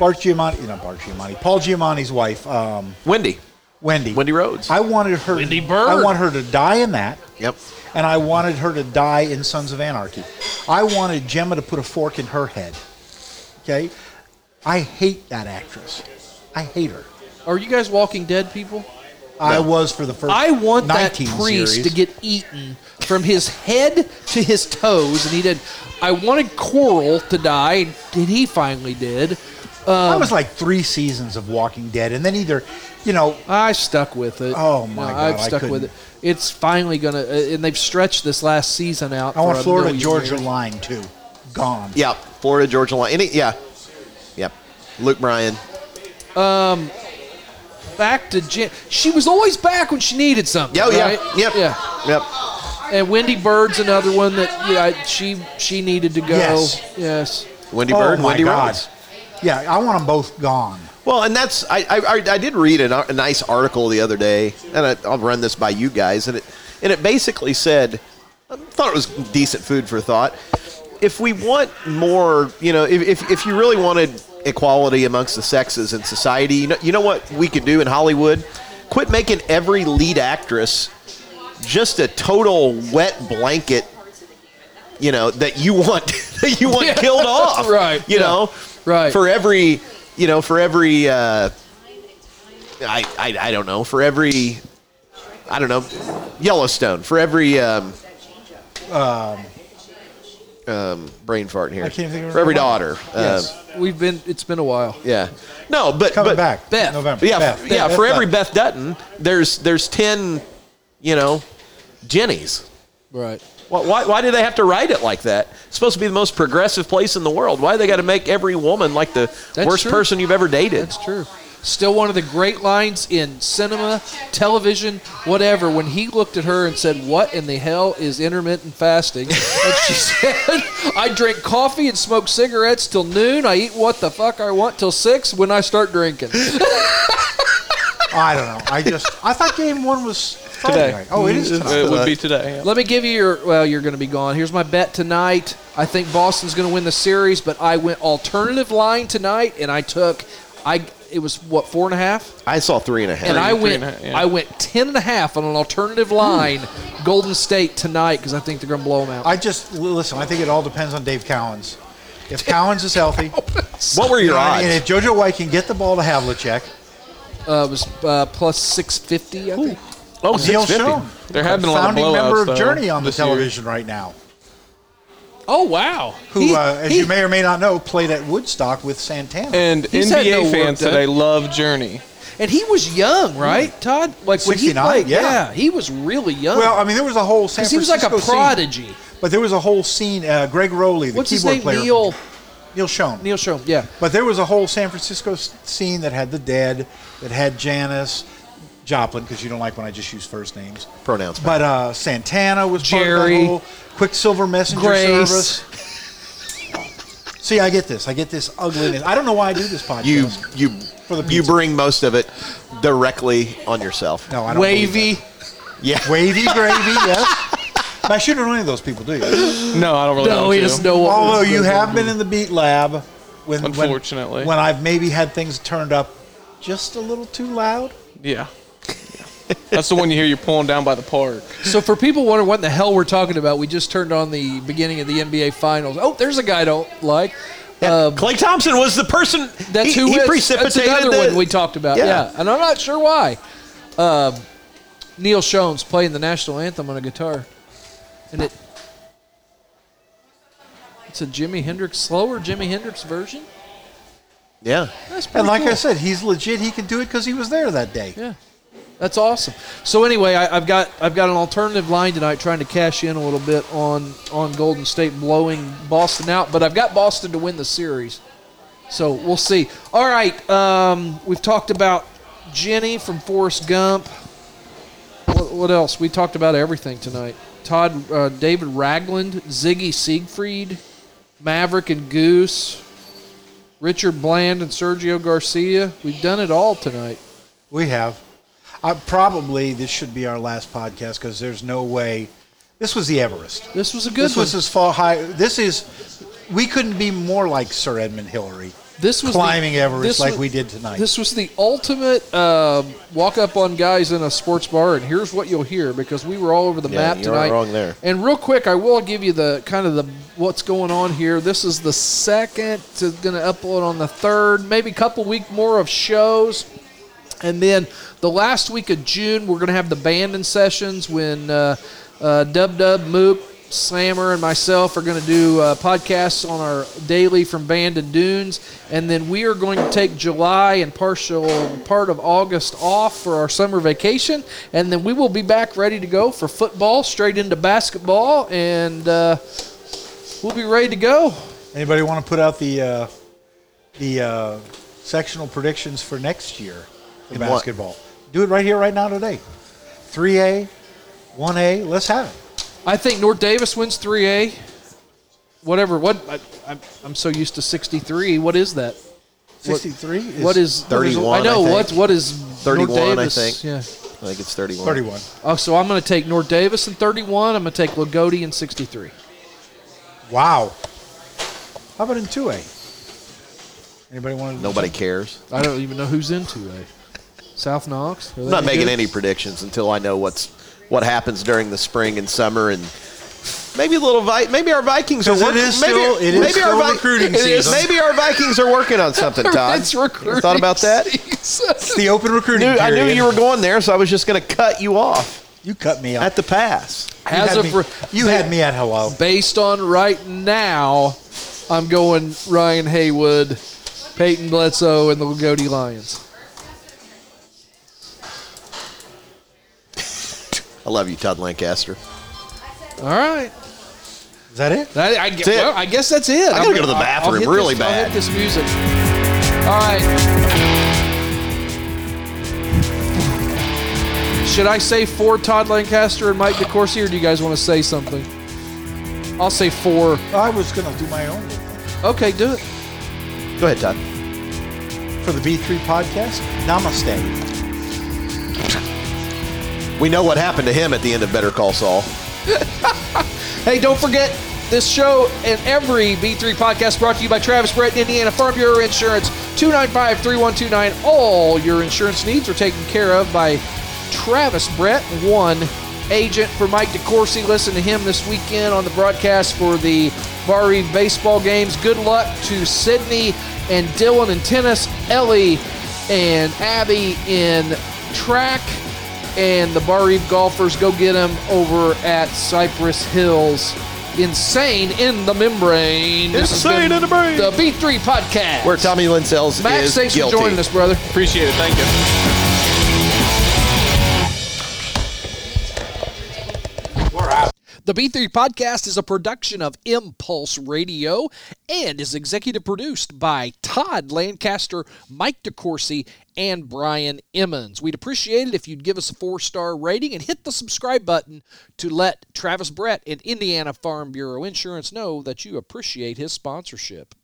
[SPEAKER 3] Bart Giamatti, not Bart Giamatti, Paul Giamatti's wife, um,
[SPEAKER 4] Wendy.
[SPEAKER 3] Wendy.
[SPEAKER 4] Wendy Rhodes.
[SPEAKER 3] I wanted her.
[SPEAKER 1] Wendy Bird.
[SPEAKER 3] I want her to die in that,
[SPEAKER 4] Yep.
[SPEAKER 3] and I wanted her to die in Sons of Anarchy. I wanted Gemma to put a fork in her head. Okay, I hate that actress. I hate her.
[SPEAKER 1] are you guys Walking Dead people?
[SPEAKER 3] I was for the first.
[SPEAKER 1] I want that
[SPEAKER 3] 19
[SPEAKER 1] priest
[SPEAKER 3] series.
[SPEAKER 1] to get eaten from his head to his toes, and he did. I wanted Coral to die, and he finally did.
[SPEAKER 3] I was like three seasons of Walking Dead, and then either, you know,
[SPEAKER 1] I stuck with it.
[SPEAKER 3] Oh, my
[SPEAKER 1] No,
[SPEAKER 3] God,
[SPEAKER 1] I've
[SPEAKER 3] I
[SPEAKER 1] stuck with
[SPEAKER 3] couldn't.
[SPEAKER 1] it. It's finally gonna, uh, and they've stretched this last season out.
[SPEAKER 3] I want
[SPEAKER 1] for a
[SPEAKER 3] Florida
[SPEAKER 1] million
[SPEAKER 3] Georgia
[SPEAKER 1] years.
[SPEAKER 3] line too. Gone.
[SPEAKER 4] Yep. Florida Georgia line. Any? Yeah. Yep. Luke Bryan.
[SPEAKER 1] Back to Jim. She was always back when she needed something.
[SPEAKER 4] Yeah. oh,
[SPEAKER 1] right?
[SPEAKER 4] Yeah. Yep.
[SPEAKER 1] Yeah.
[SPEAKER 4] Yep.
[SPEAKER 1] And Wendy Bird's another one that yeah, I- she she needed to go.
[SPEAKER 3] Yes.
[SPEAKER 1] Yes.
[SPEAKER 4] Wendy
[SPEAKER 3] Oh
[SPEAKER 4] Bird.
[SPEAKER 3] my
[SPEAKER 4] Wendy
[SPEAKER 3] God.
[SPEAKER 4] Rhodes.
[SPEAKER 3] Yeah, I want them both gone.
[SPEAKER 4] Well, and that's I I, I, I did read an, ar- a nice article the other day, and I, I'll run this by you guys, and it and it basically said, I thought it was decent food for thought. If we want more, you know, if if, if you really wanted equality amongst the sexes in society, you know, you know what we could do in Hollywood, quit making every lead actress just a total wet blanket. You know that you want [laughs] that you want
[SPEAKER 1] Yeah,
[SPEAKER 4] killed off,
[SPEAKER 1] right,
[SPEAKER 4] You
[SPEAKER 1] yeah,
[SPEAKER 4] know,
[SPEAKER 1] right.
[SPEAKER 4] For every, you know, for every, uh, I, I, I don't know, for every, I don't know, Yellowstone, for every, um, um, brain fart here,
[SPEAKER 3] I can't think of
[SPEAKER 4] for every
[SPEAKER 3] her name.
[SPEAKER 4] daughter,
[SPEAKER 3] Yes.
[SPEAKER 4] uh,
[SPEAKER 1] We've been. It's been a while.
[SPEAKER 4] yeah, no, but
[SPEAKER 3] Coming
[SPEAKER 4] but,
[SPEAKER 3] back.
[SPEAKER 1] Beth.
[SPEAKER 3] November.
[SPEAKER 4] yeah,
[SPEAKER 3] Beth.
[SPEAKER 4] yeah,
[SPEAKER 3] Beth
[SPEAKER 4] for every
[SPEAKER 3] Dutton.
[SPEAKER 4] Beth Dutton, there's there's ten, you know, Jennies.
[SPEAKER 1] Right.
[SPEAKER 4] Why, why, why do they have to write it like that? It's supposed to be the most progressive place in the world. Why do they got to make every woman like the
[SPEAKER 1] That's
[SPEAKER 4] worst
[SPEAKER 1] true.
[SPEAKER 4] person you've ever dated?
[SPEAKER 1] That's true. Still one of the great lines in cinema, television, whatever. When he looked at her and said, "What in the hell is intermittent fasting?" and she [laughs] said, "I drink coffee and smoke cigarettes till noon. I eat what the fuck I want till six when I start drinking."
[SPEAKER 3] I don't know. I just I thought game one was Friday
[SPEAKER 5] Today.
[SPEAKER 3] night. Oh, it is tonight.
[SPEAKER 5] It would be today. yeah.
[SPEAKER 1] Let me give you your. Well, you're going to be gone. Here's my bet tonight. I think Boston's going to win the series, but I went alternative line tonight, and I took. I it was what four and a half.
[SPEAKER 4] I saw three and a half.
[SPEAKER 1] and I
[SPEAKER 5] Three- three
[SPEAKER 1] went,
[SPEAKER 5] and a half, yeah. Hmm.
[SPEAKER 1] I went ten and a half on an alternative line, Golden State tonight because I think they're going to blow them out.
[SPEAKER 3] I just l- listen. I think it all depends on Dave Cowens. If Cowens is healthy,
[SPEAKER 4] what were
[SPEAKER 3] you
[SPEAKER 4] your
[SPEAKER 3] know what I mean?
[SPEAKER 4] odds?
[SPEAKER 3] and if JoJo White can get the ball to Havlicek,
[SPEAKER 1] uh, it was uh, plus six fifty. I think.
[SPEAKER 4] oh,
[SPEAKER 3] Neil
[SPEAKER 4] 650.
[SPEAKER 3] Schoen,
[SPEAKER 5] There have been a lot of
[SPEAKER 3] founding member
[SPEAKER 5] blowouts,
[SPEAKER 3] of
[SPEAKER 5] though,
[SPEAKER 3] Journey on the
[SPEAKER 5] this year.
[SPEAKER 3] television right now,
[SPEAKER 1] Oh wow!
[SPEAKER 3] who,
[SPEAKER 1] He-
[SPEAKER 3] uh, as
[SPEAKER 1] he-
[SPEAKER 3] you may or may not know, played at Woodstock with Santana.
[SPEAKER 5] And
[SPEAKER 1] He's had no
[SPEAKER 5] NBA
[SPEAKER 1] work
[SPEAKER 5] fans
[SPEAKER 1] done.
[SPEAKER 5] today love Journey.
[SPEAKER 1] and he was young, right, Todd? Like when he
[SPEAKER 3] 69,
[SPEAKER 1] played,
[SPEAKER 3] Hmm. yeah.
[SPEAKER 1] he was really young.
[SPEAKER 3] well, I mean, there was a whole San
[SPEAKER 1] 'Cause he was like a
[SPEAKER 3] Francisco scene.
[SPEAKER 1] prodigy.
[SPEAKER 3] But there was a whole scene. Uh, Greg Rowley, the
[SPEAKER 1] What's his
[SPEAKER 3] keyboard
[SPEAKER 1] name?
[SPEAKER 3] player,
[SPEAKER 1] Neil
[SPEAKER 3] Neil Schoen.
[SPEAKER 1] Neil Show. Yeah,
[SPEAKER 3] But there was a whole San Francisco s- scene that had the Dead, that had Janis, Joplin, because you don't like when I just use first names.
[SPEAKER 4] Pronouns.
[SPEAKER 3] But uh, Santana was part of
[SPEAKER 1] Jerry.
[SPEAKER 3] that whole Quicksilver Messenger
[SPEAKER 1] Grace.
[SPEAKER 3] service. [laughs] See, I get this. I get this ugliness. I don't know why I do this podcast.
[SPEAKER 4] you you
[SPEAKER 3] For the
[SPEAKER 4] you
[SPEAKER 3] pizza.
[SPEAKER 4] bring most of it directly on yourself.
[SPEAKER 3] no, I don't believe
[SPEAKER 1] wavy.
[SPEAKER 4] Yeah.
[SPEAKER 3] that. wavy [laughs] gravy. Yes. But I shouldn't know any of those people, do you?
[SPEAKER 5] No, I don't really.
[SPEAKER 1] No,
[SPEAKER 5] want
[SPEAKER 1] he
[SPEAKER 5] to.
[SPEAKER 1] doesn't know what.
[SPEAKER 3] Although you have been in the Beat Lab, when when-
[SPEAKER 5] Unfortunately.
[SPEAKER 3] when I've maybe had things turned up just a little too loud.
[SPEAKER 5] Yeah. That's the one you hear you're pulling down by the park.
[SPEAKER 1] So for people wondering what in the hell we're talking about, we just turned on the beginning of the NBA Finals. Oh, there's a guy I don't like. Um,
[SPEAKER 4] Clay Thompson was the person
[SPEAKER 1] That's
[SPEAKER 4] he,
[SPEAKER 1] who
[SPEAKER 4] he
[SPEAKER 1] is.
[SPEAKER 4] precipitated
[SPEAKER 1] That's another
[SPEAKER 4] the-
[SPEAKER 1] one we talked about. Yeah.
[SPEAKER 4] Yeah.
[SPEAKER 1] and I'm not sure why. Um, Neil Schoen's playing the national anthem on a guitar, and it it's a Jimi Hendrix slower Jimi Hendrix version.
[SPEAKER 4] Yeah.
[SPEAKER 1] That's pretty
[SPEAKER 3] And like
[SPEAKER 1] cool.
[SPEAKER 3] I said, he's legit. He can do it because he was there that day.
[SPEAKER 1] yeah, that's awesome. So anyway, I, I've got I've got an alternative line tonight, trying to cash in a little bit on on Golden State blowing Boston out, but I've got Boston to win the series. So we'll see. All right, um, we've talked about Jenny from Forrest Gump. What, what else? We talked about everything tonight. Todd, uh, David Ragland, Ziggy Siegfried, Maverick and Goose, Richard Bland and Sergio Garcia. We've done it all tonight.
[SPEAKER 3] We have. Uh, probably this should be our last podcast because there's no way. This was the Everest.
[SPEAKER 1] This was a good
[SPEAKER 3] This
[SPEAKER 1] one.
[SPEAKER 3] was as far high. This is. We couldn't be more like Sir Edmund Hillary.
[SPEAKER 1] this was
[SPEAKER 3] climbing
[SPEAKER 1] the,
[SPEAKER 3] Everest
[SPEAKER 1] this
[SPEAKER 3] like
[SPEAKER 1] was-
[SPEAKER 3] we did tonight.
[SPEAKER 1] This was the ultimate uh, walk up on guys in a sports bar, and here's what you'll hear because we were all over the
[SPEAKER 4] Yeah,
[SPEAKER 1] map
[SPEAKER 4] you aren't
[SPEAKER 1] tonight.
[SPEAKER 4] wrong there.
[SPEAKER 1] And real quick, I will give you the kind of the what's going on here. This is the second to going to upload on the third, maybe a couple week more of shows. And then the last week of June, we're going to have the banding sessions when uh, uh, Dub Dub, Moop, Slammer, and myself are going to do uh, podcasts on our daily from Band and Dunes. And then we are going to take July and partial part of August off for our summer vacation. And then we will be back ready to go for football, straight into basketball, and uh, we'll be ready to go.
[SPEAKER 3] Anybody want to put out the uh, the uh, sectional predictions for next year in
[SPEAKER 4] what?
[SPEAKER 3] basketball? Do it right here, right now, today. Three A, one A. Let's have it.
[SPEAKER 1] I think North Davis wins 3A. Whatever. What I, I'm, I'm so used to 63. What is that?
[SPEAKER 3] Sixty-three. is
[SPEAKER 1] What is
[SPEAKER 4] 31,
[SPEAKER 1] I know
[SPEAKER 4] I think.
[SPEAKER 1] what what is
[SPEAKER 4] 31, I
[SPEAKER 1] North Davis?
[SPEAKER 4] think. I
[SPEAKER 1] Yeah.
[SPEAKER 4] think it's 31.
[SPEAKER 3] thirty-one?
[SPEAKER 1] Oh, so I'm going to take North Davis in 31. I'm going to take Lagodi in 63.
[SPEAKER 3] Wow. How about in two A? Anybody want to?
[SPEAKER 4] Nobody cares.
[SPEAKER 1] I don't even know who's in 2A. South Knox. Are
[SPEAKER 4] I'm
[SPEAKER 1] they
[SPEAKER 4] not making
[SPEAKER 1] good? [laughs]
[SPEAKER 4] any predictions until I know what's what happens during the spring and summer and maybe a little Vi- maybe our Vikings are
[SPEAKER 3] 'Cause it
[SPEAKER 4] working
[SPEAKER 3] is still- it is still recruiting season.
[SPEAKER 4] maybe our Vikings are working
[SPEAKER 3] [laughs]
[SPEAKER 4] on something, Todd.
[SPEAKER 1] It's
[SPEAKER 4] You
[SPEAKER 1] recruiting
[SPEAKER 4] Thought about that?
[SPEAKER 1] season.
[SPEAKER 3] It's the open recruiting.
[SPEAKER 4] Knew- I knew
[SPEAKER 3] period.
[SPEAKER 4] you were going there, so I was just going to cut you off
[SPEAKER 3] You cut me
[SPEAKER 4] at
[SPEAKER 3] off.
[SPEAKER 4] the pass.
[SPEAKER 3] You
[SPEAKER 1] As
[SPEAKER 3] had
[SPEAKER 1] of
[SPEAKER 3] me-
[SPEAKER 1] re-
[SPEAKER 3] you had me at hello.
[SPEAKER 1] Based on right now, I'm going Ryan Haywood, Peyton Bledsoe, and the Lagodi Lions.
[SPEAKER 4] I love you, Todd Lancaster.
[SPEAKER 1] All right.
[SPEAKER 3] Is that it?
[SPEAKER 1] That, I, gue-
[SPEAKER 4] it.
[SPEAKER 1] well, I guess that's it. I
[SPEAKER 4] gotta go to the bathroom really
[SPEAKER 1] I'll
[SPEAKER 4] bad.
[SPEAKER 1] hit this music. All right. Should I say for Todd Lancaster and Mike DeCourcy, or do you guys want to say something? I'll say for.
[SPEAKER 3] I was gonna do my own little
[SPEAKER 1] Okay, do it.
[SPEAKER 4] Go ahead, Todd.
[SPEAKER 3] thing. for the B three podcast. Namaste.
[SPEAKER 4] We know what happened to him at the end of Better Call Saul.
[SPEAKER 1] Hey, don't forget this show and every B3 podcast brought to you by Travis Brett, Indiana Farm Bureau Insurance, 295 3129. All your insurance needs are taken care of by Travis Brett, one agent for Mike DeCourcy. Listen to him this weekend on the broadcast for the Barry baseball games. Good luck to Sydney and Dylan in tennis, Ellie and Abby in track and the Bar Eve golfers go get them over at Cypress Hills. Insane in the membrane. This has
[SPEAKER 4] Insane
[SPEAKER 1] been
[SPEAKER 4] in the brain.
[SPEAKER 1] The B3 podcast.
[SPEAKER 4] Where Tommy Linsells
[SPEAKER 1] Max,
[SPEAKER 4] is
[SPEAKER 1] thanks
[SPEAKER 4] guilty.
[SPEAKER 1] for joining us, brother.
[SPEAKER 5] Appreciate it. Thank you.
[SPEAKER 1] The B3 Podcast is a production of Impulse Radio and is executive produced by Todd Lancaster, Mike DeCourcy, and Brian Emmons. We'd appreciate it if you'd give us a four star rating and hit the subscribe button to let Travis Brett and Indiana Farm Bureau Insurance know that you appreciate his sponsorship.